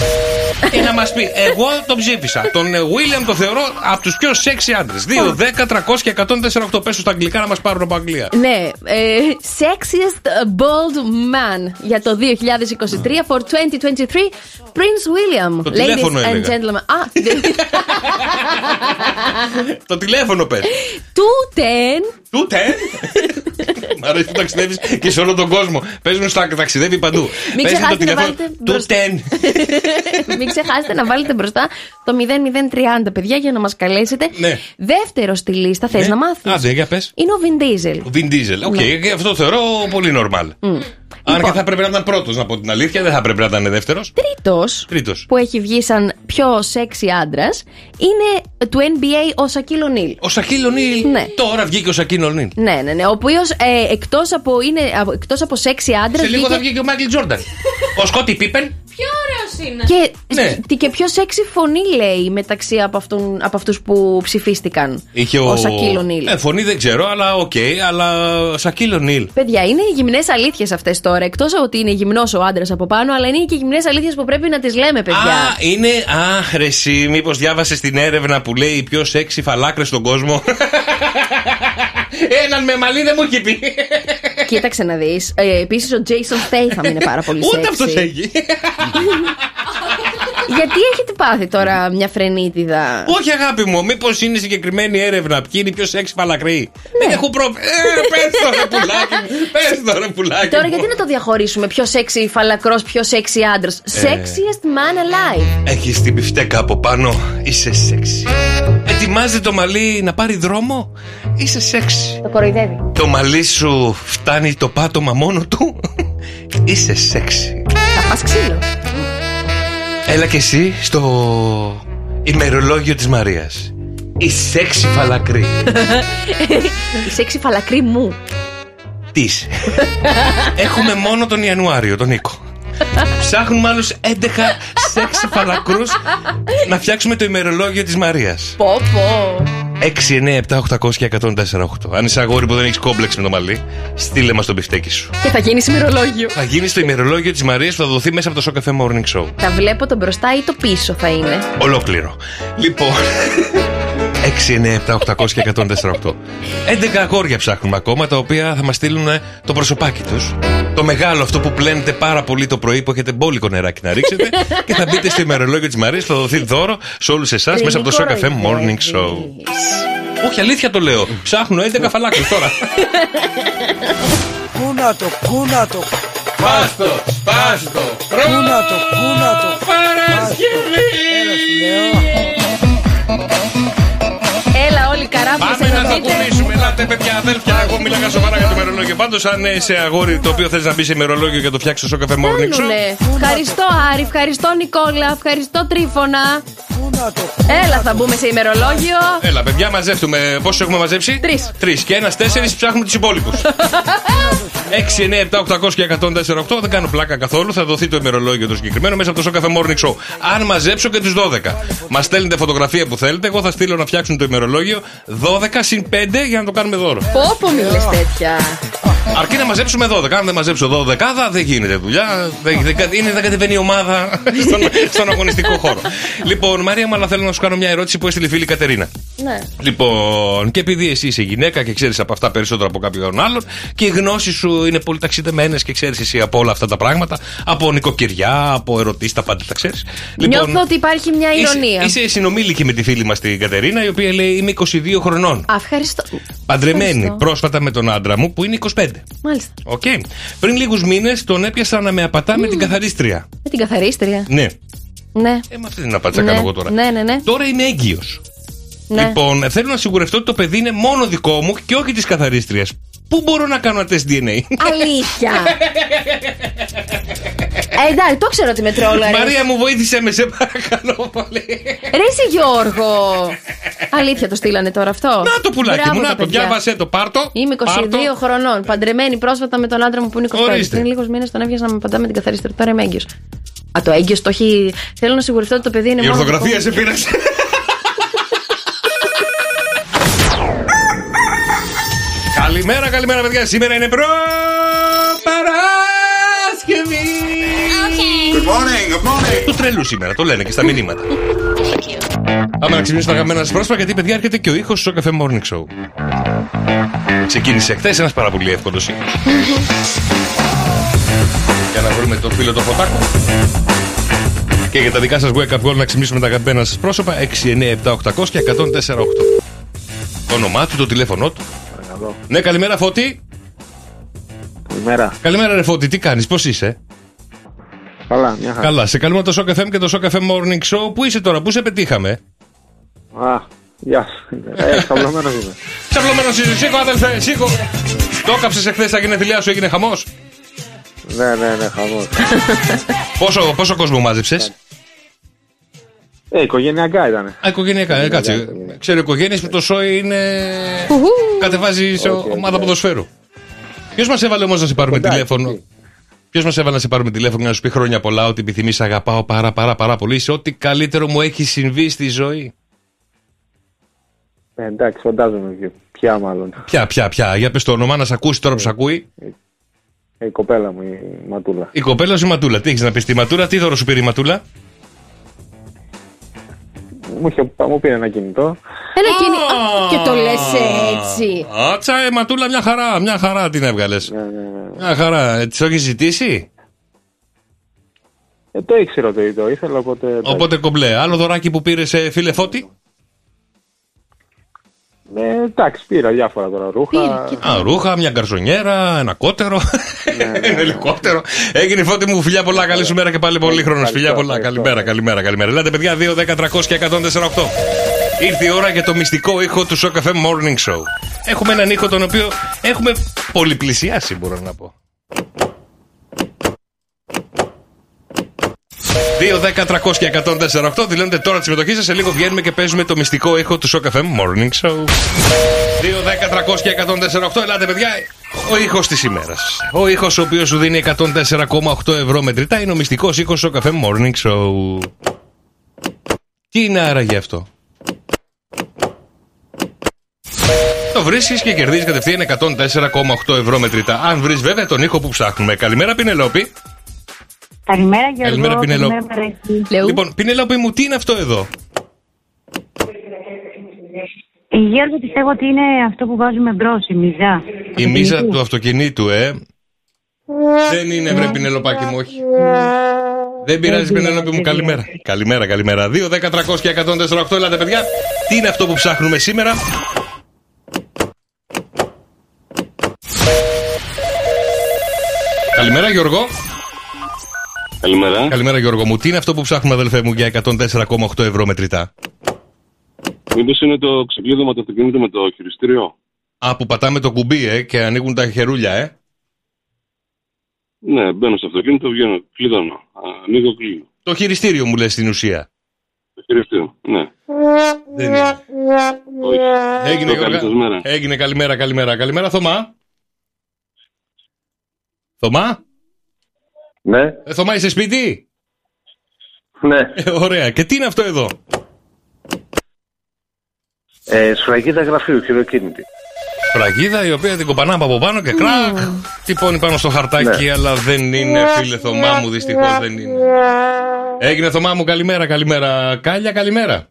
[SPEAKER 7] και να μας πει: Εγώ τον ψήφισα. Τον ε, Βίλιαμ το θεωρώ από τους πιο σεξι άντρες. 2, 10, 300 και 148 πέσου στα αγγλικά να μας πάρουν από Αγγλία.
[SPEAKER 6] Ναι, ε, sexiest bold man για το 2023 for 2023 Prince William.
[SPEAKER 7] Το
[SPEAKER 6] Ladies
[SPEAKER 7] τηλέφωνο
[SPEAKER 6] and
[SPEAKER 7] έλεγα.
[SPEAKER 6] gentlemen. Α, δε- (laughs)
[SPEAKER 7] Το τηλέφωνο πες.
[SPEAKER 6] τούτεν.
[SPEAKER 7] Τούτε! Μ' αρέσει που ταξιδεύεις και σε όλο τον κόσμο. Παίζουν στα ταξιδεύει παντού.
[SPEAKER 6] Μην
[SPEAKER 7] Παίζουν
[SPEAKER 6] ξεχάσετε να
[SPEAKER 7] τηλέφωνο
[SPEAKER 6] βάλετε
[SPEAKER 7] του
[SPEAKER 6] μπροστά.
[SPEAKER 7] 10.
[SPEAKER 6] Μην ξεχάσετε να βάλετε μπροστά το 0030, παιδιά, για να μας καλέσετε.
[SPEAKER 7] Ναι.
[SPEAKER 6] Δεύτερο στη λίστα, θες
[SPEAKER 7] Ναι.
[SPEAKER 6] να μάθεις.
[SPEAKER 7] Άντε, για πες.
[SPEAKER 6] Είναι ο Vin Diesel.
[SPEAKER 7] Ο Vin Diesel. Οκ, και αυτό το θεωρώ πολύ normal.
[SPEAKER 6] Ναι. Μμ. Λοιπόν.
[SPEAKER 7] Αν και θα πρέπει να ήταν πρώτος, να πω την αλήθεια, δεν θα πρέπει να ήταν δεύτερος.
[SPEAKER 6] Τρίτος
[SPEAKER 7] Τρίτος.
[SPEAKER 6] που έχει βγει σαν πιο σεξι άντρας είναι του NBA ο Σακίλ Ονίλ.
[SPEAKER 7] Ο Σακίλ Ονίλ.
[SPEAKER 6] Ναι.
[SPEAKER 7] Τώρα βγήκε ο Σακίλ Ονίλ.
[SPEAKER 6] Ναι, ναι, ναι. Ο οποίος ε, εκτός από, είναι, από- εκτός από σεξι άντρας.
[SPEAKER 7] Σε λίγο θα βγει και ο Μάικλ
[SPEAKER 6] (laughs)
[SPEAKER 7] Τζόρνταν. Ο Σκότι Πίπεν.
[SPEAKER 6] Πιο ωραίος είναι. Και,
[SPEAKER 7] Ναι.
[SPEAKER 6] και- και πιο σεξι φωνή λέει μεταξύ από, αυτόν, από αυτούς που ψηφίστηκαν.
[SPEAKER 7] Είχε
[SPEAKER 6] ο Σακίλ Ονίλ.
[SPEAKER 7] Ε, φωνή δεν ξέρω, αλλά οκ, αλλά ο Σακίλ Ονίλ.
[SPEAKER 6] Παιδιά, είναι οι γυμνές αλήθειες αυτές τώρα. Εκτός ότι είναι γυμνός ο άντρας από πάνω, αλλά είναι και οι γυμνές αλήθειες που πρέπει να τις λέμε,
[SPEAKER 7] Α,
[SPEAKER 6] παιδιά.
[SPEAKER 7] είναι άχρεση. Μήπως διάβασες την έρευνα που λέει οι πιο σεξι φαλάκρες στον κόσμο. (laughs) Έναν με μαλλί δεν μου έχει πει.
[SPEAKER 6] Κοίταξε να δεις. Ε, Επίσης ο Jason Statham είναι πάρα πολύ
[SPEAKER 7] (laughs)
[SPEAKER 6] σεξι.
[SPEAKER 7] Ούτε αυτός έχει.
[SPEAKER 6] Γιατί έχετε πάθει τώρα μια φρενίτιδα.
[SPEAKER 7] Όχι, αγάπη μου, μήπως είναι συγκεκριμένη έρευνα. Ποιοι είναι οι πιο σεξι φαλακροί.
[SPEAKER 6] Ναι.
[SPEAKER 7] Δεν έχω πρόβλημα. Ε, πες το ρε πουλάκι μου. Πες το ρε πουλάκι
[SPEAKER 6] Τώρα
[SPEAKER 7] μου.
[SPEAKER 6] γιατί να το διαχωρίσουμε ποιο σεξι φαλακρός, ποιο σεξι άντρας.
[SPEAKER 7] Ε.
[SPEAKER 6] Sexiest man alive.
[SPEAKER 7] Έχεις την πιφτέκα από πάνω, είσαι σεξι. Ετοιμάζει το μαλλί να πάρει δρόμο, είσαι σεξι.
[SPEAKER 6] Το κοροϊδεύει.
[SPEAKER 7] Το μαλλί σου φτάνει το πάτωμα μόνο του, (laughs) είσαι σεξι.
[SPEAKER 6] Θα πα ξύλο.
[SPEAKER 7] Έλα και εσύ στο ημερολόγιο της Μαρίας. Η σεξι φαλακρή.
[SPEAKER 6] Η σεξι φαλακρή μου.
[SPEAKER 7] Της. Έχουμε μόνο τον Ιανουάριο, τον Νίκο. Ψάχνουμε άλλους 11 σεξι φαλακρούς να φτιάξουμε το ημερολόγιο της Μαρίας.
[SPEAKER 6] Πω, πω.
[SPEAKER 7] 6-9-7-800-1048. Αν είσαι αγόρι που δεν έχεις κόμπλεξ με το μαλλί, στείλε μας τον πιφτέκι σου.
[SPEAKER 6] Και θα γίνεις ημερολόγιο.
[SPEAKER 7] Θα γίνεις στο ημερολόγιο της Μαρίας που θα δοθεί μέσα από το Show Cafe Morning Show.
[SPEAKER 6] Θα βλέπω το μπροστά ή το πίσω θα είναι.
[SPEAKER 7] (laughs) Ολόκληρο. Λοιπόν, 6, 9, 7, 800 και 148. 11 αγόρια ψάχνουμε ακόμα τα οποία θα μας στείλουν ε, το προσωπάκι τους. Το μεγάλο αυτό που πλένετε πάρα πολύ το πρωί που έχετε μπόλικο νεράκι να ρίξετε και θα μπείτε στο ημερολόγιο της Μαρία, θα δοθεί δώρο σε όλους εσάς μέσα από το Show Cafe Morning Show. Όχι, αλήθεια το λέω. Ψάχνω 11 φαλάκους τώρα.
[SPEAKER 21] Κούνατο, κούνατο.
[SPEAKER 11] Πάστο, πάστο,
[SPEAKER 21] Κούνατο, κούνατο.
[SPEAKER 6] Έλα όλοι καράφλες
[SPEAKER 7] Πάμε
[SPEAKER 6] εδώ
[SPEAKER 7] να τα
[SPEAKER 6] πείτε.
[SPEAKER 7] κουνήσουμε, ελάτε παιδιά, αδέρφια. Εγώ μιλάγα σοβαρά για το ημερολόγιο. Πάντως, αν είσαι αγόρι το οποίο θες να μπει σε ημερολόγιο και το φτιάξεις στο καφέ morning σου.
[SPEAKER 6] Κάνουνε. Ευχαριστώ Άρη, ευχαριστώ Νικόλα, ευχαριστώ Τρίφωνα. Έλα θα μπούμε σε ημερολόγιο.
[SPEAKER 7] Έλα, παιδιά, μαζεύτουμε. Πόσους έχουμε μαζέψει? Τρεις. Τρεις. Και ένας τέσσερις ψάχνουμε τους υπόλοιπους. 6, 9, 7, 800 και 148. Δεν κάνω πλάκα καθόλου. Θα δοθεί το ημερολόγιο το συγκεκριμένο μέσα από το Σοκαφέ Morning Show. Αν μαζέψω και τους 12. Μας στέλνετε φωτογραφία που θέλετε. Εγώ θα στείλω να φτιάξουν το ημερολόγιο 12 συν 5 για να το κάνουμε δώρο.
[SPEAKER 6] Πόπο μιλες τέτοια.
[SPEAKER 7] Αρκεί να μαζέψουμε 12. Αν δεν μαζέψω 12, δεν γίνεται δουλειά. Δεν, δεν, κα- είναι, δεν κατεβαίνει η ομάδα στον, στον αγωνιστικό χώρο. λοιπόν, Μαρία μου, αλλά θέλω να σου κάνω μια ερώτηση που έστειλε η φίλη Κατερίνα.
[SPEAKER 6] Ναι.
[SPEAKER 7] Λοιπόν, και επειδή εσύ είσαι γυναίκα και ξέρεις από αυτά περισσότερα από κάποιον άλλον και οι γνώσει σου είναι πολύ ταξιδεμένες και ξέρεις εσύ από όλα αυτά τα πράγματα, από νοικοκυριά, από ερωτήσει, τα πάντα τα ξέρεις.
[SPEAKER 6] Νιώθω ότι υπάρχει μια ηρωνία.
[SPEAKER 7] Λοιπόν, Είσαι, είσαι συνομήλικη με τη φίλη μας την Κατερίνα, η οποία λέει Είμαι 22 χρονών.
[SPEAKER 6] Α, Ευχαριστώ.
[SPEAKER 7] Παντρεμένη
[SPEAKER 6] Ευχαριστώ.
[SPEAKER 7] πρόσφατα με τον άντρα μου που είναι 25.
[SPEAKER 6] Μάλιστα.
[SPEAKER 7] Οκ. Πριν λίγους μήνες τον έπιασα να με απατά με την καθαρίστρια.
[SPEAKER 6] Με την καθαρίστρια.
[SPEAKER 7] Ναι. Ε,
[SPEAKER 6] Ναι.
[SPEAKER 7] Αυτή την απάτσα κάνω εγώ τώρα.
[SPEAKER 6] Ναι, ναι, ναι.
[SPEAKER 7] Τώρα είμαι έγκυος.
[SPEAKER 6] ναι.
[SPEAKER 7] Λοιπόν, θέλω να σιγουρευτώ ότι το παιδί είναι μόνο δικό μου και όχι της καθαρίστριας. Πού μπορώ να κάνω ένα τεστ DNA.
[SPEAKER 6] Αλήθεια. ε, εντάξει, το ξέρω ότι με τρόλαρες.
[SPEAKER 7] Μαρία μου βοήθησε με σε παρακαλώ πολύ.
[SPEAKER 6] Ρε εσύ Γιώργο. Αλήθεια το στείλανε τώρα αυτό.
[SPEAKER 7] Να το πουλάκι μου, να το διάβασέ το, πάρτο.
[SPEAKER 6] Είμαι 22 χρονών. Παντρεμένη πρόσφατα με τον άντρα μου που είναι 25.
[SPEAKER 7] Ορίστε.
[SPEAKER 6] Πριν λίγους μήνες τον έπιασα να με παντά με την καθαρίστρια. Τώρα είμαι έγκυος. Α, το έγκυος το έχει. Θέλω να σιγουρευτώ ότι το παιδί είναι
[SPEAKER 7] Η
[SPEAKER 6] μόνος.
[SPEAKER 7] ορθογραφία
[SPEAKER 6] δικό
[SPEAKER 7] σε πείραξε. Καλημέρα, καλημέρα παιδιά. Σήμερα είναι προ... Παρασκευή.
[SPEAKER 11] Good morning, good morning.
[SPEAKER 7] Του τρελού σήμερα, το λένε και στα μηνύματα. Πάμε να ξυπνήσουμε τα γαμμένα σας πρόσωπα γιατί παιδιά έρχεται και ο ήχος στο Cafe Morning Show. Ξεκίνησε χθες ένας πάρα πολύ εύκολος ήχος. Για να βρούμε τον φίλο το φωτάκο. Και για τα δικά σας wake up call να ξυπνήσουμε τα γαμμένα σας πρόσωπα 6, 9, 7, 800 και 104, 8. Το όνομά του, το τηλέφωνό του. Ναι, καλημέρα Φώτη.
[SPEAKER 12] Καλημέρα.
[SPEAKER 7] Καλημέρα ρε Φώτη, τι κάνεις, πώς είσαι.
[SPEAKER 12] Καλά, μια χαρά.
[SPEAKER 7] Καλά, σε καλούμε το Shock FM και το Shock FM Morning Show. Πού είσαι τώρα, πού σε πετύχαμε.
[SPEAKER 12] Α, γεια σου. Ε, χαμηλωμένος είμαι.
[SPEAKER 7] Ξαπλωμένος είσαι, σήκω αδελφέ, σήκω. Το έκαψες εχθές τα γενέθλιά σου, έγινε χαμός.
[SPEAKER 12] Ναι, ναι, ναι, χαμός.
[SPEAKER 7] Πόσο, πόσο κόσμο μάζεψες.
[SPEAKER 12] Ε, οικογενειακά ήτανε.
[SPEAKER 7] Α, οικογενειακά, ε, κάτσε. Ξέρω οικογένειες που το σόι είναι. Κατεβάζει σε ομάδα ποδοσφαίρου. Ποιος μας έβαλε όμως να σε πάρουμε τηλέφωνο. Ποιος μας έβαλε να σε πάρουμε τηλέφωνο για να σου πει χρόνια πολλά ότι επιθυμείς, αγαπάω πάρα πάρα πάρα πολύ. Σε ό,τι καλύτερο μου έχει συμβεί στη ζωή.
[SPEAKER 12] Ε, εντάξει, φαντάζομαι και ποια μάλλον.
[SPEAKER 7] Πια, πια, πια. Για πες το όνομα, να σε ακούσει τώρα που σε ακούει.
[SPEAKER 12] Ε, η κοπέλα μου, η Ματούλα.
[SPEAKER 7] Η κοπέλα σου η Ματούλα. Τι έχεις να πεις στη Ματούλα, τι δώρο σου πήρε η Ματούλα.
[SPEAKER 12] Μου, είχε, μου πήρε ένα κινητό.
[SPEAKER 6] Ένα κίνη. Α, Και το λες έτσι.
[SPEAKER 7] Άτσα, ε, Ματούλα, μια χαρά, μια χαρά την έβγαλες. Μια χαρά. Ε, Τη έχεις ζητήσει.
[SPEAKER 12] Ε, το ήξερα το, το ήθελα, οπότε... εντάξει.
[SPEAKER 7] Οπότε κομπλέ. Άλλο δωράκι που πήρε, ε, φίλε Φώτη.
[SPEAKER 12] Ε, εντάξει, πήρα διάφορα τώρα ρούχα.
[SPEAKER 7] Α, ρούχα, μια γκαρσονιέρα, ένα κότερο. Ένα (laughs) ελικόπτερο. Έγινε φώτη μου, φιλιά πολλά. Καλή σου μέρα και πάλι πολύ χρόνος. Φιλιά πολλά. Καλημέρα, καλημέρα, καλημέρα. Ελάτε, παιδιά, 2, 10, 300 και 148. Ήρθε η ώρα για το μυστικό ήχο του Show Cafe Morning Show. Έχουμε έναν ήχο τον οποίο έχουμε πολυπλησιάσει, μπορώ να πω. 2, 10, 300 και 148 δηλώνετε τώρα τη συμμετοχή σας. Σε λίγο βγαίνουμε και παίζουμε το μυστικό ήχο του Show Cafe Morning Show. 2, 10, 300 και 148. Ελάτε, παιδιά. Ο ήχος της ημέρας. Ο ήχος ο οποίος σου δίνει 104,8 ευρώ μετρητά είναι ο μυστικός ήχος Show Cafe Morning Show. Τι είναι άραγε αυτό. Το βρίσκεις και κερδίζεις κατευθείαν 104,8 ευρώ μετρητά. Αν βρεις βέβαια τον ήχο που ψάχνουμε. Καλημέρα, Πινελόπη.
[SPEAKER 14] Καλημέρα Γιώργο.
[SPEAKER 7] Καλημέρα, Πινελό.
[SPEAKER 14] Μαρέκη.
[SPEAKER 7] Λοιπόν, Πινελόπη μου, τι είναι αυτό εδώ.
[SPEAKER 8] Η Ε, Γιώργο πιστεύω ότι είναι αυτό που βάζουμε μπρος, η μίζα.
[SPEAKER 7] Η μίζα του αυτοκινήτου, ε. Δεν είναι, βρε Πινελοπάκι μου, όχι. Δεν πειράζει, Πινελόπη μου, καλημέρα. Καλημέρα, καλημέρα. 2, 10, 300 και 148, ελάτε παιδιά. Τι είναι αυτό που ψάχνουμε σήμερα. Καλημέρα, Γιώργο.
[SPEAKER 22] Καλημέρα.
[SPEAKER 7] Καλημέρα, Γιώργο μου. Τι είναι αυτό που ψάχνουμε, αδελφέ μου, για 104,8 ευρώ μετρητά.
[SPEAKER 22] Μήπως είναι το ξεκλείδωμα του αυτοκινήτου με το χειριστήριο.
[SPEAKER 7] Α, που πατάμε το κουμπί, ε, και ανοίγουν τα χερούλια, ε.
[SPEAKER 22] Ναι, μπαίνω στο αυτοκίνητο, βγαίνω, κλειδώνω. Ανοίγω, κλείνω.
[SPEAKER 7] Το χειριστήριο μου λες στην ουσία.
[SPEAKER 22] Το χειριστήριο, ναι.
[SPEAKER 7] Δεν είναι. Έγινε,
[SPEAKER 22] Το καλή
[SPEAKER 7] Γιώργα.
[SPEAKER 22] σας μέρα.
[SPEAKER 7] Έγινε, καλημέρα, καλημέρα. Καλημέρα, Θωμά. Θωμά.
[SPEAKER 23] Ναι.
[SPEAKER 7] Ε, Θωμά, είσαι σπίτι.
[SPEAKER 23] Ναι.
[SPEAKER 7] Ε, ωραία. Και τι είναι αυτό εδώ.
[SPEAKER 23] Ε, σφραγίδα γραφείου, χειροκίνητη.
[SPEAKER 7] Φραγίδα η οποία την κομπανάμε από πάνω και κρακ. Τυπώνει πάνω στο χαρτάκι,
[SPEAKER 23] Ναι.
[SPEAKER 7] αλλά δεν είναι, φίλε Θωμά μου, δυστυχώς δεν είναι. Έγινε, Θωμά μου, καλημέρα, καλημέρα. Κάλια, καλημέρα.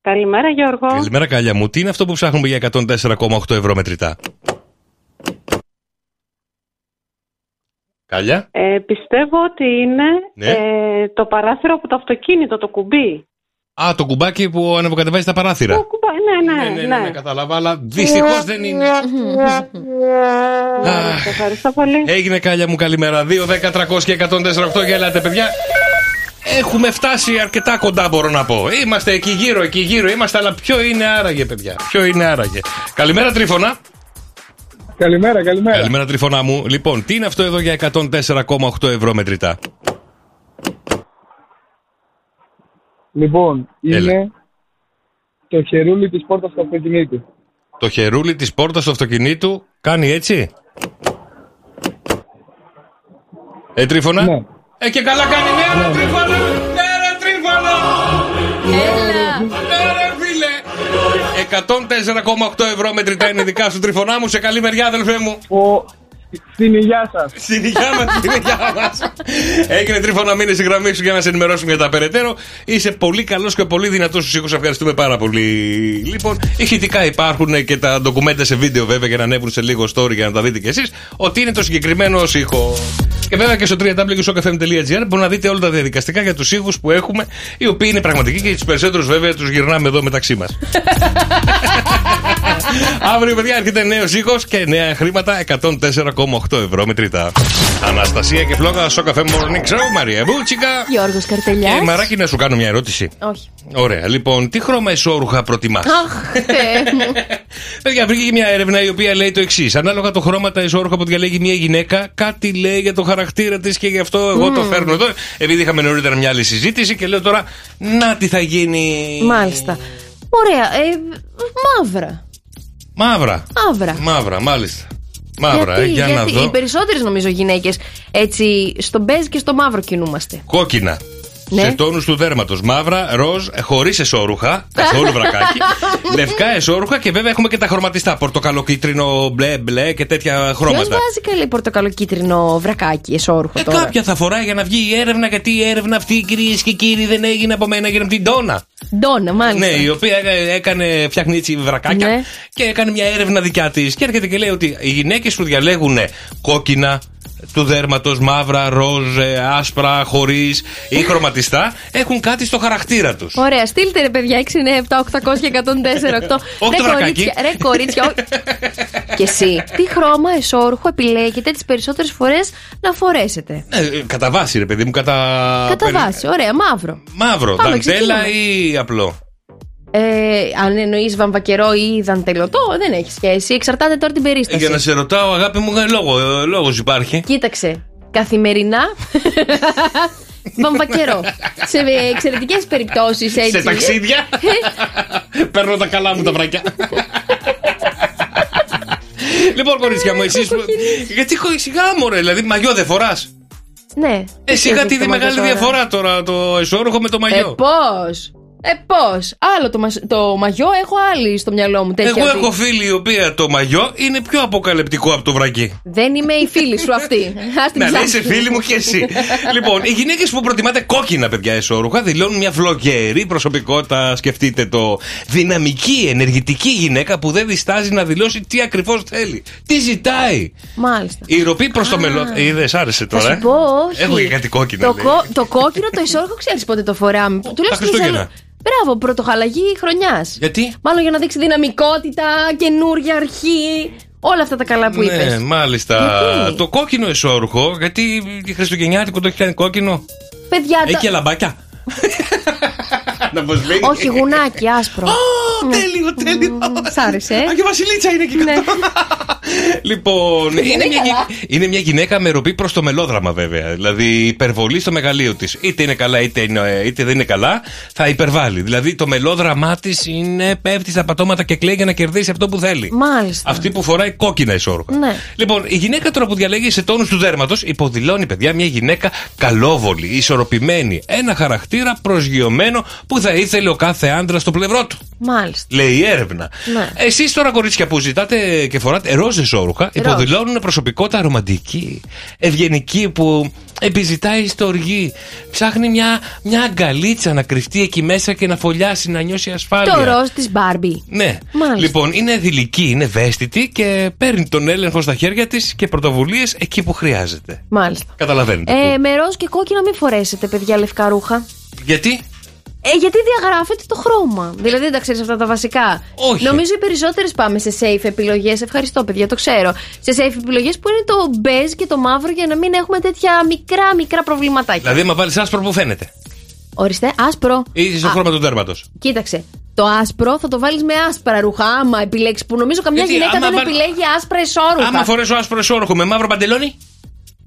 [SPEAKER 8] Καλημέρα Γιώργο.
[SPEAKER 7] Καλημέρα, Κάλια μου. Τι είναι αυτό που ψάχνουμε για 104,8 ευρώ μετρητά. Κάλια.
[SPEAKER 8] Ε, πιστεύω ότι είναι
[SPEAKER 7] Ναι.
[SPEAKER 8] ε, το παράθυρο από το αυτοκίνητο, το κουμπί.
[SPEAKER 7] Α, το κουμπάκι που ανεβοκατεβάζει τα παράθυρα.
[SPEAKER 8] Κουμπά, ναι, ναι,
[SPEAKER 7] ναι, ναι, κατάλαβα, αλλά δυστυχώς δεν είναι. Αχ.
[SPEAKER 8] Ευχαριστώ πολύ.
[SPEAKER 7] Έγινε κάλια μου καλημέρα. 2, 10, 300 και 148 γελάτε παιδιά. Έχουμε φτάσει αρκετά κοντά μπορώ να πω. Είμαστε εκεί γύρω, εκεί γύρω είμαστε, αλλά ποιο είναι άραγε παιδιά. Ποιο είναι άραγε. Καλημέρα Τρίφωνα.
[SPEAKER 12] Καλημέρα, καλημέρα.
[SPEAKER 7] Καλημέρα Τρίφωνα μου. Λοιπόν, τι είναι αυτό εδώ για 104,8 ευρώ μετρητά.
[SPEAKER 12] Λοιπόν, είναι το χερούλι της πόρτας του αυτοκινήτου.
[SPEAKER 7] Το χερούλι της πόρτας του αυτοκινήτου κάνει έτσι. Ε, Τρίφωνα. Ε, και καλά κάνει ναι, ρε Τρίφωνα. Ναι, ρε Τρίφωνα. Ναι, ρε φίλε. 104,8 ευρώ μετρητά είναι δικά σου Τριφωνά μου. Σε καλή μεριά, αδελφέ μου.
[SPEAKER 12] Στην υγειά σα.
[SPEAKER 7] Στην υγειά μα, την υγειά μας. Έγινε Τρίφωνα, μείνε στη γραμμή σου για να σε ενημερώσουμε για τα περαιτέρω. Είσαι πολύ καλός και πολύ δυνατός στους ήχους. Ευχαριστούμε πάρα πολύ. Λοιπόν, ηχητικά υπάρχουν και τα ντοκουμέντα σε βίντεο βέβαια για να ανέβουν σε λίγο story για να τα δείτε κι εσείς. Ότι είναι το συγκεκριμένο ως ήχο. Και βέβαια και στο www.shockfm.gr μπορείτε να δείτε όλα τα διαδικαστικά για τους ήχους που έχουμε, οι οποίοι είναι πραγματικοί και τους περισσότερους βέβαια τους γυρνάμε εδώ μεταξύ μας. Αύριο, παιδιά, έρχεται νέος ήχος και νέα χρήματα 104,8 ευρώ μετρητά. Αναστασία και φλόγα στο καφέ Morning Show, Μαρία Βούτσικα.
[SPEAKER 6] Γιώργος Καρτελιάς.
[SPEAKER 7] Και Μαράκι, να σου κάνω μια ερώτηση.
[SPEAKER 6] Όχι.
[SPEAKER 7] Ωραία, λοιπόν, τι χρώμα ισόρουχα προτιμάς.
[SPEAKER 6] Αχ, Θεέ μου.
[SPEAKER 7] Παιδιά, βρήκε μια έρευνα η οποία λέει το εξής. Ανάλογα το χρώμα τα ισόρουχα που διαλέγει μια γυναίκα, κάτι λέει για το χαρακτήρα της και γι' αυτό εγώ
[SPEAKER 6] Μμμ.
[SPEAKER 7] το φέρνω εδώ. Επειδή είχαμε νωρίτερα μια άλλη συζήτηση και λέω τώρα, να τι θα γίνει.
[SPEAKER 6] Μάλιστα. Ωραία. Ε, μαύρα.
[SPEAKER 7] Μαύρα.
[SPEAKER 6] Μαύρα.
[SPEAKER 7] Μαύρα, μάλιστα. Μαύρα, ε,
[SPEAKER 6] γιατί,
[SPEAKER 7] για
[SPEAKER 6] γιατί
[SPEAKER 7] να δω.
[SPEAKER 6] οι περισσότερες νομίζω γυναίκες έτσι στο μπέζ και στο μαύρο κινούμαστε.
[SPEAKER 7] Κόκκινα.
[SPEAKER 6] Ναι.
[SPEAKER 7] Σε τόνους του δέρματος. Μαύρα, ροζ, χωρίς εσόρουχα. Καθόλου
[SPEAKER 6] (laughs)
[SPEAKER 7] βρακάκι. λευκά εσόρουχα και βέβαια έχουμε και τα χρωματιστά. Πορτοκαλοκίτρινο, μπλε, μπλε και τέτοια
[SPEAKER 6] Ποιο
[SPEAKER 7] χρώματα. Ε,
[SPEAKER 6] βάζει καλή πορτοκαλοκίτρινο βρακάκι, εσόρουχο τώρα.
[SPEAKER 7] Κάποια θα φοράει για να βγει η έρευνα, γιατί η έρευνα αυτή, κυρίες και κύριοι, δεν έγινε από μένα, έγινε από την Ντόνα.
[SPEAKER 6] Ντόνα, μάλιστα. Ναι.
[SPEAKER 7] Ναι, η οποία ε, έκανε, φτιάχνει έτσι βρακάκια και έκανε μια έρευνα δικιά της. Και έρχεται και λέει ότι οι γυναίκες που διαλέγουν κόκκινα του δέρματος, μαύρα, ροζ, ε, άσπρα, χωρίς ή χρωματιστά, έχουν κάτι στο χαρακτήρα τους.
[SPEAKER 6] Ωραία, στείλτε ρε παιδιά 6, 9, 7, 800 και 104, 8.
[SPEAKER 7] Όχι το
[SPEAKER 6] ρε
[SPEAKER 7] βρακάκι.
[SPEAKER 6] κορίτσια, ρε κορίτσια.
[SPEAKER 7] (laughs)
[SPEAKER 6] όχι. και εσύ, τι χρώμα εσόρουχο επιλέγετε τις περισσότερες φορές να φορέσετε.
[SPEAKER 7] Ναι, ε, κατά βάση, ρε παιδί μου, κατά.
[SPEAKER 6] Κατά
[SPEAKER 7] περι-
[SPEAKER 6] βάση, ωραία, μαύρο.
[SPEAKER 7] Μαύρο,
[SPEAKER 6] Πάμε,
[SPEAKER 7] δαντέλα
[SPEAKER 6] ξεκινάμε.
[SPEAKER 7] ή απλό.
[SPEAKER 6] Ε, αν εννοείς βαμβακερό ή δαντελωτό, δεν έχει σχέση. Εξαρτάται τώρα την
[SPEAKER 7] Ε,
[SPEAKER 6] περίσταση.
[SPEAKER 7] Για να σε ρωτάω, αγάπη μου, ε, λόγο, ε, λόγος υπάρχει.
[SPEAKER 6] Κοίταξε, καθημερινά. Βαμβακερό. Σε εξαιρετικές περιπτώσεις έτσι.
[SPEAKER 7] Σε
[SPEAKER 6] (laughs)
[SPEAKER 7] ταξίδια. Παίρνω τα καλά μου τα βρακιά. λοιπόν, κορίτσια μου, εσείς. Γιατί χωρί σιγά μωρέ, δηλαδή μαγιό δεν φοράς.
[SPEAKER 6] Ναι.
[SPEAKER 7] Εσύ είχα τη
[SPEAKER 6] Το
[SPEAKER 7] μεγάλη
[SPEAKER 6] μαγαζί τώρα.
[SPEAKER 7] διαφορά τώρα το εσόρουχο με το
[SPEAKER 6] Ε,
[SPEAKER 7] μαγιό.
[SPEAKER 6] πώς. Ε, πώς. Άλλο το, μασ- το μαγιό έχω άλλη στο μυαλό μου. Τέτοια
[SPEAKER 7] Εγώ
[SPEAKER 6] ότι-
[SPEAKER 7] έχω φίλη η οποία το μαγιό είναι πιο αποκαλυπτικό από το βρακί.
[SPEAKER 6] Δεν είμαι η φίλη σου αυτή. Ας την
[SPEAKER 7] Ναι, αλλά
[SPEAKER 6] ψάξεις.
[SPEAKER 7] είσαι φίλη μου και εσύ. λοιπόν, οι γυναίκες που προτιμάτε κόκκινα παιδιά εσώρουχα δηλώνουν μια βλογερή προσωπικότητα. Σκεφτείτε το. Δυναμική, ενεργητική γυναίκα που δεν διστάζει να δηλώσει τι ακριβώς θέλει. Τι ζητάει.
[SPEAKER 6] Μάλιστα.
[SPEAKER 7] Η ροπή προς το μελό. Είδες, άρεσε
[SPEAKER 6] Θα
[SPEAKER 7] τώρα.
[SPEAKER 6] σου
[SPEAKER 7] ε.
[SPEAKER 6] πω, όχι.
[SPEAKER 7] Έχω και κάτι κόκκινο.
[SPEAKER 6] Το,
[SPEAKER 7] λέει.
[SPEAKER 6] κο- το κόκκινο το ισόρροχο ξέρεις πότε το φοράμε. Τουλάχιστον.
[SPEAKER 7] Χριστούγεννα.
[SPEAKER 6] θέλω- Μπράβο, πρωτοχαλλαγή χρονιάς.
[SPEAKER 7] Γιατί?
[SPEAKER 6] Μάλλον για να δείξει δυναμικότητα, καινούργια αρχή. Όλα αυτά τα καλά που
[SPEAKER 7] Ναι,
[SPEAKER 6] είπες.
[SPEAKER 7] μάλιστα. Το κόκκινο εσώρουχο, γιατί η Χριστουγεννιάτικο το έχει κάνει κόκκινο.
[SPEAKER 6] Παιδιά, τα-
[SPEAKER 7] Έχει Ε, και
[SPEAKER 6] (laughs)
[SPEAKER 7] λαμπάκια. Να πω σβήνει.
[SPEAKER 6] Όχι, γουνάκι, άσπρο.
[SPEAKER 7] τέλειο, τέλειο.
[SPEAKER 6] Ναι. Σ' άρεσε. Ναι. ε?
[SPEAKER 7] Α, και η Βασιλίτσα είναι εκεί κάτω. Λοιπόν, είναι μια, γυ- είναι μια γυναίκα με ροπή προς το μελόδραμα, βέβαια. Δηλαδή, υπερβολή στο μεγαλείο της. Είτε είναι καλά, είτε, είναι- είτε δεν είναι καλά, θα υπερβάλλει. Δηλαδή, το μελόδραμά της είναι πέφτει στα πατώματα και κλαίει για να κερδίσει αυτό που θέλει.
[SPEAKER 6] Μάλιστα.
[SPEAKER 7] Αυτή που φοράει κόκκινα ισόρροπα.
[SPEAKER 6] Ναι.
[SPEAKER 7] Λοιπόν, η γυναίκα τώρα που διαλέγει σε τόνους του δέρματος υποδηλώνει, παιδιά, μια γυναίκα καλόβολη, ισορροπημένη. Ένα χαρακτήρα προσγειωμένο που θα ήθελε ο κάθε άντρας στο πλευρό του.
[SPEAKER 6] Μάλιστα.
[SPEAKER 7] Λέει η έρευνα.
[SPEAKER 6] Ναι.
[SPEAKER 7] Εσείς τώρα, κορίτσια που ζητάτε και φοράτε ροζ εσόρουχα,
[SPEAKER 6] Ροζ.
[SPEAKER 7] υποδηλώνουν προσωπικότητα ρομαντική, ευγενική που επιζητάει στοργή. Ψάχνει μια, μια αγκαλίτσα να κρυφτεί εκεί μέσα και να φωλιάσει, να νιώσει ασφάλεια.
[SPEAKER 6] Το ροζ της Μπάρμπι.
[SPEAKER 7] Ναι.
[SPEAKER 6] Μάλιστα.
[SPEAKER 7] Λοιπόν, είναι θηλυκή, είναι ευαίσθητη και παίρνει τον έλεγχο στα χέρια της και πρωτοβουλίες εκεί που χρειάζεται.
[SPEAKER 6] Μάλιστα.
[SPEAKER 7] Καταλαβαίνετε.
[SPEAKER 6] Ε,
[SPEAKER 7] που.
[SPEAKER 6] με ροζ και κόκκινα μην φορέσετε, παιδιά, λευκά ρούχα.
[SPEAKER 7] Λοιπόν, Γιατί?
[SPEAKER 6] Ε, γιατί διαγράφεται το χρώμα. Δηλαδή δεν τα ξέρεις αυτά τα βασικά.
[SPEAKER 7] Όχι.
[SPEAKER 6] Νομίζω οι περισσότερες πάμε σε safe επιλογές. Ευχαριστώ, παιδιά, το ξέρω. Σε safe επιλογές που είναι το μπέζ και το μαύρο για να μην έχουμε τέτοια μικρά μικρά προβληματάκια.
[SPEAKER 7] Δηλαδή, μα βάλεις άσπρο που φαίνεται.
[SPEAKER 6] Ορίστε, άσπρο.
[SPEAKER 7] Ή στο
[SPEAKER 6] Α,
[SPEAKER 7] χρώμα του δέρματο.
[SPEAKER 6] Κοίταξε. Το άσπρο θα το βάλεις με άσπρα ρούχα. Άμα επιλέξεις. Που νομίζω καμιά
[SPEAKER 7] Γιατί,
[SPEAKER 6] γυναίκα
[SPEAKER 7] άμα
[SPEAKER 6] δεν
[SPEAKER 7] βάλ-
[SPEAKER 6] επιλέγει άσπρα εσόρουχα.
[SPEAKER 7] Άμα φορέσω άσπρο εσόρουχο με μαύρο παντελόνι.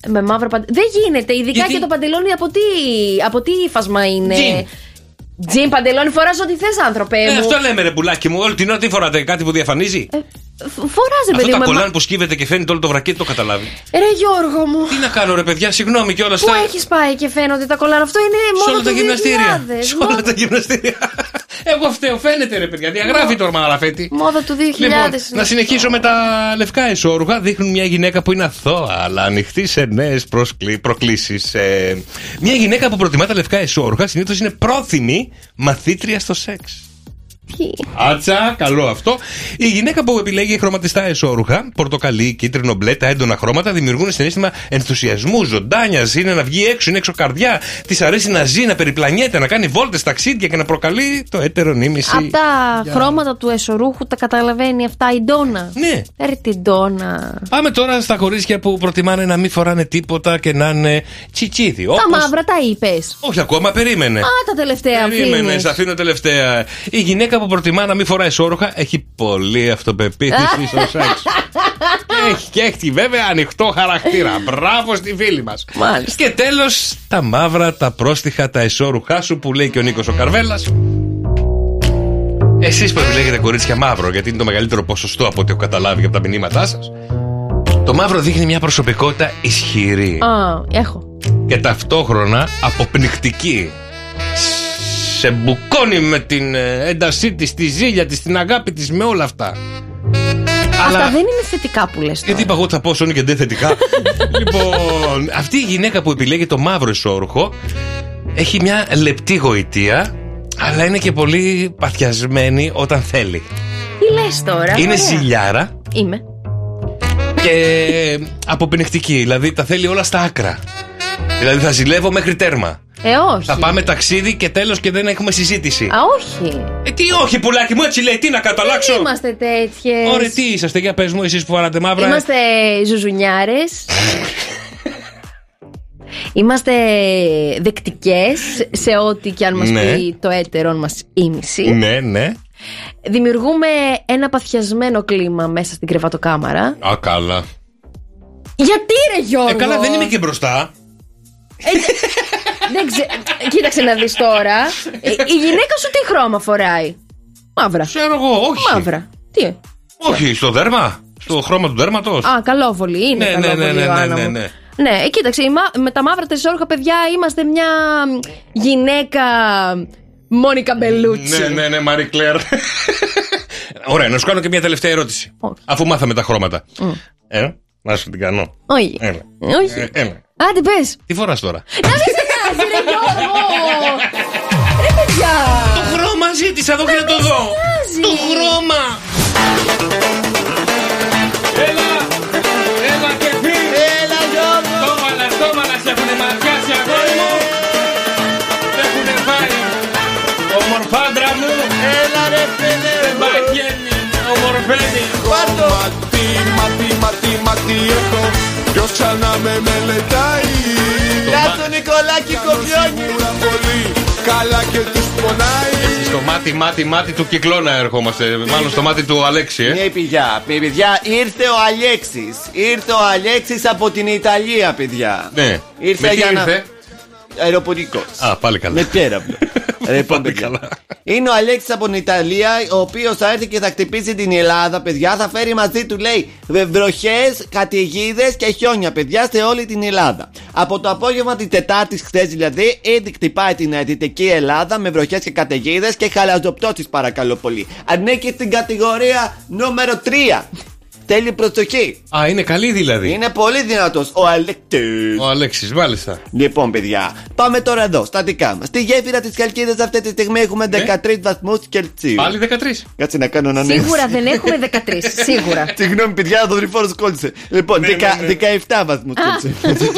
[SPEAKER 6] Με μαύρο παντελόνι. Δεν γίνεται. Ειδικά
[SPEAKER 7] Γιατί?
[SPEAKER 6] και το παντελόνι από τι, από τι ύφασμα είναι.
[SPEAKER 7] Τζιν.
[SPEAKER 6] Τζιν παντελόνι, φοράς ό,τι θες, άνθρωπε.
[SPEAKER 7] Ε,
[SPEAKER 6] ε, μου.
[SPEAKER 7] αυτό λέμε ρε πουλάκι μου. Όλη την ώρα τι φοράτε, κάτι που διαφανίζει.
[SPEAKER 6] Φοράζε,
[SPEAKER 7] αυτό
[SPEAKER 6] παιδί
[SPEAKER 7] τα
[SPEAKER 6] μου.
[SPEAKER 7] κολάν
[SPEAKER 6] εμά-
[SPEAKER 7] που σκύβεται και φαίνεται όλο το βρακί το καταλάβει.
[SPEAKER 6] Ρε Γιώργο μου.
[SPEAKER 7] Τι να κάνω ρε παιδιά, συγγνώμη κιόλας.
[SPEAKER 6] Πού έχεις πάει και φαίνονται τα κολάνα. Αυτό είναι
[SPEAKER 7] Σε
[SPEAKER 6] μόνο
[SPEAKER 7] όλα τα
[SPEAKER 6] το 2000.
[SPEAKER 7] γυμναστήρια. Σε
[SPEAKER 6] Μο-
[SPEAKER 7] όλα τα γυμναστήρια. (laughs) Εγώ φταίω, φαίνεται ρε παιδιά. Διαγράφει το ορμαραφέτη.
[SPEAKER 6] Μόδα του 2000.
[SPEAKER 7] Λοιπόν,
[SPEAKER 6] είναι.
[SPEAKER 7] να συνεχίσω με τα λευκά εσόρουχα. Δείχνουν μια γυναίκα που είναι αθώα, αλλά ανοιχτή σε νέες προκλήσεις. ε. μια γυναίκα που προτιμά τα λευκά εσόρουχα συνήθως είναι πρόθυμη μαθήτρια στο σεξ. Άτσα, καλό αυτό. Η γυναίκα που επιλέγει χρωματιστά εσόρουχα, πορτοκαλί, κίτρινο, μπλε, τα έντονα χρώματα δημιουργούν συνέστημα ενθουσιασμού, ζωντάνια. Είναι να βγει έξω, είναι έξω καρδιά. Της αρέσει να ζει, να περιπλανιέται, να κάνει βόλτες, ταξίδια και να προκαλεί το έτερο νήμιση.
[SPEAKER 6] Από τα χρώματα του εσωρούχου τα καταλαβαίνει αυτά η Ντόνα. Ε,
[SPEAKER 7] Ναι.
[SPEAKER 6] Ρε την Ντόνα.
[SPEAKER 7] Πάμε τώρα στα κορίτσια που προτιμάνε να μην φοράνε τίποτα και να είναι τσιτσίδι.
[SPEAKER 6] Τα
[SPEAKER 7] Όπως... Ε.
[SPEAKER 6] μαύρα τα είπες.
[SPEAKER 7] Όχι ακόμα, περίμενε.
[SPEAKER 6] Α, τα τελευταία
[SPEAKER 7] Περίμενε,
[SPEAKER 6] αφήνεις.
[SPEAKER 7] σε αφήνω τελευταία. Η γυναίκα που προτιμά να μην φοράει σόρουχα έχει πολύ αυτοπεποίθηση
[SPEAKER 6] (laughs)
[SPEAKER 7] στο σεξ. Και έχει, και έχει βέβαια ανοιχτό χαρακτήρα. Μπράβο στη φίλη μας. Και τέλος, τα μαύρα, τα πρόστιχα, τα εσόρουχά σου που λέει και ο Νίκος ο Καρβέλας. Εσείς που επιλέγετε κορίτσια μαύρο, γιατί είναι το μεγαλύτερο ποσοστό από ό,τι έχω καταλάβει από τα μηνύματά σας. Το μαύρο δείχνει μια προσωπικότητα ισχυρή
[SPEAKER 6] Α, έχω.
[SPEAKER 7] και ταυτόχρονα αποπνικτική. Σε μπουκώνει με την ε, έντασή της, τη ζήλια της, την αγάπη της, με όλα αυτά.
[SPEAKER 6] Αυτά δεν είναι θετικά που λες.
[SPEAKER 7] Γιατί είπα εγώ ότι θα πω σώνει και ντε
[SPEAKER 6] (laughs)
[SPEAKER 7] θετικά. λοιπόν, αυτή η γυναίκα που επιλέγει το μαύρο ισόρροχο έχει μια λεπτή γοητεία, αλλά είναι και πολύ παθιασμένη όταν θέλει.
[SPEAKER 6] Τι λες τώρα.
[SPEAKER 7] είναι
[SPEAKER 6] Ε, ωραία.
[SPEAKER 7] ζηλιάρα
[SPEAKER 6] Είμαι.
[SPEAKER 7] και αποπνικτική, δηλαδή τα θέλει όλα στα άκρα. Δηλαδή θα ζηλεύω μέχρι τέρμα.
[SPEAKER 6] Ε, όχι.
[SPEAKER 7] Θα πάμε ταξίδι και τέλος και δεν έχουμε συζήτηση.
[SPEAKER 6] Α, όχι.
[SPEAKER 7] Ε, τι όχι, πουλάκι μου, έτσι λέει, τι να καταλάξω.
[SPEAKER 6] Δεν είμαστε τέτοιες.
[SPEAKER 7] Ωραία, τι είσαστε, για πες μου, εσείς που φοράτε μαύρα. ε.
[SPEAKER 6] Είμαστε ζουζουνιάρες.
[SPEAKER 7] (laughs)
[SPEAKER 6] Είμαστε δεκτικές σε ό,τι και αν μας
[SPEAKER 7] Ναι.
[SPEAKER 6] πει το έτερον μας ήμιση.
[SPEAKER 7] Ναι, ναι.
[SPEAKER 6] Δημιουργούμε ένα παθιασμένο κλίμα μέσα στην κρεβατοκάμαρα.
[SPEAKER 7] Α, καλά.
[SPEAKER 6] Γιατί ρε Γιώργο!
[SPEAKER 7] Ε, καλά, δεν είμαι και μπροστά.
[SPEAKER 6] Δεν ξε- Κοίταξε να δεις
[SPEAKER 7] (laughs)
[SPEAKER 6] τώρα. Ε, Η γυναίκα σου τι χρώμα φοράει. Μαύρα.
[SPEAKER 7] Ξέρω εγώ, όχι.
[SPEAKER 6] Μαύρα. Τι.
[SPEAKER 7] Όχι, στο δέρμα. Στο χρώμα του δέρματος.
[SPEAKER 6] Α, καλόβολη. Είναι
[SPEAKER 7] ναι, ναι,
[SPEAKER 6] καλόβολη
[SPEAKER 7] ναι,
[SPEAKER 6] η
[SPEAKER 7] ναι, ναι,
[SPEAKER 6] Ιωάννα
[SPEAKER 7] ναι,
[SPEAKER 6] μου.
[SPEAKER 7] ναι.
[SPEAKER 6] Ναι, ε, κοίταξε, η μα- με τα μαύρα τεσσόρουχα παιδιά είμαστε μια μ, γυναίκα Μόνικα Μπελούτσι.
[SPEAKER 7] Ναι, ναι, ναι, Μαρή Κλέρ. (laughs) Ωραία, να σου κάνω και μια τελευταία ερώτηση. Αφού μάθαμε τα χρώματα.
[SPEAKER 6] Μμ.
[SPEAKER 7] Ε, να σου την κάνω.
[SPEAKER 6] Όχι.
[SPEAKER 7] Έλα.
[SPEAKER 6] Όχι.
[SPEAKER 7] Ε, έλα.
[SPEAKER 6] Άντε πες.
[SPEAKER 7] Τι φοράς τώρα.
[SPEAKER 6] Να μην σε νοιάζει, ρε Γιώργο! Ρε παιδιά!
[SPEAKER 7] Το χρώμα ζήτησα εδώ και να το δω. Το χρώμα!
[SPEAKER 11] Έλα, έλα και φύγει.
[SPEAKER 15] Έλα Γιώργο.
[SPEAKER 11] Τόμαλα, τόμαλα σε έχουνε ματιάσει αγόρι μου.
[SPEAKER 15] Ε.
[SPEAKER 11] Σε έχουνε φάει. Ομορφάντρα μου. Ε,
[SPEAKER 15] Έλα ρε φίλε.
[SPEAKER 11] Δεν παγαίνει. Ομορφαίνει.
[SPEAKER 15] Πάρτο.
[SPEAKER 11] Ματί, ματί, ματί, ματί έχω. Ποιος σαν να με μελετάει.
[SPEAKER 15] Γεια σου Νικολάκη Κοφιόνι.
[SPEAKER 11] Σίγουρα πολύ καλά και τους πονάει.
[SPEAKER 7] Στο μάτι, μάτι, μάτι του κυκλώνα ερχόμαστε. Μάλλον στο μάτι του Αλέξη, ε.
[SPEAKER 15] Ναι, παιδιά, παιδιά, ήρθε ο Αλέξης. Ήρθε ο Αλέξης από την Ιταλία, παιδιά.
[SPEAKER 7] Ναι. Με
[SPEAKER 15] Ήρθε
[SPEAKER 7] τι
[SPEAKER 15] για να-
[SPEAKER 7] ήρθε?
[SPEAKER 15] Αεροπορικός.
[SPEAKER 7] Α, πάλι καλά.
[SPEAKER 15] Με τέραυλο.
[SPEAKER 7] (laughs)
[SPEAKER 15] Ρε, λοιπόν, παιδιά. Είναι ο Αλέξης από την Ιταλία, ο οποίος θα έρθει και θα χτυπήσει την Ελλάδα, παιδιά. Θα φέρει μαζί του, λέει, βροχές, καταιγίδες και χιόνια, παιδιά, σε όλη την Ελλάδα. Από το απόγευμα τη Τετάρτη, χθες δηλαδή, ήδη χτυπάει την ε, δυτική Ελλάδα με βροχές και καταιγίδες και χαλαζοπτώσεις, παρακαλώ πολύ. Ανήκει στην κατηγορία νούμερο 3. Θέλει προσοχή.
[SPEAKER 7] Α, είναι καλή δηλαδή.
[SPEAKER 15] Είναι πολύ δυνατός ο Αλέξη.
[SPEAKER 7] Ο Αλέξης, μάλιστα.
[SPEAKER 15] Λοιπόν, παιδιά, πάμε τώρα εδώ, στα δικά μας. Στη γέφυρα της Χαλκίδα αυτή τη στιγμή έχουμε 13 βαθμούς Κελσίου.
[SPEAKER 7] Πάλι 13.
[SPEAKER 15] Κάτσε να κάνω να
[SPEAKER 6] Σίγουρα δεν έχουμε 13. Σίγουρα.
[SPEAKER 15] Συγγνώμη, παιδιά, ο δορυφόρο κόλλησε. Λοιπόν, 10 17 βαθμού Κελσίου.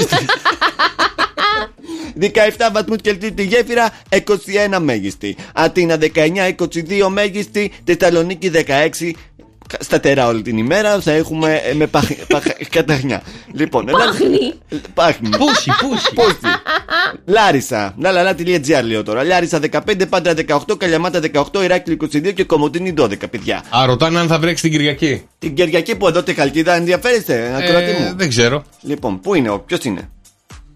[SPEAKER 15] 17 βαθμούς Κελσίου τη γέφυρα, 21 μέγιστη. Αθήνα 19, 22 μέγιστη. Θεσσαλονίκη 16. Σταθερά όλη την ημέρα θα έχουμε ε, με παχ, παχ, καταχνιά. Λοιπόν, Ελλάδα-
[SPEAKER 6] Πάχνει.
[SPEAKER 15] Πάχνει.
[SPEAKER 7] Πούσι, πούσι.
[SPEAKER 15] Λάρισα. Λαλαλα.gr λέω τώρα. Λάρισα 15, Πάντρα 18, Καλιαμάτα 18, Ηράκλειο 22 και Κομωτίνη 12, παιδιά.
[SPEAKER 7] Α, ρωτάνε αν θα βρέξει την Κυριακή.
[SPEAKER 15] Την Κυριακή που εδώ τη Χαλκίδα ενδιαφέρεστε, ακροατή μου.
[SPEAKER 7] Ε, δεν ξέρω.
[SPEAKER 15] Λοιπόν, πού είναι, ποιος είναι.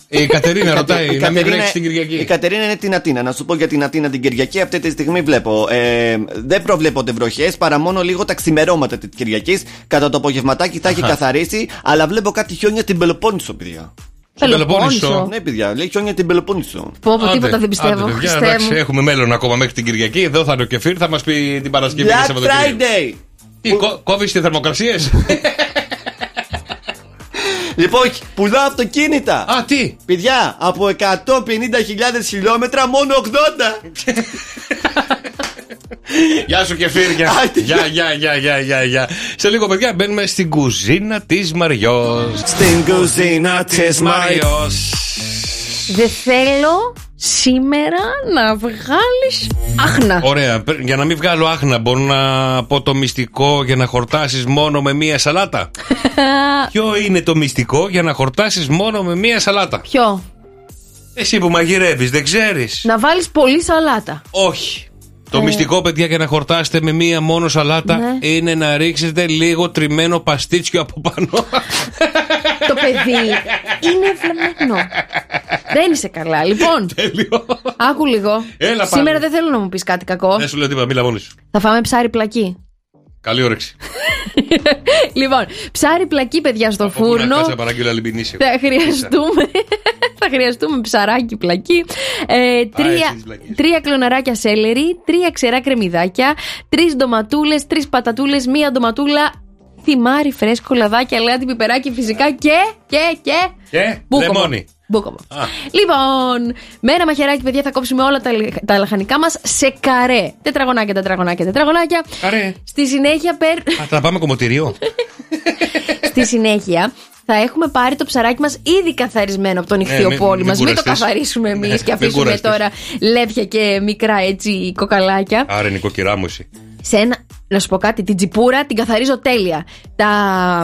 [SPEAKER 7] Η Κατερίνα
[SPEAKER 15] (laughs) Η
[SPEAKER 7] ρωτάει να μην
[SPEAKER 15] Κατερίνα-
[SPEAKER 7] βρέξει την
[SPEAKER 15] Η
[SPEAKER 7] Κυριακή.
[SPEAKER 15] Κατερίνα είναι την Αθήνα. Να σου πω για την Αθήνα την Κυριακή. Αυτή τη στιγμή βλέπω. Ε, δεν προβλέπονται βροχές παρά μόνο λίγο τα ξημερώματα της Κυριακής. Κατά το απογευματάκι θα έχει
[SPEAKER 7] Αχα.
[SPEAKER 15] καθαρίσει, αλλά βλέπω κάτι χιόνια την Πελοπόννησο, παιδιά.
[SPEAKER 7] Στην Πελοπόννησο. Πελοπόννησο.
[SPEAKER 15] Ναι, παιδιά, λέει χιόνια την Πελοπόννησο.
[SPEAKER 6] Πω, πω,
[SPEAKER 7] Άντε,
[SPEAKER 6] τίποτα δεν πιστεύω.
[SPEAKER 7] άντε, παιδιά,
[SPEAKER 6] Χριστέ
[SPEAKER 7] εντάξει,
[SPEAKER 6] μου.
[SPEAKER 7] έχουμε μέλλον ακόμα μέχρι την Κυριακή. Εδώ θα είναι ο Κεφίρ, θα μας πει την Παρασκευή. και
[SPEAKER 15] Black
[SPEAKER 7] Σαββατοκύριακο.
[SPEAKER 15] Friday!
[SPEAKER 7] Τι, κο- κόβεις τις θερμοκρασίες.
[SPEAKER 15] (laughs) Λοιπόν, πουλάω αυτοκίνητα.
[SPEAKER 7] Α, τι.
[SPEAKER 15] Παιδιά, από 150.000 χιλιόμετρα μόνο 80.
[SPEAKER 7] Γεια σου Κεφίρια.
[SPEAKER 15] Άντε.
[SPEAKER 7] Γεια, γεια, γεια, γεια, γεια, γεια. Σε λίγο, παιδιά, μπαίνουμε στην κουζίνα της Μαριός.
[SPEAKER 15] Στην κουζίνα της
[SPEAKER 7] Μαριός.
[SPEAKER 6] Δεν θέλω σήμερα να βγάλεις άχνα.
[SPEAKER 7] Ωραία, πε- για να μην βγάλω άχνα, μπορώ να πω το μυστικό για να χορτάσεις μόνο με μία
[SPEAKER 6] (laughs)
[SPEAKER 7] σαλάτα. Ποιο είναι το μυστικό για να χορτάσεις μόνο με μία σαλάτα.
[SPEAKER 6] Ποιο.
[SPEAKER 7] Εσύ που μαγειρεύεις, δεν ξέρεις.
[SPEAKER 6] Να βάλεις πολύ σαλάτα.
[SPEAKER 7] Όχι. Το
[SPEAKER 6] Ε.
[SPEAKER 7] μυστικό, παιδιά, για να χορτάσετε με μία μόνο σαλάτα
[SPEAKER 6] Ναι.
[SPEAKER 7] είναι να ρίξετε λίγο τριμμένο παστίτσιο από πάνω. (laughs)
[SPEAKER 6] Το παιδί είναι ευλαμμένο. Δεν είσαι καλά. Λοιπόν,
[SPEAKER 7] Τέλειο.
[SPEAKER 6] άκου λίγο.
[SPEAKER 7] Έλα, πάμε.
[SPEAKER 6] Σήμερα δεν θέλω να μου πεις κάτι κακό.
[SPEAKER 7] Δεν σου λέω τίποτα, μίλα μόνη σου.
[SPEAKER 6] Θα φάμε ψάρι πλακί.
[SPEAKER 7] Καλή όρεξη.
[SPEAKER 6] Λοιπόν, ψάρι πλακί, παιδιά, στο
[SPEAKER 7] Όπου να
[SPEAKER 6] φούρνο. Ναι.
[SPEAKER 7] κάτσε να παραγγείλω αλιμπινίσιο.
[SPEAKER 6] Θα
[SPEAKER 7] (laughs)
[SPEAKER 6] χρειαστούμε, θα χρειαστούμε ψαράκι πλακί, ε, τρία,
[SPEAKER 7] εσείς πλακίες.
[SPEAKER 6] τρία κλωναράκια σέλερι, τρία ξερά κρεμμυδάκια, τρεις ντοματούλες, τρεις πατατούλες, μία ντοματούλα, θυμάρι φρέσκο, λαδάκι, αλάτι, πιπεράκι φυσικά και, και, και...
[SPEAKER 7] Και
[SPEAKER 6] μπούκομπο.
[SPEAKER 7] λεμόνι.
[SPEAKER 6] Μπούκομπο.
[SPEAKER 7] Α.
[SPEAKER 6] Λοιπόν, με ένα μαχαιράκι, παιδιά, θα κόψουμε όλα τα, λι- τα λαχανικά μας σε καρέ. Τετραγωνάκια, τετραγωνάκια, τετραγωνάκια.
[SPEAKER 7] Καρέ.
[SPEAKER 6] Στη συνέχεια, παίρ...
[SPEAKER 7] Α, θα πάμε
[SPEAKER 6] (laughs)
[SPEAKER 7] κομμωτήριο.
[SPEAKER 6] Στη συνέχεια θα έχουμε πάρει το ψαράκι μας ήδη καθαρισμένο από τον
[SPEAKER 7] Ναι,
[SPEAKER 6] ηχθιοπόλη
[SPEAKER 7] μην-
[SPEAKER 6] μα.
[SPEAKER 7] μην
[SPEAKER 6] Μην το
[SPEAKER 7] κουραστείς.
[SPEAKER 6] καθαρίσουμε εμείς
[SPEAKER 7] Ναι,
[SPEAKER 6] και
[SPEAKER 7] μην
[SPEAKER 6] αφήσουμε
[SPEAKER 7] κουραστείς.
[SPEAKER 6] τώρα λέπια και μικρά έτσι κοκαλάκια.
[SPEAKER 7] Άρα, νοικοκυρά μου εσύ.
[SPEAKER 6] Σε ένα. Να σου πω κάτι, την τσιπούρα την καθαρίζω τέλεια. Τα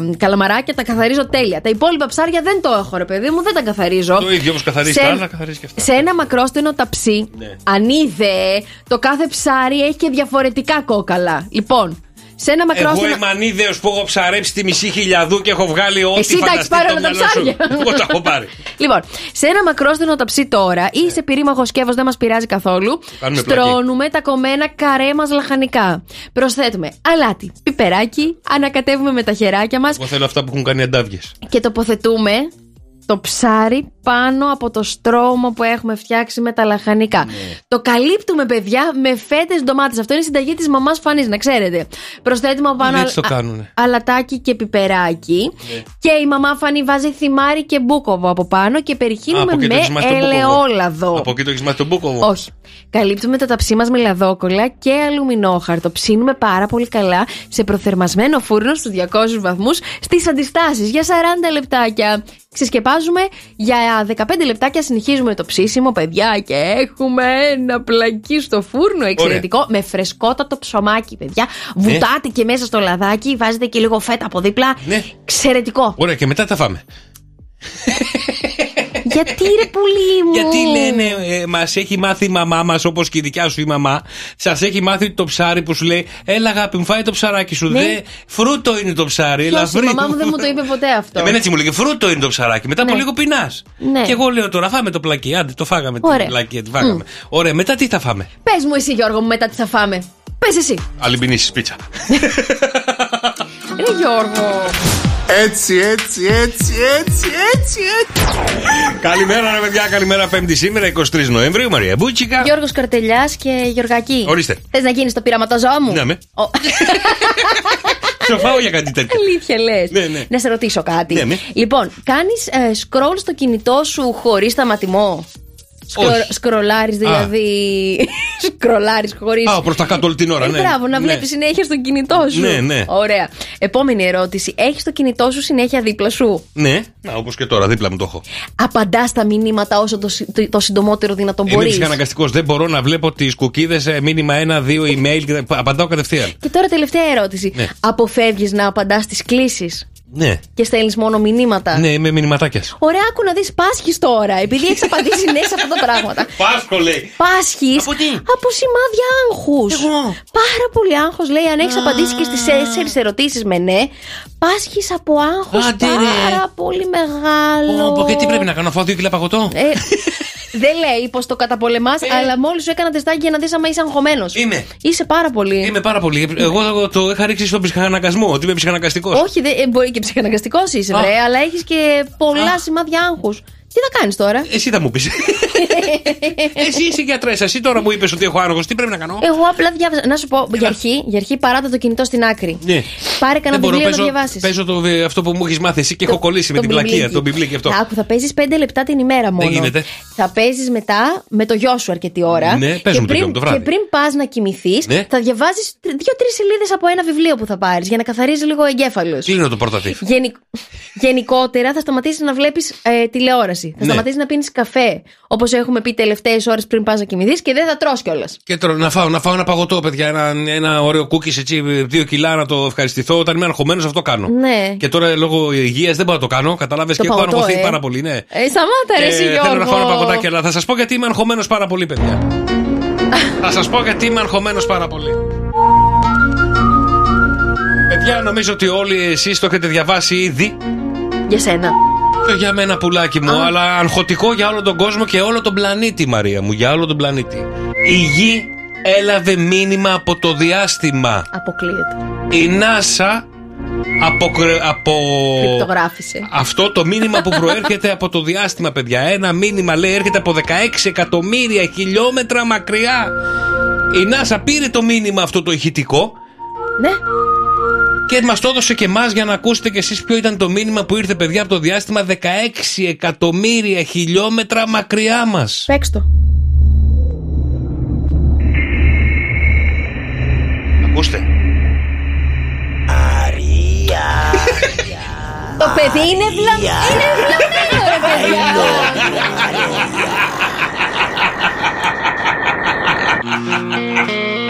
[SPEAKER 6] μ, καλαμαράκια τα καθαρίζω τέλεια. Τα υπόλοιπα ψάρια δεν το έχω, ρε παιδί μου, δεν τα καθαρίζω.
[SPEAKER 7] Το ίδιο όπως καθαρίζεις
[SPEAKER 6] Σε-
[SPEAKER 7] τα άλλα, καθαρίζεις και αυτά.
[SPEAKER 6] Σε ένα μακρόστενο ταψί,
[SPEAKER 7] Ναι.
[SPEAKER 6] αν είδε, το κάθε ψάρι έχει και διαφορετικά κόκαλα. Λοιπόν, σε ένα
[SPEAKER 7] Εγώ
[SPEAKER 6] μακρόστενο.
[SPEAKER 7] είμαι ανίδεος που έχω ψαρέψει τη μισή χιλιαδού και έχω βγάλει ό,τι
[SPEAKER 6] Εσύ τα έχεις
[SPEAKER 7] φανταστεί
[SPEAKER 6] πάρει
[SPEAKER 7] το
[SPEAKER 6] όλα τα
[SPEAKER 7] μυαλό σου.
[SPEAKER 6] ψάρια.
[SPEAKER 7] (laughs) Εγώ τα έχω πάρει.
[SPEAKER 6] Λοιπόν, σε ένα μακρόστινο ταψί τώρα ή σε πυρήμαχο σκεύος δεν μας πειράζει καθόλου.
[SPEAKER 7] Κάνουμε πλακή.
[SPEAKER 6] Στρώνουμε τα κομμένα καρέ μας λαχανικά. Προσθέτουμε αλάτι, πιπεράκι, ανακατεύουμε με τα χεράκια μας
[SPEAKER 7] Εγώ θέλω αυτά που έχουν κάνει αντάβγε.
[SPEAKER 6] και τοποθετούμε στο ψάρι πάνω από το στρώμα που έχουμε φτιάξει με τα λαχανικά.
[SPEAKER 7] Ναι.
[SPEAKER 6] Το καλύπτουμε, παιδιά, με φέτες ντομάτες. Αυτό είναι η συνταγή της μαμάς Φανής, να ξέρετε. Προσθέτουμε από πάνω
[SPEAKER 7] Γιατί το
[SPEAKER 6] α-
[SPEAKER 7] κάνουνε. Ναι.
[SPEAKER 6] αλατάκι και πιπεράκι. Και η μαμά Φανή βάζει θυμάρι και μπούκοβο από πάνω και περιχύνουμε
[SPEAKER 7] Από εκεί το
[SPEAKER 6] με
[SPEAKER 7] έχεις μάθει τον Μπούκοβο.
[SPEAKER 6] ελαιόλαδο.
[SPEAKER 7] Από εκεί το έχεις μάθει τον Μπούκοβο.
[SPEAKER 6] Όχι. Καλύπτουμε τα ταψί μας με λαδόκολλα και αλουμινόχαρτο. Ψήνουμε πάρα πολύ καλά σε προθερμασμένο φούρνο στους 200 βαθμούς στις αντιστάσεις για 40 λεπτάκια. Ξεσκεπάζουμε για 15 λεπτάκια, συνεχίζουμε το ψήσιμο, παιδιά, και έχουμε ένα πλακί στο φούρνο εξαιρετικό με φρεσκότατο ψωμάκι, παιδιά.
[SPEAKER 7] Ναι.
[SPEAKER 6] Βουτάτε και μέσα στο λαδάκι, βάζετε και λίγο φέτα από δίπλα.
[SPEAKER 7] Ναι. (laughs)
[SPEAKER 6] Εξαιρετικό.
[SPEAKER 7] Ωραία, και μετά τα φάμε.
[SPEAKER 6] Γιατί ρε πουλί μου.
[SPEAKER 7] Γιατί λένε, ε, μας έχει μάθει η μαμά μας, όπως και η δικιά σου η μαμά, σας έχει μάθει το ψάρι που σου λέει, Έλα, αγάπη μου, φάει το ψαράκι σου.
[SPEAKER 6] Ναι.
[SPEAKER 7] Δε, φρούτο είναι το ψάρι,
[SPEAKER 6] Ποιος, η
[SPEAKER 7] ελαφρύ.
[SPEAKER 6] μαμά μου δεν μου το είπε ποτέ αυτό.
[SPEAKER 7] Εμένα έτσι μου λέγε, φρούτο είναι το ψαράκι. Μετά από
[SPEAKER 6] Ναι.
[SPEAKER 7] λίγο πεινάς.
[SPEAKER 6] Ναι.
[SPEAKER 7] Και εγώ λέω τώρα, φάμε το πλακί. Άντε, το φάγαμε.
[SPEAKER 6] Ωραία.
[SPEAKER 7] Την πλακί, τη φάγαμε. Ωραία, μετά τι θα φάμε.
[SPEAKER 6] Πες μου εσύ, Γιώργο, μου μετά τι θα φάμε. Πες εσύ.
[SPEAKER 7] Αλυμπινήσεις πίτσα.
[SPEAKER 6] Ρε Γιώργο.
[SPEAKER 7] Έτσι, έτσι, έτσι, έτσι, έτσι, έτσι. (laughs) Καλημέρα, ρε παιδιά, καλημέρα. Πέμπτη σήμερα, 23 Νοεμβρίου, Μαρία Μπούτσικα.
[SPEAKER 6] Γιώργος Καρτελιάς και Γιωργακή.
[SPEAKER 7] Ορίστε.
[SPEAKER 6] Θες να γίνεις το πειραματόζωό μου.
[SPEAKER 7] Ναι, με.
[SPEAKER 6] Ο-
[SPEAKER 7] (laughs) Σοφάω για κάτι τέτοιο.
[SPEAKER 6] Αλήθεια λες.
[SPEAKER 7] Ναι, ναι.
[SPEAKER 6] Να σε ρωτήσω κάτι.
[SPEAKER 7] Ναι, ναι.
[SPEAKER 6] Λοιπόν, κάνεις scroll στο κινητό σου χωρίς σταματημό. Σκρο...
[SPEAKER 7] Όχι.
[SPEAKER 6] Σκρολάρεις
[SPEAKER 7] (laughs)
[SPEAKER 6] δηλαδή. Σκρολάρεις χωρίς.
[SPEAKER 7] Α, προς τα κάτω όλη την ώρα, ναι.
[SPEAKER 6] Ε, Μπράβο, να
[SPEAKER 7] Ναι.
[SPEAKER 6] βλέπεις συνέχεια στο κινητό σου.
[SPEAKER 7] Ναι, ναι.
[SPEAKER 6] Ωραία. Επόμενη ερώτηση. Έχεις το κινητό σου συνέχεια δίπλα σου.
[SPEAKER 7] Ναι, να, όπως και τώρα, δίπλα μου το έχω.
[SPEAKER 6] Απαντάς τα μηνύματα όσο το, συ- το, το συντομότερο δυνατόν
[SPEAKER 7] Είμαι
[SPEAKER 6] μπορεί.
[SPEAKER 7] ψυχαναγκαστικό. Δεν μπορώ να βλέπω τις κουκίδες, μήνυμα ένα-δύο email και τα- απαντάω κατευθείαν.
[SPEAKER 6] Και τώρα τελευταία ερώτηση.
[SPEAKER 7] Ναι.
[SPEAKER 6] Αποφεύγεις να απαντάς στις κλήσεις
[SPEAKER 7] Ναι.
[SPEAKER 6] και στέλνεις μόνο μηνύματα.
[SPEAKER 7] Ναι, είμαι μηνυματάκια.
[SPEAKER 6] Ωραία, άκου να δεις Πάσχη τώρα, επειδή
[SPEAKER 7] (laughs)
[SPEAKER 6] έχεις απαντήσει ναι σε αυτά τα πράγματα.
[SPEAKER 7] Πάσκο λέει.
[SPEAKER 6] Πάσχη από, σημάδια άγχους. Πάρα πολύ άγχος λέει. Αν έχεις απαντήσει και στις τέσσερις ερωτήσεις με ναι, Πάσχη από άγχος
[SPEAKER 7] Άντε, ρε.
[SPEAKER 6] πάρα πολύ μεγάλο.
[SPEAKER 7] Πω, και τι πρέπει να κάνω, φάω δύο κιλά παγωτό.
[SPEAKER 6] Ε, δεν λέει πως το καταπολεμάς, αλλά μόλις σου έκανα τεστάκι για να δεις άμα είσαι αγχωμένος.
[SPEAKER 7] Είμαι.
[SPEAKER 6] Είσαι πάρα πολύ.
[SPEAKER 7] Είμαι πάρα πολύ. Εγώ το είχα ρίξει στον ψυχαναγκασμό, ότι είμαι ψυχαναγκαστικός.
[SPEAKER 6] Όχι, δεν- ε, μπορεί και ψυχαναγκαστικός είσαι,
[SPEAKER 7] Α.
[SPEAKER 6] βρε, αλλά έχεις και πολλά σημάδια άγχους. Τι θα κάνεις τώρα.
[SPEAKER 7] Εσύ θα μου
[SPEAKER 6] (laughs)
[SPEAKER 7] πεις. Εσύ είσαι γιατρέ. Εσύ τώρα μου είπες ότι έχω άγχο. Τι πρέπει να κάνω.
[SPEAKER 6] Εγώ απλά διάβαζα. Να σου πω, για αρχή, για αρχή παράτα το κινητό στην άκρη.
[SPEAKER 7] Ναι.
[SPEAKER 6] Πάρε κανένα βιβλίο να
[SPEAKER 7] παίζω,
[SPEAKER 6] διαβάσεις.
[SPEAKER 7] παίζω το, ε, αυτό που μου έχεις μάθει εσύ και έχω κολλήσει με την πλακία, τον πιμπλίκι αυτό.
[SPEAKER 6] Άκου, θα παίζεις 5 λεπτά την ημέρα μόνο.
[SPEAKER 7] γίνεται.
[SPEAKER 6] Θα παίζεις μετά με το γιο σου αρκετή ώρα.
[SPEAKER 7] Ναι, παίζουμε το
[SPEAKER 6] και
[SPEAKER 7] γιο μου
[SPEAKER 6] πριν,
[SPEAKER 7] το βράδυ.
[SPEAKER 6] Και πριν πας να κοιμηθείς,
[SPEAKER 7] Ναι.
[SPEAKER 6] θα διαβάζεις δύο-τρει σελίδες από ένα βιβλίο που θα πάρεις για να καθαρίζει λίγο ο εγκέφαλος.
[SPEAKER 7] Κλείνω το πορτατήφ.
[SPEAKER 6] Γενικ- Γενικότερα θα σταματήσεις να βλέπεις τηλεόραση.
[SPEAKER 7] Ναι.
[SPEAKER 6] Θα σταματήσεις να πίνεις καφέ. Όπως έχουμε πει τελευταίες ώρες πριν πας να κοιμηθείς και δεν θα τρώ κιόλας.
[SPEAKER 7] Και τώρα να φάω, να φάω ένα παγωτό, παιδιά. Ένα, ένα ωραίο κούκι έτσι, δύο κιλά να το ευχαριστηθώ. Όταν είμαι αγχωμένο, αυτό κάνω.
[SPEAKER 6] Ναι.
[SPEAKER 7] Και τώρα λόγω υγείας δεν μπορώ να το κάνω. Κατάλαβες
[SPEAKER 6] Το
[SPEAKER 7] και έχω
[SPEAKER 6] παγωτό,
[SPEAKER 7] αγχωθεί
[SPEAKER 6] ε.
[SPEAKER 7] πάρα πολύ, ναι.
[SPEAKER 6] Ε, σταμάτα, ρε,
[SPEAKER 7] Και
[SPEAKER 6] εσύ,
[SPEAKER 7] θέλω να
[SPEAKER 6] Γιώργο.
[SPEAKER 7] φάω ένα παγωτάκι, αλλά θα σας πω γιατί είμαι αγχωμένο πάρα πολύ, παιδιά. θα σας πω γιατί είμαι αγχωμένο πάρα πολύ. Παιδιά, νομίζω ότι όλοι εσείς το έχετε διαβάσει ήδη.
[SPEAKER 6] Για σένα.
[SPEAKER 7] Και Ε, για μένα πουλάκι μου, αλλά αγχωτικό για όλο τον κόσμο και όλο τον πλανήτη, Μαρία μου. Για όλο τον πλανήτη. Η γη έλαβε μήνυμα από το διάστημα.
[SPEAKER 6] Αποκλείεται.
[SPEAKER 7] Η NASA αποκρε... από.
[SPEAKER 6] Κρυπτογράφησε.
[SPEAKER 7] Αυτό το μήνυμα που προέρχεται από το διάστημα, παιδιά. Ένα μήνυμα λέει έρχεται από 16 εκατομμύρια χιλιόμετρα μακριά. Η NASA πήρε το μήνυμα αυτό το ηχητικό
[SPEAKER 6] Ναι.
[SPEAKER 7] και μας το έδωσε και εμάς για να ακούσετε κι εσείς ποιο ήταν το μήνυμα που ήρθε, παιδιά, από το διάστημα 16 εκατομμύρια χιλιόμετρα μακριά μας.
[SPEAKER 6] Παίξ' το.
[SPEAKER 7] Ακούστε.
[SPEAKER 6] Το παιδί είναι βλαμμένο. Είναι βλαμμένο, ρε παιδιά.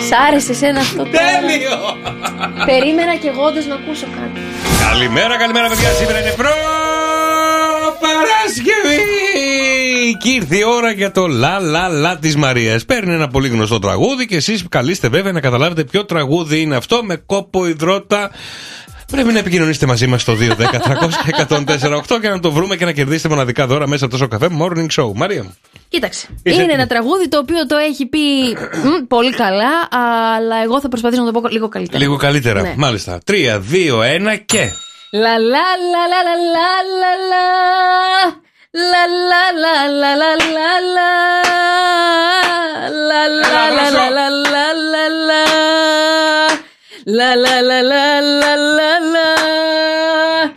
[SPEAKER 6] Σ' άρεσε εσένα αυτό το.
[SPEAKER 7] Τέλειο!
[SPEAKER 6] Περίμενα και εγώ όντως να ακούσω κάτι.
[SPEAKER 7] Καλημέρα, καλημέρα, παιδιά. Σήμερα είναι προ Παρασκευή! Και ήρθε η ώρα για το λα λα λα της Μαρίας. Παίρνει ένα πολύ γνωστό τραγούδι και εσείς καλείστε βέβαια να καταλάβετε ποιο τραγούδι είναι αυτό με κόπο υδρότα. Πρέπει να επικοινωνήσετε μαζί μας στο 210-300-1048 και να το βρούμε και να κερδίσετε μοναδικά δώρα μέσα από το καφέ Morning Show. Μαρία μου.
[SPEAKER 6] Κοίταξε.
[SPEAKER 7] Είσαι
[SPEAKER 6] Είναι
[SPEAKER 7] έτοιμη.
[SPEAKER 6] ένα τραγούδι το οποίο το έχει πει μ, πολύ καλά, αλλά εγώ θα προσπαθήσω να το πω λίγο καλύτερα.
[SPEAKER 7] Λίγο καλύτερα.
[SPEAKER 6] Ναι.
[SPEAKER 7] Μάλιστα. 3, 2, 1 και.
[SPEAKER 6] Λα λα λα λα λα λα λα λα
[SPEAKER 2] Λα λα λα λα λα λα λα Λα λα λα λα λα λα λα λα Λα λα λα λα λα λα λα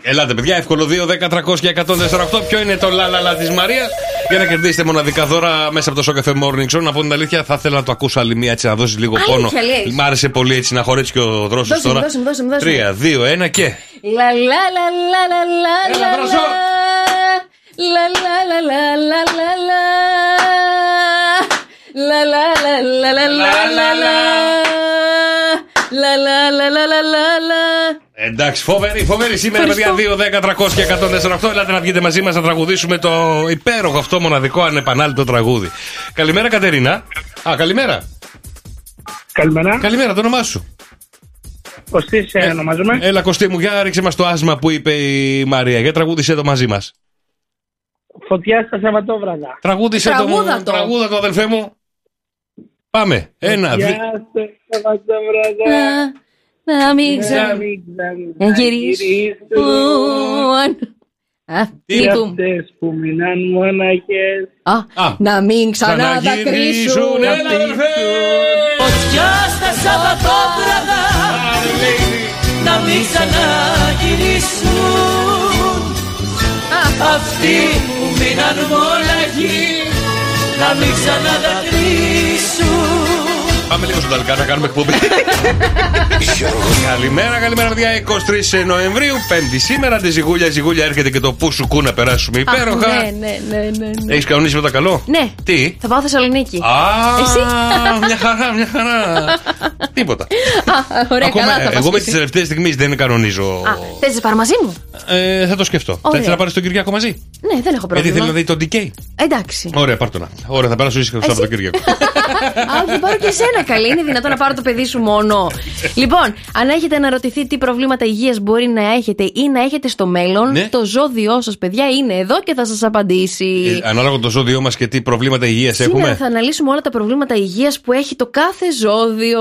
[SPEAKER 7] Ελάτε, παιδιά, εύκολο 2, 10, 300 και 148. Ποιο είναι το λαλαλα της Μαρίας για να κερδίσετε μοναδικά δώρα μέσα από το Show Cafe Morning Show. Να πω την αλήθεια, θα ήθελα να το ακούσω άλλη μία έτσι, να δώσεις λίγο
[SPEAKER 6] Αλήθεια,
[SPEAKER 7] πόνο.
[SPEAKER 6] λες.
[SPEAKER 7] Μ' άρεσε πολύ έτσι να χωρέσει και ο δρόσος
[SPEAKER 6] Δώσε μου,
[SPEAKER 7] τώρα.
[SPEAKER 6] δώσε μου, δώσε μου, δώσε
[SPEAKER 7] 3,
[SPEAKER 6] μου.
[SPEAKER 7] 2, 1 και.
[SPEAKER 2] La la la la la la la la La la la la la la la La la la la la la la la La la la la la la la
[SPEAKER 7] Εντάξει, φοβερή, φοβερή σήμερα, παιδιά. 2, 10, 300 και 148. Ελάτε να βγείτε μαζί μας να τραγουδήσουμε το υπέροχο αυτό μοναδικό ανεπανάληπτο τραγούδι. Καλημέρα, Κατερίνα. Α, καλημέρα.
[SPEAKER 4] Καλημέρα.
[SPEAKER 7] Καλημέρα, το όνομά σου.
[SPEAKER 4] Κωστή ε, ονομάζομαι.
[SPEAKER 7] Έλα, Κωστή μου, για ρίξε μας το άσμα που είπε η Μαρία. Για τραγούδισε το μαζί μας.
[SPEAKER 4] Φωτιά στα Σαββατόβραδα.
[SPEAKER 7] Τραγούδισε το. Τραγούδα το, αδελφέ μου. Πάμε. Ένα, δύο.
[SPEAKER 4] Φωτιά στα Σαββατόβραδα.
[SPEAKER 2] Να μην ξα...
[SPEAKER 4] ξαναγυρίσουν
[SPEAKER 2] να γυρίσουν Αυτοί που...
[SPEAKER 4] αυτές που μείναν μοναχές.
[SPEAKER 7] Ah.
[SPEAKER 2] Α, να μην ξανά τα κρίσουν
[SPEAKER 5] Φωτιά στα Σαββατόβραδα Να μην ξαναγυρίσουν Αυτοί που μείναν μοναχοί Να μην ξαναδακρύσουν
[SPEAKER 7] Πάμε λίγο στο ταλικά να κάνουμε εκπομπή. καλημέρα, καλημέρα, παιδιά. 23 Νοεμβρίου, Πέμπτη σήμερα. Τη ζυγούλια, η ζυγούλια έρχεται και το που σου κού να περάσουμε υπέροχα.
[SPEAKER 6] Αχ, Ναι, ναι, ναι, ναι. ναι.
[SPEAKER 7] Έχεις κανονίσει με τα καλό.
[SPEAKER 6] Ναι,
[SPEAKER 7] Ε, Τι.
[SPEAKER 6] θα πάω Θεσσαλονίκη.
[SPEAKER 7] Α,
[SPEAKER 6] Εσύ.
[SPEAKER 7] μια χαρά, μια
[SPEAKER 6] (laughs)
[SPEAKER 7] χαρά. Τίποτα.
[SPEAKER 6] Α, Ωραία,
[SPEAKER 7] Ακόμα, ε,
[SPEAKER 6] καλά. θα
[SPEAKER 7] εγώ με
[SPEAKER 6] πας και
[SPEAKER 7] τι
[SPEAKER 6] εσύ.
[SPEAKER 7] τελευταίε στιγμή δεν κανονίζω.
[SPEAKER 6] Α, θες να πάρει μαζί μου.
[SPEAKER 7] Ε, θα το σκεφτώ. Θα
[SPEAKER 6] Ωραία.
[SPEAKER 7] ήθελα να πάρεις τον Κυριακό μαζί.
[SPEAKER 6] Ναι, δεν έχω
[SPEAKER 7] Γιατί θέλει να
[SPEAKER 6] πρόβλημα.
[SPEAKER 7] δει τον DK.
[SPEAKER 6] Εντάξει.
[SPEAKER 7] Ωραία, πάρ' το να. Ωραία, θα περάσω ήσυχα το
[SPEAKER 6] Εσύ. (laughs)
[SPEAKER 7] Σαββατοκύριακο.
[SPEAKER 6] Α, δεν πάρω και εσένα καλή. Είναι δυνατόν να πάρω το παιδί σου μόνο. λοιπόν, αν έχετε αναρωτηθεί τι προβλήματα υγείας μπορεί να έχετε ή να έχετε στο μέλλον,
[SPEAKER 7] Ναι.
[SPEAKER 6] το ζώδιό σας, παιδιά, είναι εδώ και θα σας απαντήσει.
[SPEAKER 7] Ε, Ανάλογα το ζώδιό μας και τι προβλήματα υγείας
[SPEAKER 6] Σήμερα
[SPEAKER 7] έχουμε.
[SPEAKER 6] θα αναλύσουμε όλα τα προβλήματα υγείας που έχει το κάθε ζώδιο.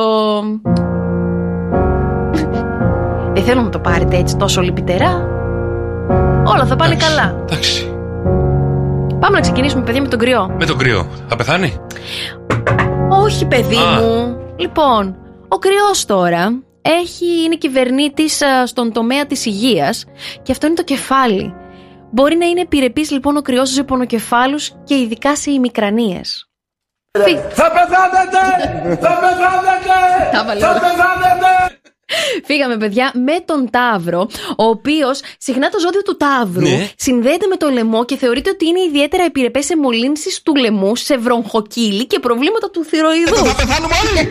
[SPEAKER 6] Δεν Ε, θέλω να το πάρετε έτσι τόσο λυπητερά. Όλα θα πάνε καλά.
[SPEAKER 7] Εντάξει.
[SPEAKER 6] Πάμε να ξεκινήσουμε, παιδιά, με τον κρυό.
[SPEAKER 7] Με τον κρύο. Θα πεθάνει.
[SPEAKER 6] Όχι, παιδί
[SPEAKER 7] Α.
[SPEAKER 6] μου. Λοιπόν, ο κρυός τώρα έχει, είναι κυβερνήτης στον τομέα της υγείας και αυτό είναι το κεφάλι. Μπορεί να είναι επιρρεπής λοιπόν ο κρυός σε πονοκεφάλου και ειδικά σε ημικρανίες.
[SPEAKER 11] Θα πεθάνετε! Θα πεθάνετε!
[SPEAKER 6] Τα βάλε
[SPEAKER 11] Θα
[SPEAKER 6] όλα.
[SPEAKER 11] πεθάνετε!
[SPEAKER 6] Φύγαμε, παιδιά, με τον Ταύρο, ο οποίος συχνά το ζώδιο του Ταύρου
[SPEAKER 11] Ναι.
[SPEAKER 6] συνδέεται με το λαιμό και θεωρείται ότι είναι ιδιαίτερα επιρρεπές σε μολύνσει του λαιμού, σε βρονχοκύλι και προβλήματα του θηροειδού. Θα πεθάνουμε όλοι!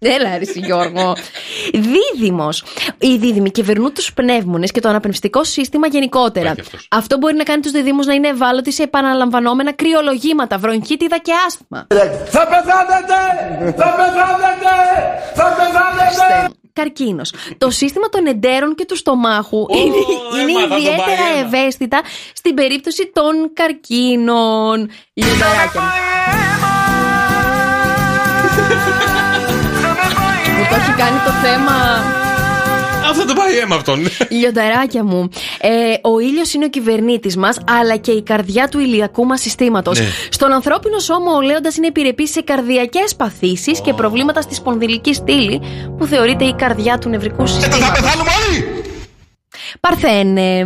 [SPEAKER 6] Έλα, ρε, εσύ, (laughs) Γιώργο. Δίδυμος. Οι δίδυμοι κυβερνούν τους πνεύμονες και το αναπνευστικό σύστημα γενικότερα. Αυτό μπορεί να κάνει τους δίδυμους να είναι ευάλωτοι σε επαναλαμβανόμενα κρυολογήματα, βρονχίτιδα και άσθμα.
[SPEAKER 11] Θα πεθάνετε! Θα πεθάνετε! Θα πεθάνετε!
[SPEAKER 6] καρκίνος. Το σύστημα των εντέρων και του στομάχου είναι, είναι
[SPEAKER 11] έμαθα τον
[SPEAKER 6] ιδιαίτερα
[SPEAKER 11] Παρένα.
[SPEAKER 6] ευαίσθητα στην περίπτωση των καρκίνων. Λιονταράκια μου. Μου το έχει κάνει το θέμα.
[SPEAKER 7] Α, θα το πάει αίμα αυτόν.
[SPEAKER 6] (laughs) Λιονταράκια μου, ε, ο ήλιος είναι ο κυβερνήτης μας, αλλά και η καρδιά του ηλιακού μας συστήματος.
[SPEAKER 7] Ναι.
[SPEAKER 6] Στον ανθρώπινο σώμα, ο Λέοντας είναι επιρρεπής σε καρδιακές παθήσεις και προβλήματα στη σπονδυλική στήλη, που θεωρείται η καρδιά του νευρικού συστήματο. Ε, Θα πεθάνουμε όλοι! Παρθένε.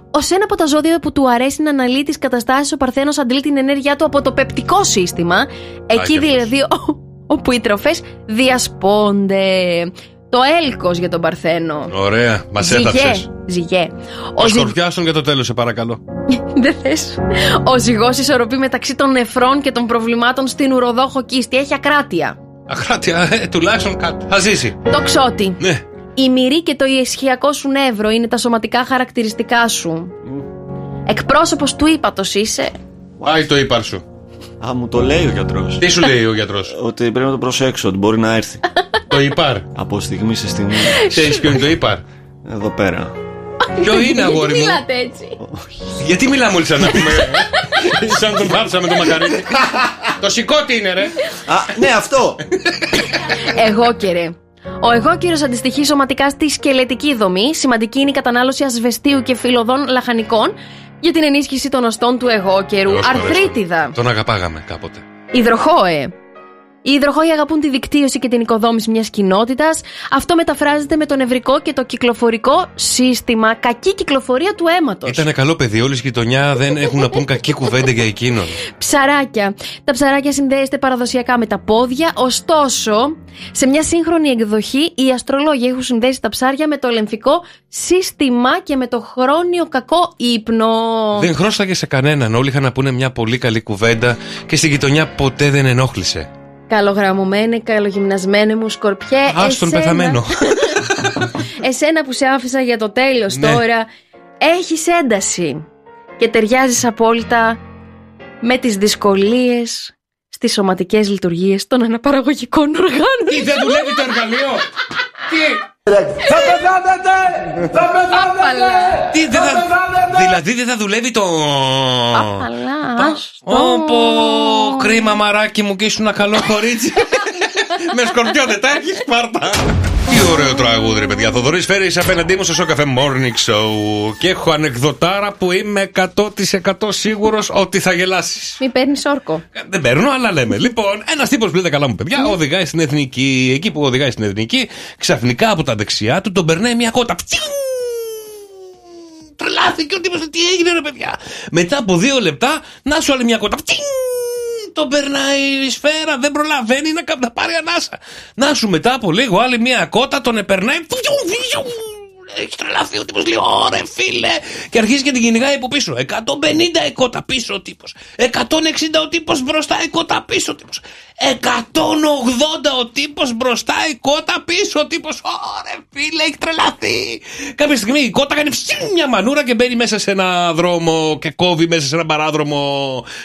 [SPEAKER 6] Ω ένα από τα ζώδια που του αρέσει να αναλύει τις καταστάσεις, ο Παρθένος αντλεί την ενέργειά του από το πεπτικό σύστημα. Εκεί
[SPEAKER 11] και αυτός.
[SPEAKER 6] δηλαδή ο- όπου οι τροφές διασπώνται. Το έλκος για τον Παρθένο.
[SPEAKER 7] Ωραία, μας
[SPEAKER 6] Ζυγέ.
[SPEAKER 7] έθαψες.
[SPEAKER 6] Ζυγέ. Ο
[SPEAKER 7] Ο
[SPEAKER 6] ζυ-
[SPEAKER 7] σκορπιάστον για το τέλος, σε παρακαλώ.
[SPEAKER 6] (laughs) Δεν θες. Ο ζυγός ισορροπεί μεταξύ των νεφρών και των προβλημάτων στην ουροδόχο κίστη. Έχει ακράτεια.
[SPEAKER 7] Ακράτεια, ε, τουλάχιστον κάτι. Θα ζήσει.
[SPEAKER 6] Το ξότι.
[SPEAKER 7] Ναι.
[SPEAKER 6] Η μυρή και το ισχυακό σου νεύρο είναι τα σωματικά χαρακτηριστικά σου. Εκπρόσωπος του ύπατος είσαι.
[SPEAKER 7] Πάει το ύπαρ σου.
[SPEAKER 9] Α, μου το λέει ο γιατρός.
[SPEAKER 7] Τι σου λέει ο γιατρός.
[SPEAKER 9] Ότι πρέπει να το προσέξω, ότι μπορεί να έρθει.
[SPEAKER 7] Το
[SPEAKER 6] (laughs)
[SPEAKER 7] υπάρ.
[SPEAKER 9] Από στιγμή σε στιγμή.
[SPEAKER 7] Ξέρει ποιο είναι το υπάρ.
[SPEAKER 9] Εδώ πέρα.
[SPEAKER 7] Ποιο είναι, αγόρι μου?
[SPEAKER 6] Γιατί μιλάτε έτσι.
[SPEAKER 7] Γιατί μιλάμε όλοι σαν να πούμε. (laughs) σαν τον βάψαμε το μακαρίνι. (laughs) το σηκώ τι είναι, ρε.
[SPEAKER 9] ναι, αυτό.
[SPEAKER 6] Εγώ και ρε. Ο εγώ κύριος αντιστοιχεί σωματικά στη σκελετική δομή. Σημαντική είναι η κατανάλωση ασβεστίου και φιλοδών λαχανικών για την ενίσχυση των οστών του εγώ καιρού.
[SPEAKER 7] Θεός παρέστη.
[SPEAKER 6] Αρθρίτιδα.
[SPEAKER 7] Τον αγαπάγαμε κάποτε.
[SPEAKER 6] Υδροχόε. Οι υδροχόοι αγαπούν τη δικτύωση και την οικοδόμηση μιας κοινότητας. Αυτό μεταφράζεται με το νευρικό και το κυκλοφορικό σύστημα. Κακή κυκλοφορία του αίματος.
[SPEAKER 7] Ήτανε καλό παιδί. Όλη η γειτονιά δεν έχουν να πούν κακή κουβέντα για εκείνον.
[SPEAKER 6] Ψαράκια. Τα ψαράκια συνδέεστε παραδοσιακά με τα πόδια. Ωστόσο, σε μια σύγχρονη εκδοχή, οι αστρολόγοι έχουν συνδέσει τα ψάρια με το ελεμφικό σύστημα και με το χρόνιο κακό ύπνο.
[SPEAKER 7] Δεν χρώσταγε σε κανέναν. Όλοι είχαν να πούνε μια πολύ καλή κουβέντα και στη γειτονιά ποτέ δεν ενόχλησε.
[SPEAKER 6] Καλογραμμωμένε, καλογυμνασμένε μου σκορπιέ.
[SPEAKER 7] Άστον
[SPEAKER 6] Ε, εσένα- (laughs)
[SPEAKER 7] πεθαμένο.
[SPEAKER 6] Εσένα που σε άφησα για το τέλος
[SPEAKER 7] Ναι.
[SPEAKER 6] τώρα, έχεις ένταση και ταιριάζεις απόλυτα με τις δυσκολίες στις σωματικές λειτουργίες των αναπαραγωγικών οργάνων.
[SPEAKER 7] Τι, δεν δουλεύει το εργαλείο!
[SPEAKER 5] Θα πεθάνετε! Θα πεθάνετε!
[SPEAKER 7] Τι δεν θα... Δηλαδή δεν θα δουλεύει το.
[SPEAKER 6] Απαλά.
[SPEAKER 7] Όπω κρίμα μαράκι μου και ήσουν ένα καλό κορίτσι. (laughs) Με σκορπιό δεν τα έχεις πάρτα. Τι ωραίο τραγούδι, ρε παιδιά. Θοδωρής φέρεις απέναντί μου στο καφέ Morning Show. Και έχω ανεκδοτάρα που είμαι 100% σίγουρος ότι θα γελάσεις.
[SPEAKER 6] Μη παίρνεις όρκο.
[SPEAKER 7] Δεν παίρνω, αλλά λέμε. Λοιπόν, ένας τύπος που λέει τα καλά μου παιδιά οδηγάει στην εθνική. Εκεί που οδηγάει στην εθνική, ξαφνικά από τα δεξιά του τον περνάει μια κότα. Πτσιου! Τρελάθηκε ο τύπος, τι έγινε ρε παιδιά. Μετά από δύο λεπτά, να σου άλλη μια κότα. Πτσιου! Τον περνάει η σφαίρα, δεν προλαβαίνει να, κα- να πάρει ανάσα. Να σου μετά από λίγο άλλη μια κότα, τον επερνάει. Πτσιου, πτσιου! Έχει τρελαθεί ο τύπος, λέει: Ωρε φίλε! Και αρχίζει και την κυνηγάει από πίσω. 150 η κότα πίσω ο τύπος. 160 ο τύπος μπροστά η κότα πίσω ο τύπο. 180 ο τύπος μπροστά η κότα πίσω ο τύπος. Ωρε φίλε, έχει τρελαθεί! Κάποια στιγμή η κότα κάνει ψιν μια μανούρα και μπαίνει μέσα σε ένα δρόμο και κόβει μέσα σε ένα παράδρομο.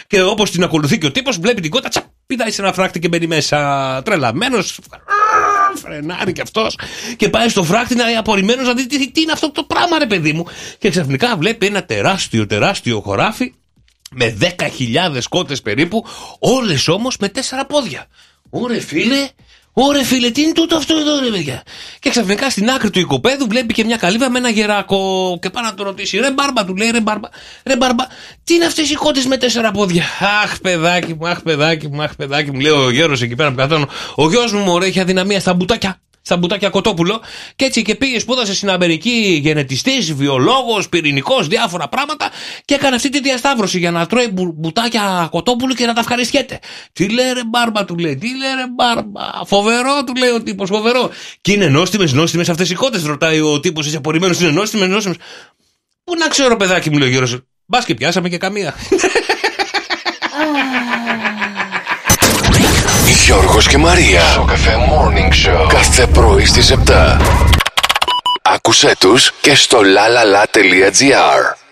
[SPEAKER 7] Και όπως την ακολουθεί και ο τύπος, βλέπει την κότα, τσαπ, πηδάει σε ένα φράχτη και μπαίνει μέσα. Τρελαμένος, φρενάρει κι αυτός και πάει στο φράχτη να απορριμμένος να δει τι, τι είναι αυτό το πράγμα, ρε παιδί μου. Και ξαφνικά βλέπει ένα τεράστιο, τεράστιο χωράφι με 10.000 κότες περίπου, όλες όμως με τέσσερα πόδια. Ωρε φίλε, ωρε φίλε, τι είναι τούτο αυτό εδώ, ρε παιδιά. Και ξαφνικά στην άκρη του οικοπαίδου βλέπει και μια καλύβα με ένα γεράκο. Και πάει να το ρωτήσει, ρε μπάρμπα, του λέει ρε μπάρμπα, ρε μπάρμπα, τι είναι αυτές οι κότες με τέσσερα πόδια. Αχ, παιδάκι μου, αχ, παιδάκι μου, αχ, παιδάκι μου, λέει ο γέρος εκεί πέρα που καθάνω. Ο γιος μου, μωρέ, έχει αδυναμία στα μπουτάκια στα μπουτάκια Κοτόπουλο. Και έτσι και πήγε, σπούδασε στην Αμερική γενετιστής, βιολόγος, πυρηνικός, διάφορα πράγματα. Και έκανε αυτή τη διασταύρωση για να τρώει μπου- μπουτάκια Κοτόπουλου και να τα ευχαριστιέται. Τι λέει ρε μπάρμπα, του λέει, τι λέει ρε μπάρμπα. Φοβερό, του λέει ο τύπος, φοβερό. Και είναι νόστιμες, νόστιμες αυτές οι κότες, ρωτάει ο τύπος, είσαι απορριμμένος, είναι νόστιμες, νόστιμες. Πού να ξέρω, παιδάκι μου, λέει ο γύρω. Μπας και πιάσαμε και καμία.
[SPEAKER 11] Γιώργος και Μαρία Στο καφέ Morning Show Κάθε πρωί στις 7 Άκουσέ τους και στο lalala.gr